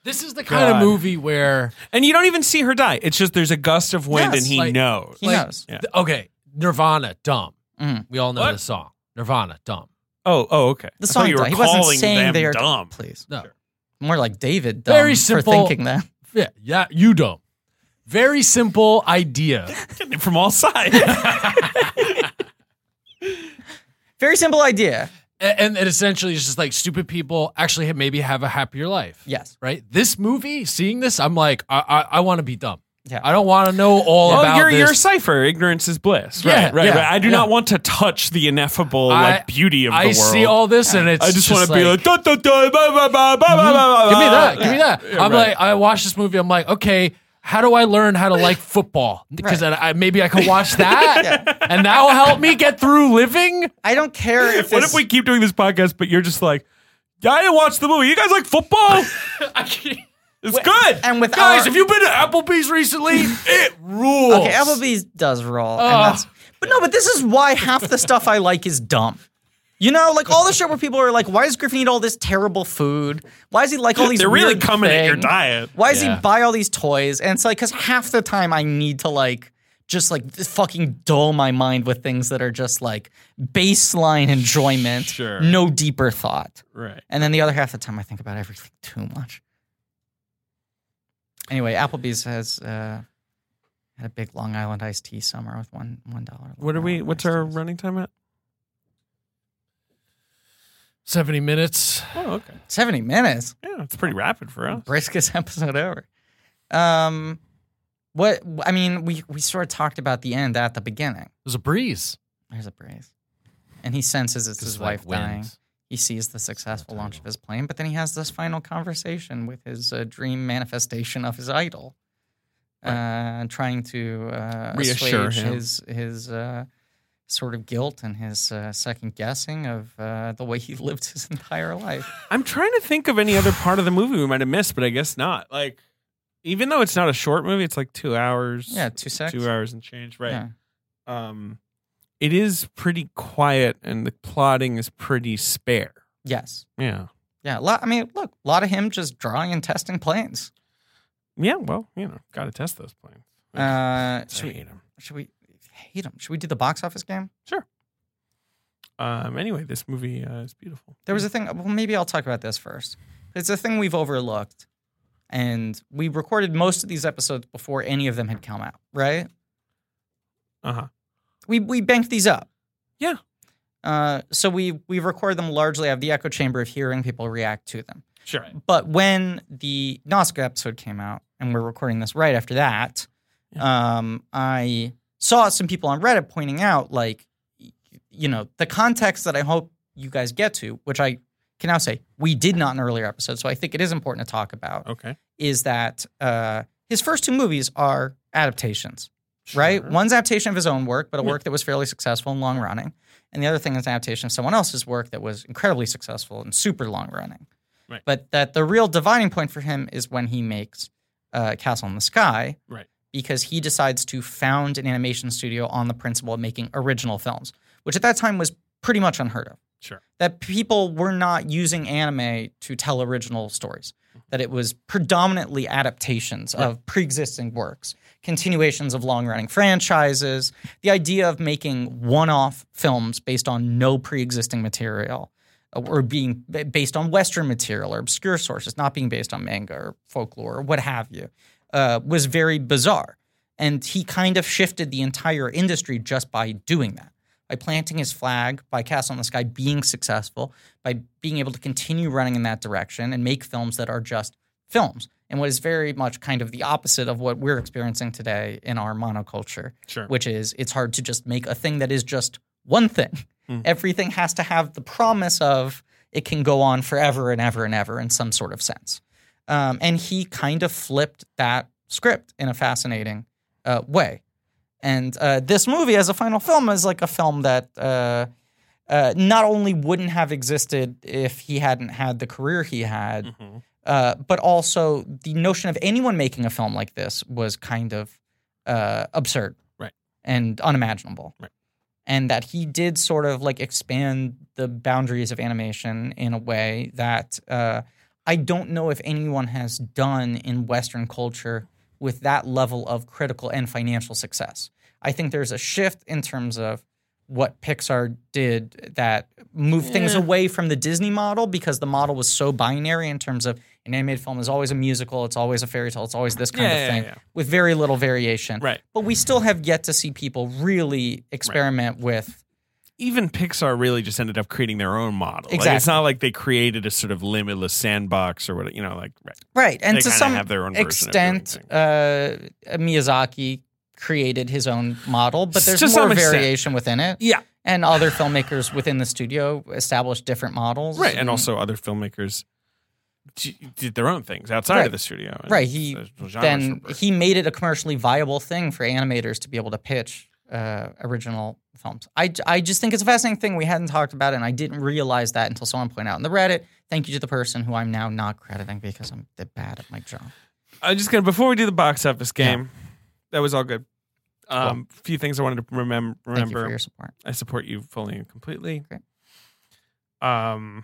Speaker 4: this is the kind
Speaker 3: God.
Speaker 4: of movie where
Speaker 3: And you don't even see her die. It's just there's a gust of wind
Speaker 2: Yes,
Speaker 3: and he
Speaker 4: like-
Speaker 3: knows.
Speaker 2: he
Speaker 4: like-
Speaker 2: knows.
Speaker 3: Yeah.
Speaker 4: th- okay, Nirvana, dumb.
Speaker 2: Mhm.
Speaker 4: We all know
Speaker 3: What?
Speaker 4: the song. Nirvana, dumb.
Speaker 3: Oh, oh, okay. I
Speaker 2: The
Speaker 3: thought
Speaker 2: song
Speaker 3: you were
Speaker 2: died. He wasn't
Speaker 3: calling
Speaker 2: saying
Speaker 3: them
Speaker 2: they are
Speaker 3: dumb.
Speaker 2: Please.
Speaker 4: No.
Speaker 2: More like David dumb
Speaker 4: Very
Speaker 2: for
Speaker 4: simple-
Speaker 2: thinking that.
Speaker 4: Yeah, yeah, you dumb. Very simple idea.
Speaker 3: Getting it from all sides.
Speaker 2: Very simple idea.
Speaker 4: A- and, and essentially it's just like stupid people actually ha- maybe have a happier life.
Speaker 2: Yes.
Speaker 4: Right? This movie, seeing this, I'm like, I I, I want to be dumb.
Speaker 2: Yeah.
Speaker 4: I don't want to know all
Speaker 3: oh,
Speaker 4: about
Speaker 3: you're,
Speaker 4: this.
Speaker 3: you're cipher. Ignorance is bliss. Right,
Speaker 4: Yeah,
Speaker 3: right,
Speaker 4: yeah,
Speaker 3: right. I do
Speaker 4: yeah.
Speaker 3: not want to touch the ineffable
Speaker 4: I-
Speaker 3: like beauty of
Speaker 4: I
Speaker 3: the world.
Speaker 4: see all this and it's
Speaker 3: I just, want to be like,
Speaker 4: give
Speaker 3: da, da, da, ba, ba, ba, ba, ba, ba, ba,
Speaker 4: me
Speaker 3: ba,
Speaker 4: that,
Speaker 3: ba."
Speaker 4: give me that.
Speaker 3: Yeah,
Speaker 4: I'm
Speaker 3: right.
Speaker 4: like, I watched this movie, I'm like, okay, how do I learn how to like football? Because then I, maybe I can watch that, and that will help me get through living.
Speaker 2: I don't care if
Speaker 3: What
Speaker 2: this-
Speaker 3: if we keep doing this podcast, but you're just like, yeah, I didn't watch the movie. You guys like football?
Speaker 4: I can't-
Speaker 3: It's good.
Speaker 2: and with
Speaker 4: Guys,
Speaker 2: our-
Speaker 4: have you been to Applebee's recently? it rules.
Speaker 2: Okay, Applebee's does roll. and
Speaker 3: Oh.
Speaker 4: Ugh.
Speaker 2: that's- but no, but this is why half the stuff I like is dumb. You know, like all the shit where people are like, why does Griffin eat all this terrible food? Why does he like all these
Speaker 3: They're really
Speaker 2: weird
Speaker 3: coming at your
Speaker 2: things?
Speaker 3: diet.
Speaker 2: Why does
Speaker 4: Yeah.
Speaker 2: he buy all these toys? And it's like, because half the time I need to like just like th- fucking dull my mind with things that are just like baseline enjoyment,
Speaker 3: Sure.
Speaker 2: no deeper thought.
Speaker 3: Right.
Speaker 2: And then the other half of the time I think about everything too much. Anyway, Applebee's has uh, had a big Long Island iced tea summer with one one dollar.
Speaker 3: What are
Speaker 2: Long
Speaker 3: we?
Speaker 2: Island
Speaker 3: What's
Speaker 2: iced
Speaker 3: our
Speaker 2: teas.
Speaker 3: running time at?
Speaker 4: Seventy minutes.
Speaker 3: Oh, okay.
Speaker 2: seventy minutes?
Speaker 3: Yeah, it's pretty rapid for us.
Speaker 2: Briskest episode ever. Um, what I mean, we we sort of talked about the end at the beginning.
Speaker 4: It was a breeze.
Speaker 2: There's a brace, and he senses it's his
Speaker 4: Just, like,
Speaker 2: wife dying.
Speaker 4: winds.
Speaker 2: He sees the successful launch of his plane, but then he has this final conversation with his uh, dream manifestation of his idol, uh, trying to uh,
Speaker 3: Reassure
Speaker 2: assuage
Speaker 3: him.
Speaker 2: his his uh, sort of guilt and his uh, second guessing of uh, the way he lived his entire life.
Speaker 3: I'm trying to think of any other part of the movie we might have missed, but I guess not. Like, even though it's not a short movie, it's like two hours.
Speaker 2: yeah, two seconds.
Speaker 3: two hours and change. Right. Um, it is pretty quiet, and the plotting is pretty spare.
Speaker 2: Yes.
Speaker 3: Yeah.
Speaker 2: Yeah. A lot, I mean, look, a lot of him just drawing and testing planes.
Speaker 3: Yeah. Well, you know, gotta test those planes.
Speaker 2: Uh,
Speaker 3: I hate 'em.
Speaker 2: should we hate him? Should we do the box office game?
Speaker 3: Um. Anyway, this movie uh, is beautiful.
Speaker 2: There was a thing. Well, maybe I'll talk about this first. It's a thing we've overlooked, and we recorded most of these episodes before any of them had come out. Right?
Speaker 3: Uh huh.
Speaker 2: We we banked these up.
Speaker 3: Yeah.
Speaker 2: Uh, so we we record them largely out of the echo chamber of hearing people react to them.
Speaker 3: Sure.
Speaker 2: But when the Nazca episode came out, and we're recording this right after that, um, I saw some people on Reddit pointing out, like, y- you know, the context that I hope you guys get to, which I can now say we did not in an earlier episode. So I think it is important to talk about
Speaker 3: Okay.
Speaker 2: is that uh, his first two movies are adaptations, right?
Speaker 3: Sure.
Speaker 2: One's adaptation of his own work, but a
Speaker 3: Mm-hmm. Yeah.
Speaker 2: work that was fairly successful and long running, and the other thing is an adaptation of someone else's work that was incredibly successful and super long running.
Speaker 3: Right.
Speaker 2: But that the real dividing point for him is when he makes uh, Castle in the Sky,
Speaker 3: Right.
Speaker 2: Because he decides to found an animation studio on the principle of making original films, which at that time was pretty much unheard of
Speaker 3: Sure.
Speaker 2: that people were not using anime to tell original stories. That it was predominantly adaptations of pre-existing works, continuations of long-running franchises. The idea of making one-off films based on no pre-existing material, uh, or being b- based on Western material or obscure sources, not being based on manga or folklore or what have you, uh, was very bizarre. And he kind of shifted the entire industry just by doing that by planting his flag, by Castle in the Sky being successful, by being able to continue running in that direction and make films that are just films. And what is very much kind of the opposite of what we're experiencing today in our monoculture,
Speaker 3: Sure.
Speaker 2: which is it's hard to just make a thing that is just one thing.
Speaker 3: Mm.
Speaker 2: Everything has to have the promise of it can go on forever and ever and ever in some sort of sense. Um, and he kind of flipped that script in a fascinating uh, way. And uh, this movie, as a final film, is like a film that uh, uh, not only wouldn't have existed if he hadn't had the career he had,
Speaker 3: Mhm.
Speaker 2: uh, but also the notion of anyone making a film like this was kind of uh, absurd
Speaker 3: Right.
Speaker 2: and unimaginable.
Speaker 3: Right.
Speaker 2: And that he did sort of like expand the boundaries of animation in a way that uh, I don't know if anyone has done in Western culture with that level of critical and financial success. I think there's a shift in terms of what Pixar did that moved things away from the Disney model because the model was so binary in terms of an animated film is always a musical, it's always a fairy tale, it's always this
Speaker 3: Yeah,
Speaker 2: kind of
Speaker 3: yeah,
Speaker 2: thing
Speaker 3: yeah.
Speaker 2: with very little variation.
Speaker 3: Right.
Speaker 2: But we still have yet to see people really experiment with
Speaker 3: Even Pixar really just ended up creating their own model. Like, it's
Speaker 2: Exactly.
Speaker 3: not like they created a sort of limitless sandbox or what you know, like right.
Speaker 2: right and
Speaker 3: They
Speaker 2: to
Speaker 3: kinda
Speaker 2: some
Speaker 3: have their own version of
Speaker 2: extent
Speaker 3: doing
Speaker 2: uh, Miyazaki created his own model, but there's
Speaker 3: To
Speaker 2: more
Speaker 3: some extent.
Speaker 2: variation within it.
Speaker 3: Yeah.
Speaker 2: And other filmmakers within the studio established different models.
Speaker 3: Right. And also other filmmakers d- did their own things outside
Speaker 2: Right.
Speaker 3: of the studio. and
Speaker 2: Right, he
Speaker 3: the genres were
Speaker 2: then
Speaker 3: broken.
Speaker 2: he made it a commercially viable thing for animators to be able to pitch uh, original films. I, I just think it's a fascinating thing we hadn't talked about, and I didn't realize that until someone pointed out in the Reddit. Thank you to the person who I'm now not crediting because I'm that bad at my job.
Speaker 3: I'm just gonna before we do the box office game. That was all good. Um, few things I wanted to remem-
Speaker 2: Thank you
Speaker 3: remember.
Speaker 2: for your support.
Speaker 3: I support you fully and completely.
Speaker 2: Great.
Speaker 3: Um,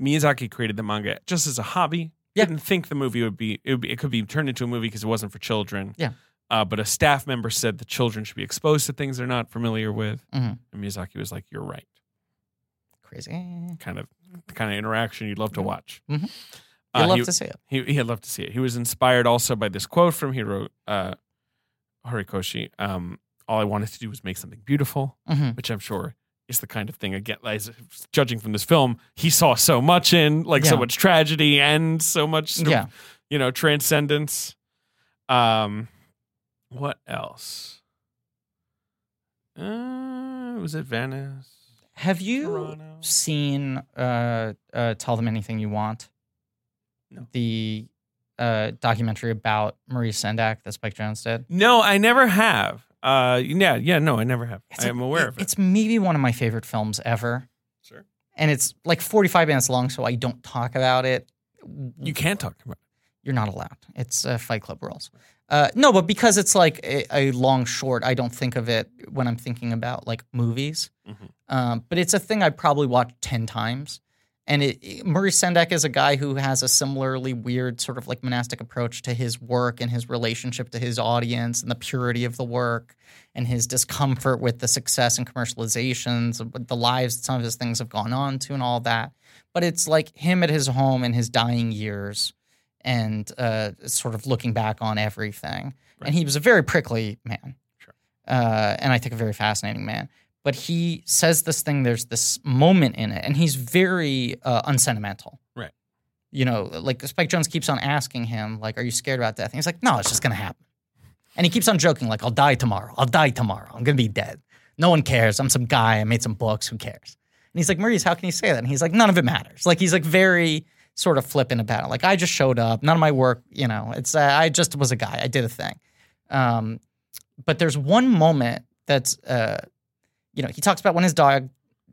Speaker 3: Miyazaki created the manga just as a hobby.
Speaker 2: Yeah.
Speaker 3: Didn't think the movie would be it, would be, it could be turned into a movie because it wasn't for children.
Speaker 2: Yeah.
Speaker 3: Uh, but a staff member said the children should be exposed to things they're not familiar with.
Speaker 2: Mhm.
Speaker 3: And Miyazaki was like, "You're right."
Speaker 2: Crazy. You'd
Speaker 3: Kind of the kind of interaction you'd love to watch.
Speaker 2: Mhm.
Speaker 3: Uh,
Speaker 2: love
Speaker 3: he-
Speaker 2: to see it.
Speaker 3: he he had loved to see it. He was inspired also by this quote from Hiro uh, Horikoshi. Um, all I wanted to do was make something beautiful,
Speaker 2: hmm
Speaker 3: which I'm sure is the kind of thing again. As judging from this film, he saw so much in like so
Speaker 2: Yeah.
Speaker 3: much tragedy and so much sort of,
Speaker 2: Yeah.
Speaker 3: you know transcendence. Um, what else? Uh, was it Venice?
Speaker 2: Have you
Speaker 3: Toronto?
Speaker 2: seen uh, uh, Tell Them Anything You Want?
Speaker 3: No.
Speaker 2: The uh, documentary about Marie Sendak that Spike Jones did?
Speaker 3: No, I never have. Uh, yeah, yeah, no, I never have.
Speaker 2: It's
Speaker 3: I
Speaker 2: a-
Speaker 3: am aware
Speaker 2: it-
Speaker 3: of it.
Speaker 2: It's maybe one of my favorite films ever.
Speaker 3: Sure.
Speaker 2: And it's like 45 minutes long, so I don't talk about it.
Speaker 3: You can't talk about.
Speaker 2: You're not allowed. It's uh, Fight Club rules. Uh, no, but because it's like a, a long short, I don't think of it when I'm thinking about like movies.
Speaker 3: Mhm.
Speaker 2: Um, but it's a thing I probably watched 10 times. And it, it- Murray Sendak is a guy who has a similarly weird sort of like monastic approach to his work and his relationship to his audience and the purity of the work and his discomfort with the success and commercializations of the lives that some of his things have gone on to and all that. But it's like him at his home in his dying years and uh, sort of looking back on everything.
Speaker 3: Right.
Speaker 2: And he was a very prickly man.
Speaker 3: Sure.
Speaker 2: Uh, and I think a very fascinating man. But he says this thing, there's this moment in it, and he's very uh, unsentimental.
Speaker 3: Right.
Speaker 2: You know, like Spike Jones keeps on asking him, like, are you scared about death? And he's like, no, it's just going to happen. And he keeps on joking, like, I'll die tomorrow. I'll die tomorrow. I'm going to be dead. No one cares. I'm some guy. I made some books. Who cares? And he's like, Maurice, how can you say that? And he's like, none of it matters. Like, he's like very sort of flippant about it. Like, I just showed up. None of my work, you know, it's, uh, I just was a guy. I did a thing. Um, but there's one moment that's, uh, you know, he talks about when his dog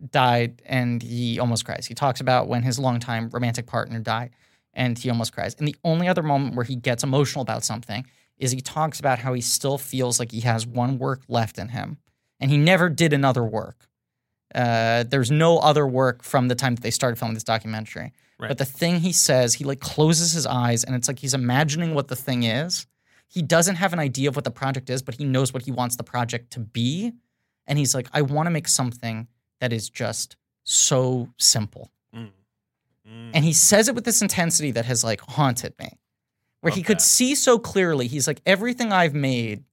Speaker 2: died and he almost cries. He talks about when his longtime romantic partner died and he almost cries. And the only other moment where he gets emotional about something is he talks about how he still feels like he has one work left in him and he never did another work. Uh, there's no other work from the time that they started filming this documentary.
Speaker 3: Right.
Speaker 2: But the thing he says, he like closes his eyes and it's like he's imagining what the thing is. He doesn't have an idea of what the project is, but he knows what he wants the project to be. And he's like, I want to make something that is just so simple.
Speaker 3: Mm. Mm.
Speaker 2: And he says it with this intensity that has like haunted me, where he
Speaker 3: Love
Speaker 2: could
Speaker 3: that.
Speaker 2: see so clearly. He's like, everything I've made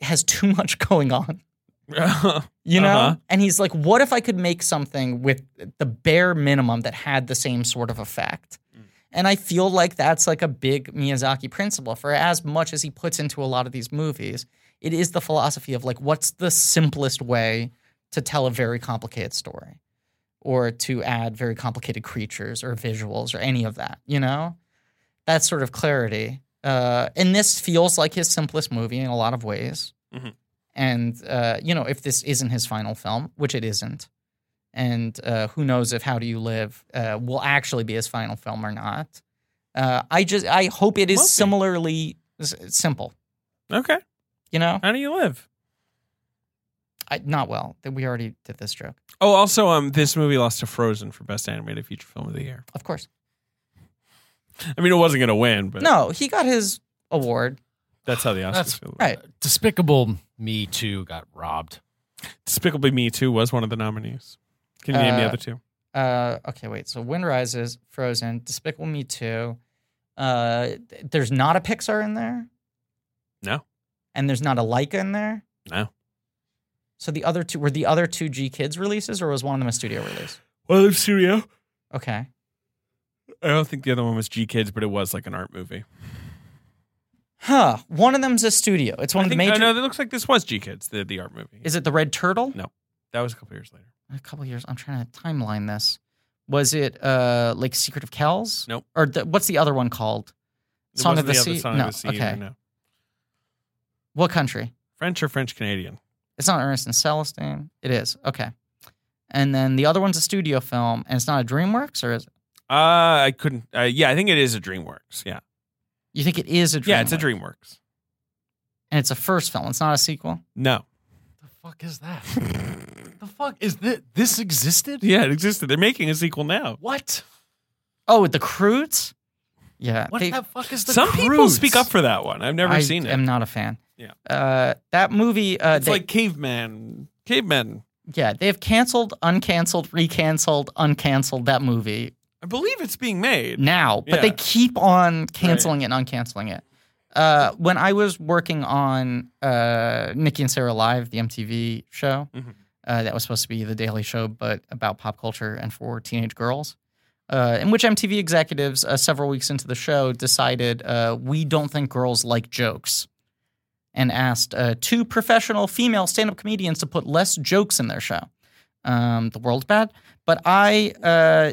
Speaker 2: has too much going on, you know?
Speaker 3: Uh-huh.
Speaker 2: And he's like, what if I could make something with the bare minimum that had the same sort of effect? And I feel like that's like a big Miyazaki principle for as much as he puts into a lot of these movies, it is the philosophy of like, what's the simplest way to tell a very complicated story? or to add very complicated creatures or visuals or any of that, you know? That sort of clarity. Uh, and this feels like his simplest movie in a lot of ways.
Speaker 3: Mhm.
Speaker 2: And, uh, you know, if this isn't his final film, which it isn't, and uh, who knows if How Do You Live uh, will actually be his final film or not. Uh, I just, I hope it is
Speaker 3: Won't be.
Speaker 2: similarly s- simple,
Speaker 3: okay.
Speaker 2: you know?
Speaker 3: How do you live?
Speaker 2: I, not well. We already did this joke.
Speaker 3: Oh, also, um, this movie lost to Frozen for best animated feature film of the year.
Speaker 2: Of course.
Speaker 3: I mean, it wasn't going to win, but
Speaker 2: No, he got his award.
Speaker 3: that's how the Oscars
Speaker 4: That's-
Speaker 3: feel.
Speaker 2: Right.
Speaker 4: Despicable Me Too got robbed.
Speaker 3: Despicable Me Too was one of the nominees. Can you name the
Speaker 2: Uh,
Speaker 3: other two?
Speaker 2: Uh, okay, wait. So Wind Rises, Frozen, Despicable Me Two. Uh, th- there's not a Pixar in there.
Speaker 3: No.
Speaker 2: And there's not a Leica in there.
Speaker 3: No.
Speaker 2: So the other two were the other two G Kids releases, or was one of them a studio release?
Speaker 3: Well, the studio.
Speaker 2: Okay.
Speaker 3: I don't think the other one was G Kids, but it was like an art movie.
Speaker 2: Huh. One of them's a studio. It's one
Speaker 3: I
Speaker 2: of the
Speaker 3: think,
Speaker 2: major.
Speaker 3: oh, no, it looks like this was G Kids, the, the art movie.
Speaker 2: Is it the Red Turtle?
Speaker 3: No. that was a couple years later.
Speaker 2: A couple years. I'm trying to timeline this. Was it uh, like Secret of Kells?
Speaker 3: Nope.
Speaker 2: Or the, what's the other one called?
Speaker 3: It
Speaker 2: Song of
Speaker 3: wasn't
Speaker 2: the,
Speaker 3: other
Speaker 2: Sea.
Speaker 3: Song
Speaker 2: no.
Speaker 3: of the Sea.
Speaker 2: okay.
Speaker 3: no.
Speaker 2: What country?
Speaker 3: French or French Canadian?
Speaker 2: It's not Ernest and Celestine. It is. Okay. And then the other one's a studio film, and it's not a DreamWorks, or is it?
Speaker 3: Uh, I couldn't. Uh, yeah, I think it is a DreamWorks. Yeah,
Speaker 2: You think it is a DreamWorks?
Speaker 3: yeah, it's a DreamWorks.
Speaker 2: And it's a first film. It's not a sequel.
Speaker 3: No.
Speaker 4: The fuck is that? the fuck is this? This existed?
Speaker 3: Yeah, it existed. They're making a sequel now.
Speaker 4: What?
Speaker 2: Oh, with the Croods? Yeah.
Speaker 4: What
Speaker 2: they-
Speaker 4: the fuck is the?
Speaker 3: Some people
Speaker 4: Croods?
Speaker 3: speak up for that one. I've never
Speaker 2: I
Speaker 3: seen it.
Speaker 2: am not a fan.
Speaker 3: Yeah.
Speaker 2: Uh, that movie. Uh,
Speaker 3: it's
Speaker 2: they-
Speaker 3: like caveman, cavemen.
Speaker 2: yeah, they've canceled, uncanceled, recanceled, uncanceled that movie
Speaker 3: I believe it's being made.
Speaker 2: now, but
Speaker 3: Yeah.
Speaker 2: they keep on canceling it and uncanceling it. Uh, when I was working on uh, Nikki and Sarah Live, the MTV show,
Speaker 3: Mhm.
Speaker 2: uh, that was supposed to be the Daily Show, but about pop culture and for teenage girls, uh, in which MTV executives, uh, several weeks into the show, decided uh, we don't think girls like jokes. And asked uh, two professional female stand up comedians to put less jokes in their show. Um, the world's bad. But I uh,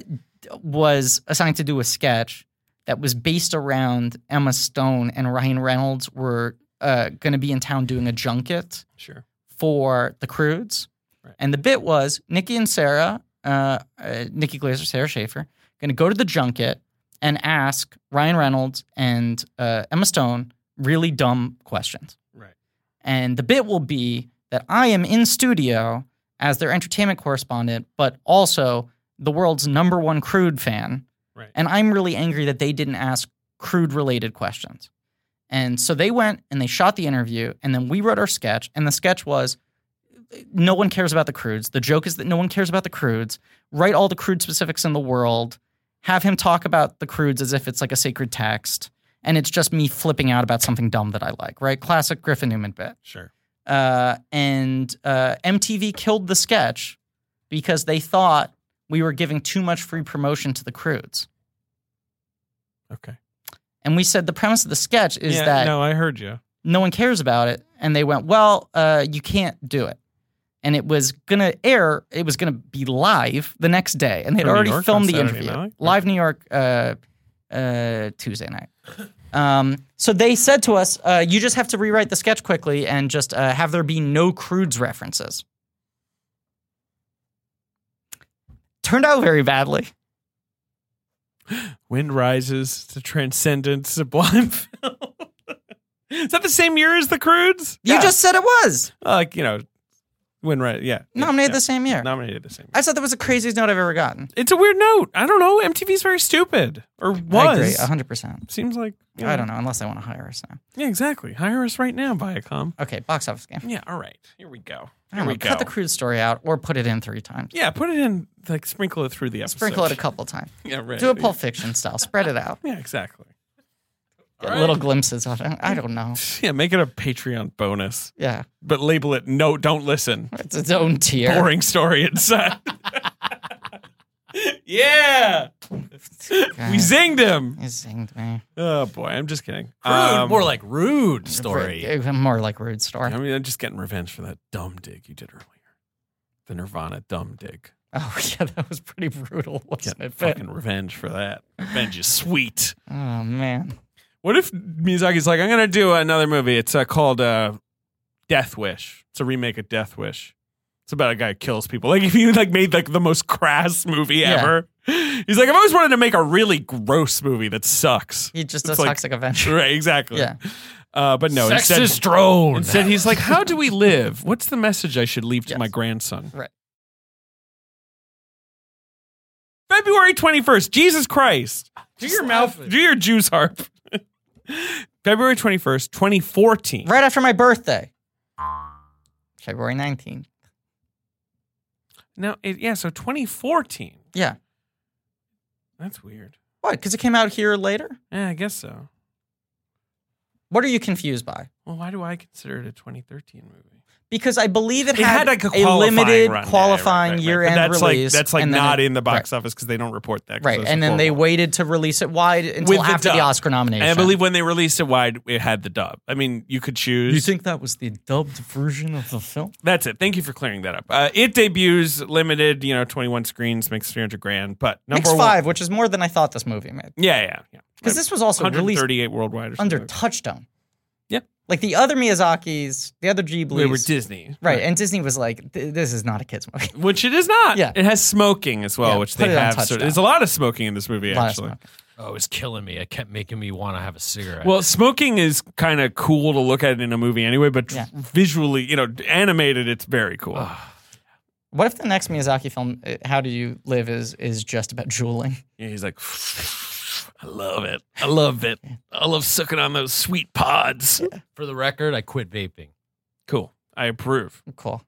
Speaker 2: was assigned to do a sketch that was based around Emma Stone and Ryan Reynolds were uh, going to be in town doing a junket
Speaker 3: Sure.
Speaker 2: for the Crudes.
Speaker 3: Right.
Speaker 2: And the bit was Nikki and Sarah, uh, uh, Nikki Glaser, Sarah Schaefer, going to go to the junket and ask Ryan Reynolds and uh, Emma Stone really dumb questions.
Speaker 3: Right.
Speaker 2: And the bit will be that I am in studio as their entertainment correspondent, but also the world's number one crude fan.
Speaker 3: Right.
Speaker 2: And I'm really angry that they didn't ask crude related questions. And so they went and they shot the interview, and then we wrote our sketch. And the sketch was no one cares about the crudes. The joke is that no one cares about the crudes. Write all the crude specifics in the world. Have him talk about the crudes as if it's like a sacred text. And it's just me flipping out about something dumb that I like, right? Classic Griffin Newman bit
Speaker 3: Sure.
Speaker 2: uh, and uh, MTV killed the sketch because they thought we were giving too much free promotion to the crudes.
Speaker 3: Okay.
Speaker 2: And we said the premise of the sketch is
Speaker 3: yeah,
Speaker 2: that
Speaker 3: no? I heard you.
Speaker 2: no one cares about it. And they went, well, uh, you can't do it. And it was going to air, it was going to be live the next day. And they'd
Speaker 3: From New
Speaker 2: already
Speaker 3: York
Speaker 2: filmed
Speaker 3: on
Speaker 2: the
Speaker 3: Saturday
Speaker 2: interview.
Speaker 3: night?
Speaker 2: Live New York uh, uh, Tuesday night. Um, so they said to us, uh, you just have to rewrite the sketch quickly and just uh, have there be no crudes references. Turned out very badly.
Speaker 3: Wind rises to transcendent sublime film. Is that the same year as the Crudes?
Speaker 2: You
Speaker 3: Yeah.
Speaker 2: just said it was
Speaker 3: Uh, like you know, wind rise. Yeah,
Speaker 2: nominated
Speaker 3: yeah.
Speaker 2: the same year.
Speaker 3: Nominated the same. Year.
Speaker 2: I thought that was the craziest note I've ever gotten.
Speaker 3: It's a weird note. I don't know. MTV's very stupid, or
Speaker 2: I agree,
Speaker 3: was.
Speaker 2: 100%.
Speaker 3: Seems like you
Speaker 2: I don't know, unless they want to hire us now.
Speaker 3: Yeah, exactly. Hire us right now, Viacom.
Speaker 2: Okay, box office game.
Speaker 3: Yeah. All right. Here we go.
Speaker 2: I
Speaker 3: Here
Speaker 2: don't
Speaker 3: we
Speaker 2: know,
Speaker 3: go.
Speaker 2: cut the crude story out or put it in three times.
Speaker 3: yeah, put it in. Like sprinkle it through the episode.
Speaker 2: Sprinkle it a couple times.
Speaker 3: Yeah, right.
Speaker 2: Do a Pulp Fiction style. Spread it out.
Speaker 3: Yeah, exactly.
Speaker 2: Get Little glimpses of it. I don't know.
Speaker 3: Yeah, make it a Patreon bonus,
Speaker 2: Yeah,
Speaker 3: but label it no, don't listen.
Speaker 2: it's its own tier.
Speaker 3: Boring story inside. yeah. We zinged him.
Speaker 2: You zinged me.
Speaker 3: Oh boy, I'm just kidding.
Speaker 4: Rude,
Speaker 3: Um,
Speaker 4: more like rude story.
Speaker 2: Ru- More like rude story.
Speaker 3: I mean, I'm just getting revenge for that dumb dig you did earlier. The Nirvana dumb dig.
Speaker 2: Oh yeah, that was pretty brutal, wasn't
Speaker 3: Getting
Speaker 2: it? Ben?
Speaker 3: fucking revenge for that. Revenge is sweet.
Speaker 2: Oh man.
Speaker 3: What if Miyazaki's like, I'm gonna do another movie. It's uh, called uh, Death Wish. It's a remake of Death Wish. It's about a guy who kills people. Like if you like made like the most crass movie
Speaker 2: Yeah.
Speaker 3: ever. He's like, I've always wanted to make a really gross movie that sucks.
Speaker 2: He just
Speaker 3: It's
Speaker 2: does
Speaker 3: like-
Speaker 2: toxic adventure.
Speaker 3: Right, exactly.
Speaker 2: Yeah.
Speaker 3: Uh, but no,
Speaker 4: Sexist
Speaker 3: instead,
Speaker 4: drone.
Speaker 3: instead he's like, How do we live? What's the message I should leave to
Speaker 2: Yes.
Speaker 3: my grandson?
Speaker 2: Right.
Speaker 3: February 21st, Jesus Christ. Do your mouth, do your Jews harp. February 21st, 2014.
Speaker 2: Right after my birthday. February nineteenth.
Speaker 3: No, it, yeah, so 2014.
Speaker 2: Yeah.
Speaker 3: That's weird.
Speaker 2: What? Because it came out here later?
Speaker 3: Yeah, I guess so.
Speaker 2: What are you confused by?
Speaker 3: Well, why do I consider it a 2013 movie?
Speaker 2: because I believe it,
Speaker 3: It had like a, qualifying
Speaker 2: limited
Speaker 3: run. Yeah,
Speaker 2: qualifying
Speaker 3: right, right, right.
Speaker 2: year-end
Speaker 3: but that's
Speaker 2: release.
Speaker 3: Like, that's like
Speaker 2: and then
Speaker 3: not
Speaker 2: it-
Speaker 3: in the box office because they don't report that. 'cause
Speaker 2: Right,
Speaker 3: those
Speaker 2: and
Speaker 3: are
Speaker 2: then they
Speaker 3: horrible.
Speaker 2: waited to release it wide until
Speaker 3: With the
Speaker 2: after the,
Speaker 3: dub.
Speaker 2: Oscar nomination.
Speaker 3: And I believe when they released it wide, it had the dub. I mean, you could choose.
Speaker 2: you think that was the dubbed version of the film.
Speaker 3: That's it. Thank you for clearing that up. Uh, it debuts limited, you know, 21 screens, makes 300 grand, but number
Speaker 2: Makes
Speaker 3: one.
Speaker 2: five, which is more than I thought this movie made,
Speaker 3: Yeah, yeah, yeah.
Speaker 2: because this was also released
Speaker 3: 138 worldwide or something.
Speaker 2: under Touchstone.
Speaker 3: Yeah.
Speaker 2: like the other Miyazaki's, the other
Speaker 3: They were
Speaker 2: Ghibli's,
Speaker 3: Disney.
Speaker 2: right? And Disney was like, "Th- "This is not a kids movie."
Speaker 3: Which it is not.
Speaker 2: Yeah.
Speaker 3: It has smoking as well,
Speaker 2: Yeah,
Speaker 3: which
Speaker 2: put
Speaker 3: they
Speaker 2: it on
Speaker 3: have. So
Speaker 2: Touchdown.
Speaker 3: there's a lot of smoking in this movie,
Speaker 2: Lot of
Speaker 3: actually.
Speaker 2: smoke.
Speaker 4: Oh, it's killing me. It kept making me want to have a cigarette.
Speaker 3: Well, smoking is kind of cool to look at in a movie anyway, but
Speaker 2: Yeah.
Speaker 3: visually, you know, animated, it's very cool.
Speaker 2: What if the next Miyazaki film, uh, How Do You Live, is is just about drooling?
Speaker 3: Yeah, he's like, I love it. I love it. I love sucking on those sweet pods.
Speaker 4: for the record, I quit vaping.
Speaker 3: Cool. I approve.
Speaker 2: Cool.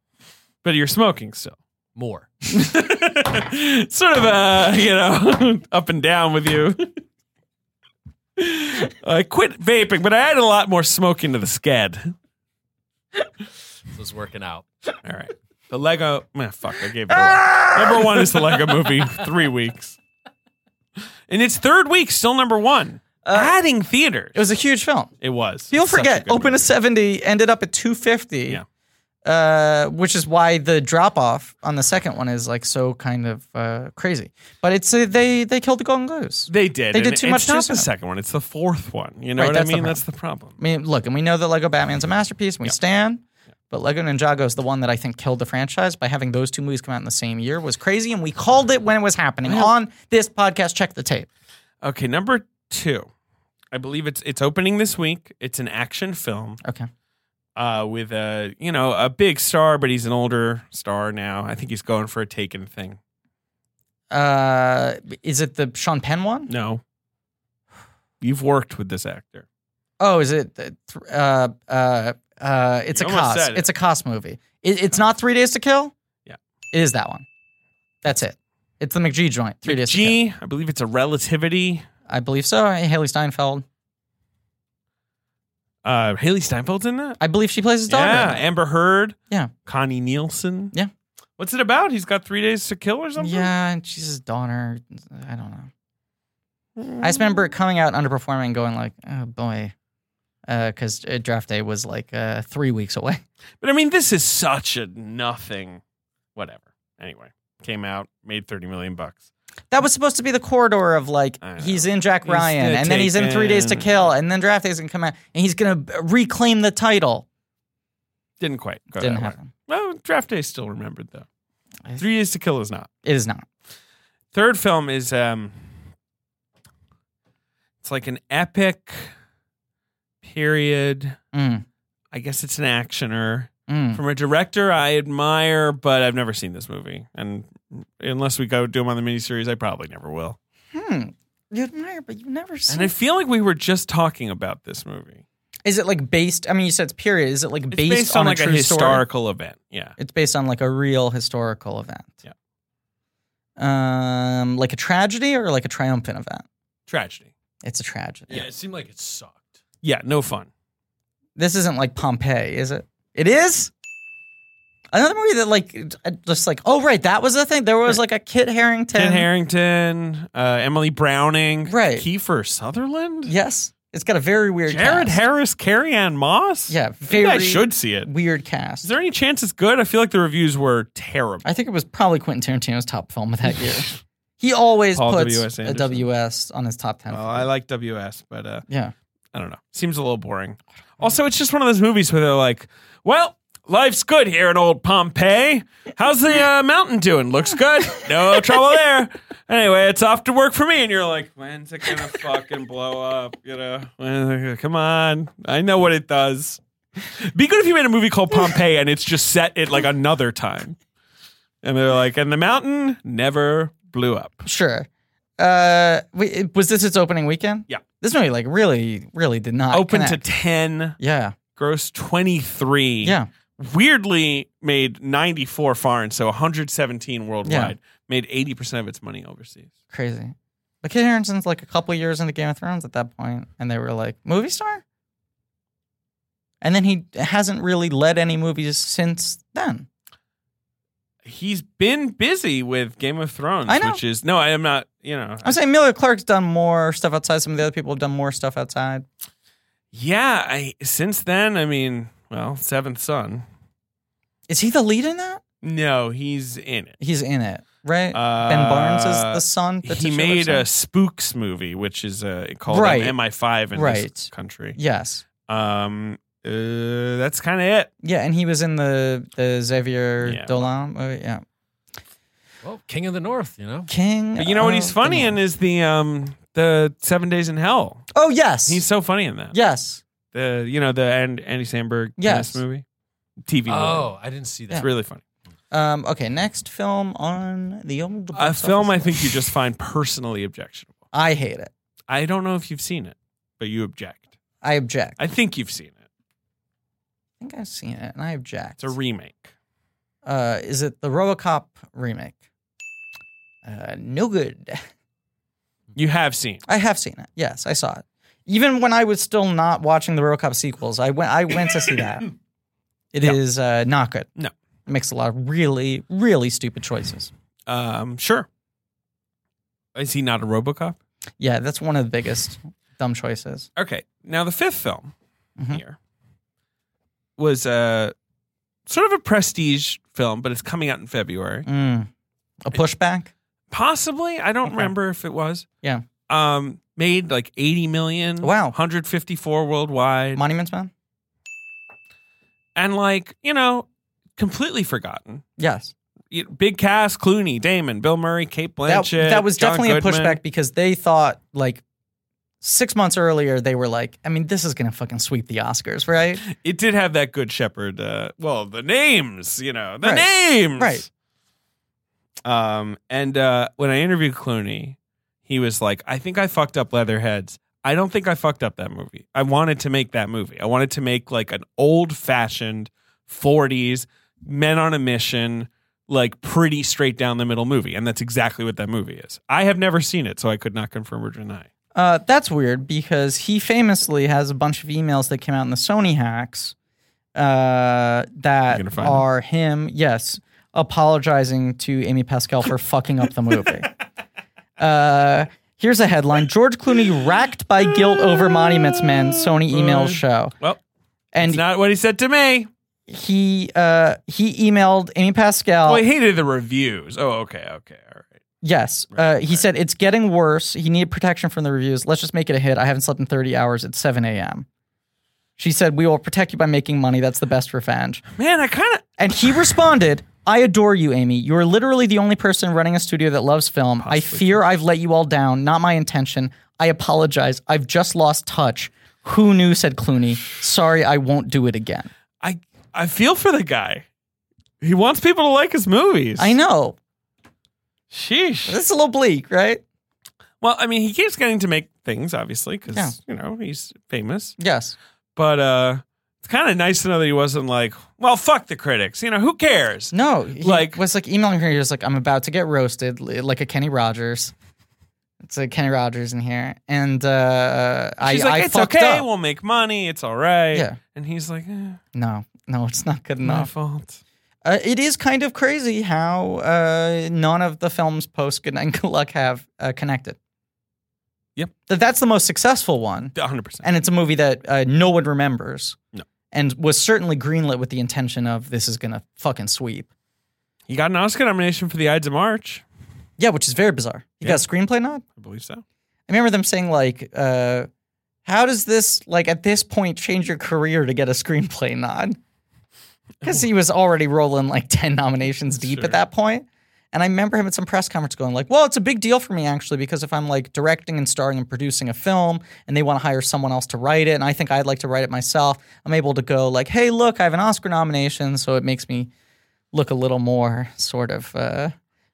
Speaker 3: But you're smoking still.
Speaker 4: More.
Speaker 3: sort of uh, you know, up and down with you. I quit vaping, but I add a lot more smoking to the scad.
Speaker 4: This was working out.
Speaker 3: All right. The Lego man, fuck, I gave it
Speaker 2: Ah!
Speaker 3: away. Number one is the Lego movie, three weeks. In its third week, still number one. Adding theater.
Speaker 2: Uh, It was a huge film.
Speaker 3: It was.
Speaker 2: People
Speaker 3: It's such
Speaker 2: forget.
Speaker 3: good
Speaker 2: Open
Speaker 3: movie.
Speaker 2: to seventy, ended up at two fifty.
Speaker 3: Yeah.
Speaker 2: Uh, which is why the drop off on the second one is like so kind of uh, crazy. But it's uh, they they killed the Golden Globes.
Speaker 3: They did.
Speaker 2: They did
Speaker 3: and
Speaker 2: too
Speaker 3: it's
Speaker 2: much too
Speaker 3: not the
Speaker 2: soon.
Speaker 3: second one. It's the fourth one. You know
Speaker 2: Right,
Speaker 3: what I
Speaker 2: that's
Speaker 3: mean?
Speaker 2: the problem.
Speaker 3: that's the problem.
Speaker 2: I mean, look, and we know that Lego Batman's a masterpiece, and we stand. But Lego Ninjago is the one that I think killed the franchise by having those two movies come out in the same year was crazy, and we called it when it was happening on this podcast. Check the tape.
Speaker 3: Okay, number two. I believe it's it's opening this week. It's an action film.
Speaker 2: Okay.
Speaker 3: uh, with a you know a big star, but he's an older star now. I think he's going for a Taken thing.
Speaker 2: Uh, is it the Sean Penn one?
Speaker 3: No, you've worked with this actor.
Speaker 2: Oh, is it? the th- Uh, uh, uh, it's
Speaker 3: You
Speaker 2: a
Speaker 3: almost
Speaker 2: Cos.
Speaker 3: said it.
Speaker 2: It's a Cos movie. It, it's not Three Days to Kill.
Speaker 3: Yeah.
Speaker 2: it is that one. That's it. It's the McGee joint. Three Days to Kill.
Speaker 3: G, I believe it's a relativity.
Speaker 2: I believe so. Haley Steinfeld.
Speaker 3: Uh, Haley Steinfeld's in that.
Speaker 2: I believe she plays his daughter.
Speaker 3: Yeah, Amber Heard.
Speaker 2: Yeah.
Speaker 3: Connie Nielsen.
Speaker 2: Yeah.
Speaker 3: What's it about? He's got three days to kill or something.
Speaker 2: Yeah, and she's his daughter. I don't know. I
Speaker 3: Mm.
Speaker 2: just remember it coming out underperforming, and going like, "Oh boy," because uh, draft day was like uh, three weeks away.
Speaker 3: But I mean, this is such a nothing. Whatever. Anyway, came out, made thirty million bucks.
Speaker 2: That was supposed to be the corridor of like
Speaker 3: I know.
Speaker 2: he's in Jack
Speaker 3: He's
Speaker 2: Ryan,
Speaker 3: the
Speaker 2: and then he's in Three Days to
Speaker 3: Taken.
Speaker 2: Kill, and then draft day's gonna come out, and he's gonna reclaim the title.
Speaker 3: Didn't quite. Go
Speaker 2: Didn't
Speaker 3: that way.
Speaker 2: happen.
Speaker 3: Well, draft day still remembered though.
Speaker 2: I-
Speaker 3: Three days to kill is not.
Speaker 2: It is not.
Speaker 3: Third film is um it's like an epic period.
Speaker 2: Mm,
Speaker 3: I guess it's an actioner
Speaker 2: mm.
Speaker 3: from a director I admire, but I've never seen this movie. And unless we go do them on the miniseries, I probably never will.
Speaker 2: Hmm. You admire, but you never see.
Speaker 3: And I feel like we were just talking about this movie.
Speaker 2: is it like based? I mean, you said it's period. Is it like
Speaker 3: It's
Speaker 2: based,
Speaker 3: based, on,
Speaker 2: a
Speaker 3: like a,
Speaker 2: true story?
Speaker 3: historical event. Yeah.
Speaker 2: It's based on like a real historical event.
Speaker 3: Yeah.
Speaker 2: Um, like a tragedy or like a triumphant event.
Speaker 3: Tragedy.
Speaker 2: It's a tragedy.
Speaker 4: Yeah, it seemed like it sucked.
Speaker 3: Yeah, no fun.
Speaker 2: This isn't like Pompeii, is it? It is. Another movie that like I just like oh right that was the thing there was like a Kit Harrington.
Speaker 3: Ken Harrington, uh, Emily Browning,
Speaker 2: Right.
Speaker 3: Kiefer Sutherland,
Speaker 2: Yes, it's got a very weird.
Speaker 3: Jared
Speaker 2: cast.
Speaker 3: Harris, Carrie Ann Moss.
Speaker 2: Yeah,
Speaker 3: Maybe I
Speaker 2: very
Speaker 3: should see it.
Speaker 2: weird cast.
Speaker 3: Is there any chance it's good? I feel like the reviews were terrible.
Speaker 2: I think it was probably Quentin Tarantino's top film of that year. he always
Speaker 3: Paul
Speaker 2: puts
Speaker 3: W.S.
Speaker 2: a
Speaker 3: Anderson.
Speaker 2: WS on his top ten.
Speaker 3: Well, Oh, I like WS, but uh,
Speaker 2: yeah.
Speaker 3: I don't know. Seems a little boring. Also, it's just one of those movies where they're like, well, life's good here in old Pompeii. How's the uh, mountain doing? Looks good. No trouble there. Anyway, it's off to work for me. And you're like, when's it going to fucking blow up? You know, When's it gonna- come on. I know what it does. Be good if you made a movie called Pompeii and it's just set at like another time. And they're like, and the mountain never blew up.
Speaker 2: Sure. Uh, wait, was this its opening weekend?
Speaker 3: Yeah.
Speaker 2: This movie, like, really, really did not
Speaker 3: open to
Speaker 2: connect.
Speaker 3: 10
Speaker 2: yeah,
Speaker 3: gross 23
Speaker 2: yeah.
Speaker 3: weirdly made 94 foreign so 117 worldwide made 80% of its money overseas
Speaker 2: Crazy. But Kit Harington's like a couple years into Game of Thrones at that point, and they were like, movie star? And then he hasn't really led any movies since then.
Speaker 3: He's been busy with Game of Thrones,
Speaker 2: I know.
Speaker 3: which is no, I am not. You know,
Speaker 2: I'm saying Amelia Clark's done more stuff outside. Some of the other people have done more stuff outside.
Speaker 3: yeah. I since then, I mean, well, Seventh Son.
Speaker 2: Is he the lead in that?
Speaker 3: No, he's in it.
Speaker 2: He's in it, right?
Speaker 3: Uh,
Speaker 2: ben Barnes is the son. The
Speaker 3: he
Speaker 2: titular
Speaker 3: made
Speaker 2: son?
Speaker 3: a Spooks movie, which is uh, called
Speaker 2: Right.
Speaker 3: an MI5 in
Speaker 2: Right.
Speaker 3: this country.
Speaker 2: yes,
Speaker 3: Um, uh, that's kind of it.
Speaker 2: yeah, and he was in the the Xavier
Speaker 3: Yeah.
Speaker 2: Dolan. movie, yeah,
Speaker 4: Well, King of the North, you know.
Speaker 2: King.
Speaker 3: But you know what
Speaker 2: of
Speaker 3: he's
Speaker 2: the
Speaker 3: funny
Speaker 2: North.
Speaker 3: in is the um the Seven Days in Hell.
Speaker 2: Oh yes,
Speaker 3: He's so funny in that.
Speaker 2: yes.
Speaker 3: The you know the and Andy Samberg
Speaker 2: Yes.
Speaker 3: yes. movie, TV movie.
Speaker 4: Oh, I didn't see
Speaker 3: It's
Speaker 4: that.
Speaker 3: really funny.
Speaker 2: Um, okay, next film on the old
Speaker 3: A
Speaker 2: box
Speaker 3: film I
Speaker 2: office
Speaker 3: think
Speaker 2: list.
Speaker 3: you just find personally objectionable.
Speaker 2: I hate it.
Speaker 3: I don't know if you've seen it, but you object.
Speaker 2: I object. I
Speaker 3: I think you've seen it.
Speaker 2: think I've seen it, and I
Speaker 3: It's
Speaker 2: object.
Speaker 3: a remake.
Speaker 2: uh, is it the RoboCop remake? Uh, no good.
Speaker 3: You have seen. it.
Speaker 2: I have seen it. Yes, I saw it. Even when I was still not watching the RoboCop sequels, I went. I went to see that. It is
Speaker 3: Yeah.
Speaker 2: uh, not good.
Speaker 3: No.
Speaker 2: it makes a lot of really, really stupid choices.
Speaker 3: Um, sure. Is he not a RoboCop?
Speaker 2: Yeah, that's one of the biggest dumb choices.
Speaker 3: Okay. Now the fifth film
Speaker 2: Mhm.
Speaker 3: here was uh, sort of a prestige film, but it's coming out in February.
Speaker 2: Mm. A pushback.
Speaker 3: Possibly, I don't
Speaker 2: Okay.
Speaker 3: remember if it was.
Speaker 2: Yeah.
Speaker 3: Um, made like 80 million.
Speaker 2: Wow.
Speaker 3: 154 worldwide.
Speaker 2: Monuments Man.
Speaker 3: and like, you know, completely forgotten.
Speaker 2: Yes,
Speaker 3: You- Big cast, Clooney, Damon, Bill Murray, Kate
Speaker 2: that,
Speaker 3: Blanchett.
Speaker 2: that was
Speaker 3: John
Speaker 2: definitely
Speaker 3: Goodman.
Speaker 2: a pushback because they thought like six months earlier they were like, I mean, this is gonna fucking sweep the Oscars, right?
Speaker 3: It did have that good shepherd. Uh, well, the names, you know, the
Speaker 2: Right.
Speaker 3: names,
Speaker 2: Right.
Speaker 3: Um, and uh, when I interviewed Clooney, he was like, "I think I fucked up Leatherheads. I don't think I fucked up that movie. I wanted to make that movie. I wanted to make like an old-fashioned '40s men on a mission." Like pretty straight down the middle movie, and that's exactly what that movie is. I have never seen it, so I could not confirm or deny.
Speaker 2: Uh, that's weird because he famously has a bunch of emails that came out in the Sony hacks uh,
Speaker 3: You gonna
Speaker 2: that
Speaker 3: find
Speaker 2: are him, yes, apologizing to Amy Pascal for fucking up the movie. Uh, here's a headline George Clooney racked by guilt over Monuments Men, Sony emails show.
Speaker 3: Well,
Speaker 2: And
Speaker 3: it's not what he said to me.
Speaker 2: he uh, he emailed Amy Pascal.
Speaker 3: Well, he hated the reviews. Oh, okay, okay, all right.
Speaker 2: Yes. uh, he said it's getting worse. He needed protection from the reviews. Let's just make it a hit. I haven't slept in 30 hours. It's 7 a.m. She said, We will protect you by making money. That's the best revenge.
Speaker 3: Man, I kind of
Speaker 2: And he responded, I adore you, Amy. You are literally the only person running a studio that loves film. I fear I've let you all down. Not my intention. I apologize. I've just lost touch. Who knew? said Clooney. Sorry, I won't do it again.
Speaker 3: I I feel for the guy. He wants people to like his movies.
Speaker 2: I know.
Speaker 3: Sheesh.
Speaker 2: This is a little bleak, right?
Speaker 3: Well, I mean, he keeps getting to make things, obviously, because
Speaker 2: Yeah.
Speaker 3: you know he's famous.
Speaker 2: Yes.
Speaker 3: But uh, it's kind of nice to know that he wasn't like, well, fuck the critics. You know, who cares?
Speaker 2: No, he
Speaker 3: Like-
Speaker 2: was like emailing her. He was like, "I'm about to get roasted, li- like a Kenny Rogers." It's a Kenny Rogers in here, and uh, I,
Speaker 3: She's like,
Speaker 2: I
Speaker 3: it's
Speaker 2: fucked
Speaker 3: okay.
Speaker 2: up.
Speaker 3: We'll make money. It's all right.
Speaker 2: Yeah.
Speaker 3: And he's like, eh,
Speaker 2: No, no, it's not good
Speaker 3: my
Speaker 2: enough.
Speaker 3: fault.
Speaker 2: Uh, it is kind of crazy how uh, none of the films post Good Night and Good Luck have uh, connected.
Speaker 3: Yep.
Speaker 2: Th- that's the most successful one,
Speaker 3: 100. percent
Speaker 2: and it's a movie that uh, no one remembers.
Speaker 3: No.
Speaker 2: And was certainly greenlit with the intention of this is gonna fucking sweep.
Speaker 3: He got an Oscar nomination for The Ides of March.
Speaker 2: Yeah, which is very bizarre. You got a screenplay nod.
Speaker 3: I believe so.
Speaker 2: I remember them saying like, uh, "How does this like at this point change your career to get a screenplay nod?" Because he was already rolling like ten nominations deep
Speaker 3: Sure.
Speaker 2: at that point. And I remember him at some press conference going like, "Well, it's a big deal for me actually because if I'm like directing and starring and producing a film, and they want to hire someone else to write it, and I think I'd like to write it myself, I'm able to go like, "Hey, look, I have an Oscar nomination, so it makes me look a little more sort of uh,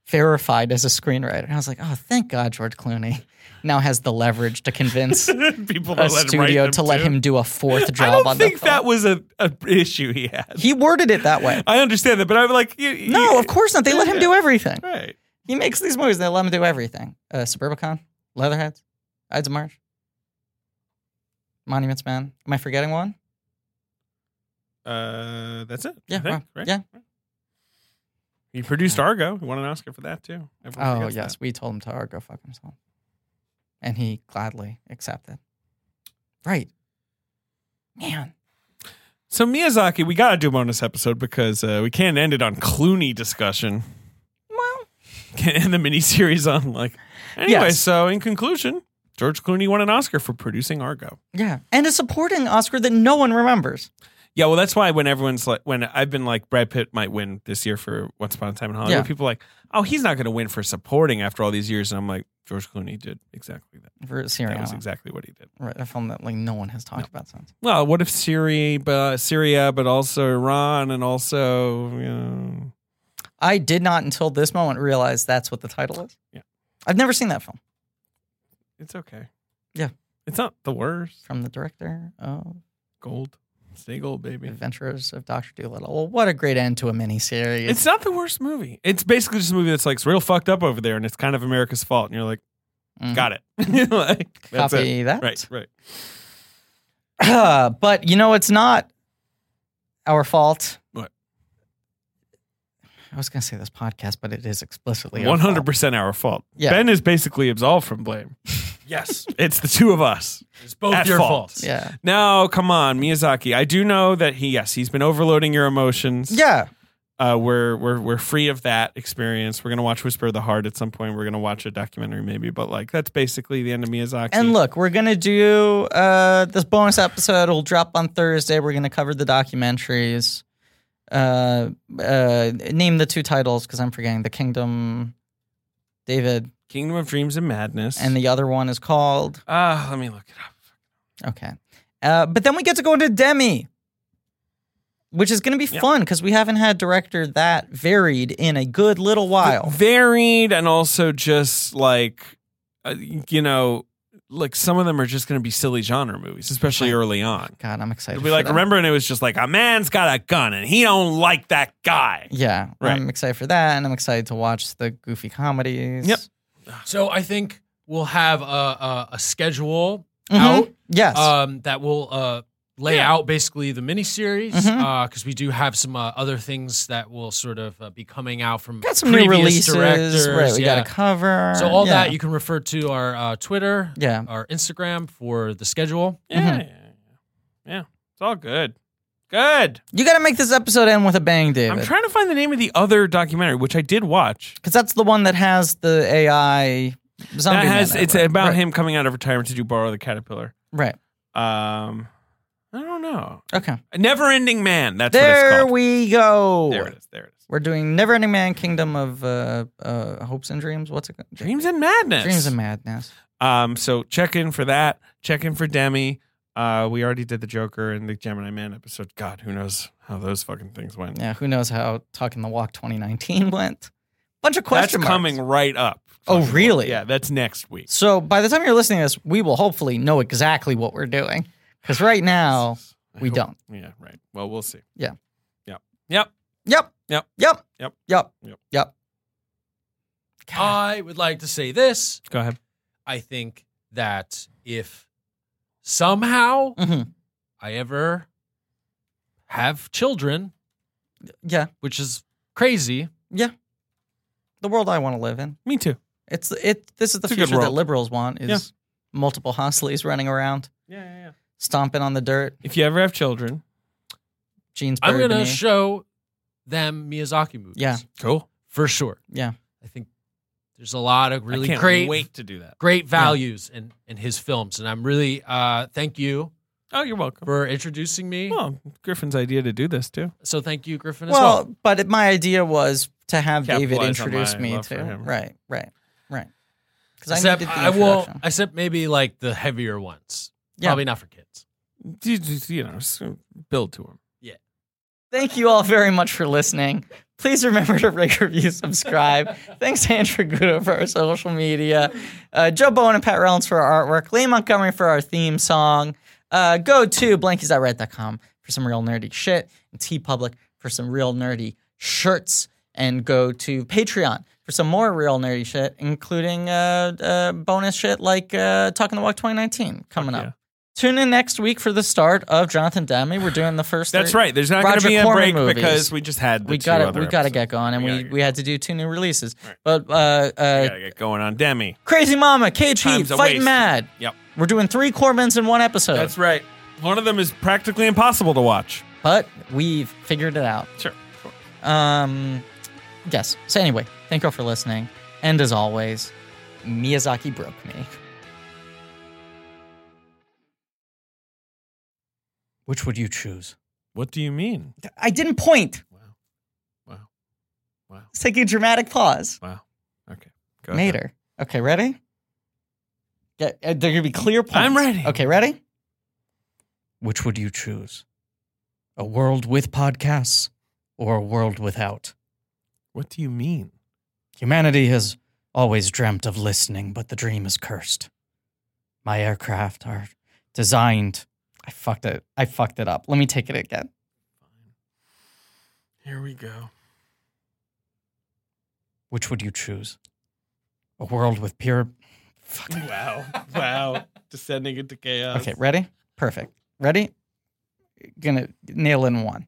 Speaker 2: verified as a screenwriter." And I was like, "Oh, thank God, George Clooney now has the leverage to convince
Speaker 3: People don't
Speaker 2: a
Speaker 3: let him write
Speaker 2: studio
Speaker 3: them,
Speaker 2: to let
Speaker 3: too.
Speaker 2: him do a fourth job
Speaker 3: I don't
Speaker 2: on
Speaker 3: think
Speaker 2: the film.
Speaker 3: that was a, a issue he had.
Speaker 2: he worded it that way.
Speaker 3: I understand that, but I'm like, you,
Speaker 2: No,
Speaker 3: you-
Speaker 2: of course not. They let him do everything.
Speaker 3: Right.
Speaker 2: He makes these movies. They let him do everything. Uh, Suburbicon, Leatherheads, Ides of March, Monuments Man. Am I forgetting one?
Speaker 3: Uh, that's it.
Speaker 2: Yeah,
Speaker 3: I think,
Speaker 2: wow.
Speaker 3: right?
Speaker 2: yeah.
Speaker 3: He produced Argo. He won an Oscar for that too. Everyone
Speaker 2: Oh
Speaker 3: forgets
Speaker 2: yes, we told him to uh, go fuck himself, and he gladly accepted. Right, man.
Speaker 3: that. So Miyazaki, we gotta do a bonus episode because uh, we can't end it on Clooney discussion.
Speaker 2: Well,
Speaker 3: Can't end the miniseries on like. Anyway,
Speaker 2: Yes.
Speaker 3: so in conclusion, George Clooney won an Oscar for producing Argo.
Speaker 2: yeah, and a supporting Oscar that no one remembers.
Speaker 3: Yeah, well, that's why when everyone's like, when I've been like, Brad Pitt might win this year for Once Upon a Time in Hollywood,
Speaker 2: Yeah.
Speaker 3: people are like, oh, he's not going to win for supporting after all these years. And I'm like, George Clooney did exactly that.
Speaker 2: For Syria,
Speaker 3: That was exactly what he did.
Speaker 2: right, a film that like no one has talked about since.
Speaker 3: Well, what if Syria, but, Syria, but also Iran and also, you know.
Speaker 2: I did not until this moment realize that's what the title is.
Speaker 3: Yeah.
Speaker 2: I've never seen that film
Speaker 3: It's okay.
Speaker 2: Yeah.
Speaker 3: It's not the worst.
Speaker 2: from the director of
Speaker 3: Gold. Stay gold, baby.
Speaker 2: Adventures of Doctor Dolittle. Well, what a great end to a miniseries.
Speaker 3: It's not the worst movie. It's basically just a movie that's like, it's real fucked up over there and it's kind of America's fault. And you're like,
Speaker 2: Mhm.
Speaker 3: got it. like, that's it.
Speaker 2: Copy that.
Speaker 3: Right, right.
Speaker 2: but you know, it's not our fault.
Speaker 3: What?
Speaker 2: I was going to say this podcast, but it is explicitly our
Speaker 3: One hundred
Speaker 2: fault.
Speaker 3: percent our fault.
Speaker 2: Yeah.
Speaker 3: Ben is basically absolved from blame.
Speaker 4: Yes,
Speaker 3: It's the two of us.
Speaker 4: it's both
Speaker 3: At
Speaker 4: your
Speaker 3: fault.
Speaker 4: faults.
Speaker 2: Yeah,
Speaker 3: Now, come on, Miyazaki. I do know that he, yes, he's been overloading your emotions.
Speaker 2: yeah.
Speaker 3: uh, we're we're we're free of that experience. We're gonna watch Whisper of the Heart at some point. We're gonna watch a documentary, maybe. But like, that's basically the end of Miyazaki.
Speaker 2: And look, we're going to do uh, this bonus episode. Will drop on Thursday. We're going to cover the documentaries. Uh, uh, name the two titles because I'm forgetting. The Kingdom, David,
Speaker 3: Kingdom of Dreams and Madness.
Speaker 2: and the other one is called
Speaker 3: ah, let me look it up.
Speaker 2: Okay. Uh, but then we get to go into Demi, which is going to be
Speaker 3: Yeah.
Speaker 2: fun because we haven't had director that varied in a good little while.
Speaker 3: varied and also just like uh, you know, like some of them are just gonna be silly genre movies, especially
Speaker 2: Right.
Speaker 3: early on.
Speaker 2: God, I'm excited.
Speaker 3: It'll be
Speaker 2: for
Speaker 3: like,
Speaker 2: that.
Speaker 3: remember, and it was just like a man's got a gun and he don't like that guy.
Speaker 2: Yeah,
Speaker 3: Right.
Speaker 2: I'm excited for that, and I'm excited to watch the goofy comedies.
Speaker 3: Yep.
Speaker 4: So I think we'll have a a, a schedule
Speaker 2: Mhm.
Speaker 4: out
Speaker 2: Yes.
Speaker 4: um, that will uh, lay out basically the miniseries because
Speaker 2: Mhm.
Speaker 4: we do have some uh, other things that will sort of uh, be coming out from
Speaker 2: got some new
Speaker 4: previous
Speaker 2: releases.
Speaker 4: directors.
Speaker 2: Right, we
Speaker 4: yeah.
Speaker 2: got to cover.
Speaker 4: so all
Speaker 2: yeah.
Speaker 4: that you can refer to our uh, Twitter,
Speaker 2: Yeah.
Speaker 4: our Instagram for the schedule.
Speaker 3: Yeah,
Speaker 2: Mm-hmm.
Speaker 3: yeah, yeah. yeah. It's all good. Good.
Speaker 2: You got to make this episode end with a bang,
Speaker 3: I'm
Speaker 2: David.
Speaker 3: trying to find the name of the other documentary, which I did watch.
Speaker 2: Because that's the one that has the AI zombie.
Speaker 3: That has
Speaker 2: man,
Speaker 3: it's
Speaker 2: right?
Speaker 3: about
Speaker 2: right.
Speaker 3: him coming out of retirement to do Borrow the Caterpillar.
Speaker 2: Right.
Speaker 3: Um, I don't know.
Speaker 2: Okay.
Speaker 3: Never Ending Man. That's what it's
Speaker 2: there
Speaker 3: called.
Speaker 2: we go.
Speaker 3: there it is. There it is.
Speaker 2: We're doing Neverending Man, Kingdom of uh, uh, Hopes and Dreams. What's it called?
Speaker 3: Dreams and Madness.
Speaker 2: Dreams and Madness.
Speaker 3: Um, so check in for that. Check in for Demi. Uh, we already did the Joker and the Gemini Man episode. God, who knows how those fucking things went.
Speaker 2: Yeah, who knows how Talking the Walk 2019 went? Bunch of
Speaker 3: That's
Speaker 2: question marks.
Speaker 3: coming right up.
Speaker 2: Oh, really?
Speaker 3: Yeah, that's next week.
Speaker 2: So by the time you're listening to this, we will hopefully know exactly what we're doing. Because right now,
Speaker 3: I
Speaker 2: we
Speaker 3: hope-
Speaker 2: don't.
Speaker 3: Yeah, right. Well, we'll see.
Speaker 2: Yeah.
Speaker 3: Yep. Yep.
Speaker 2: Yep.
Speaker 3: Yep.
Speaker 2: Yep.
Speaker 3: Yep.
Speaker 2: Yep.
Speaker 3: Yep. Uh,
Speaker 2: Yep. God.
Speaker 4: I would like to say this.
Speaker 3: Go ahead.
Speaker 4: I think that if somehow
Speaker 2: Mhm.
Speaker 4: I ever have children,
Speaker 2: Yeah.
Speaker 4: which is crazy,
Speaker 2: The world I want to live in.
Speaker 3: Me too.
Speaker 2: It's it. This is the
Speaker 3: It's a good
Speaker 2: future that
Speaker 3: world.
Speaker 2: liberals want is multiple Hosleys running around,
Speaker 3: Yeah, yeah, yeah.
Speaker 2: stomping on the dirt,
Speaker 3: If you ever have children,
Speaker 2: jeans.
Speaker 4: I'm going to
Speaker 2: burgundy.
Speaker 4: show them Miyazaki movies.
Speaker 2: Yeah.
Speaker 3: cool.
Speaker 4: for sure.
Speaker 2: Yeah.
Speaker 4: I think there's a lot of
Speaker 3: I
Speaker 4: really
Speaker 3: can't
Speaker 4: great
Speaker 3: wait to do that.
Speaker 4: great values in in his films and I'm really uh thank you
Speaker 3: Oh, you're welcome.
Speaker 4: for introducing me.
Speaker 3: Well, Griffin's idea to do this too.
Speaker 4: so thank you Griffin as well.
Speaker 2: well, but it, my idea was to have David
Speaker 3: Capitalize on
Speaker 2: introduce
Speaker 3: my
Speaker 2: me
Speaker 3: love for
Speaker 2: to
Speaker 3: him.
Speaker 2: right, right, right. Because I
Speaker 4: Except
Speaker 2: needed the
Speaker 4: I, will
Speaker 2: introduction.
Speaker 4: except maybe like the heavier ones.
Speaker 2: Yeah.
Speaker 4: Probably not for kids.
Speaker 3: You, you- you know, s- build to him.
Speaker 2: Thank you all very much for listening. Please remember to rate, review, subscribe. Thanks to Andrew Guda for our social media, uh, Joe Bowen and Pat Rollins for our artwork, Lee Montgomery for our theme song. Uh, go to blankies.red.com for some real nerdy shit, and T Public for some real nerdy shirts, and go to Patreon for some more real nerdy shit, including uh, uh, bonus shit like uh, Talking the Walk 2019 coming up. Tune in next week for the start of Jonathan Demme. We're doing the first.
Speaker 3: That's
Speaker 2: three-
Speaker 3: right. There's not going to
Speaker 2: Roger
Speaker 3: be a
Speaker 2: Corman
Speaker 3: break
Speaker 2: movies.
Speaker 3: because we just had the
Speaker 2: we
Speaker 3: two
Speaker 2: got
Speaker 3: other
Speaker 2: we got to
Speaker 3: episodes.
Speaker 2: get going, and
Speaker 3: We
Speaker 2: we,
Speaker 3: gotta-
Speaker 2: we had to do two new releases. But uh, uh,
Speaker 3: We gotta get going on Demi.
Speaker 2: Crazy Mama, Cage Heat,
Speaker 3: Time's a
Speaker 2: Fight
Speaker 3: waste.
Speaker 2: Mad.
Speaker 3: Yep.
Speaker 2: We're doing three Cormans in one episode.
Speaker 3: That's right. One of them is practically impossible to watch.
Speaker 2: but we've figured it out.
Speaker 3: Sure.
Speaker 2: Um, yes. So anyway, thank you all for listening, and as always, Miyazaki broke me. Which would you choose?
Speaker 3: What do you mean?
Speaker 2: I didn't point. Wow.
Speaker 3: Wow. Wow.
Speaker 2: Let's take a dramatic pause.
Speaker 3: Wow. Okay. Go ahead.
Speaker 2: Mater. Okay, ready? Get, uh, there gonna be clear points.
Speaker 3: I'm ready.
Speaker 2: Okay, ready? Which would you choose? A world with podcasts or a world without?
Speaker 3: What do you mean?
Speaker 2: Humanity has always dreamt of listening, but the dream is cursed. My aircraft are designed. I fucked it. I fucked it up. Let me take it again.
Speaker 3: Here we go.
Speaker 2: Which would you choose? A world with pure. Fuck.
Speaker 3: Wow. Wow. Descending into chaos.
Speaker 2: Okay, ready? Perfect. Ready? Gonna nail in one.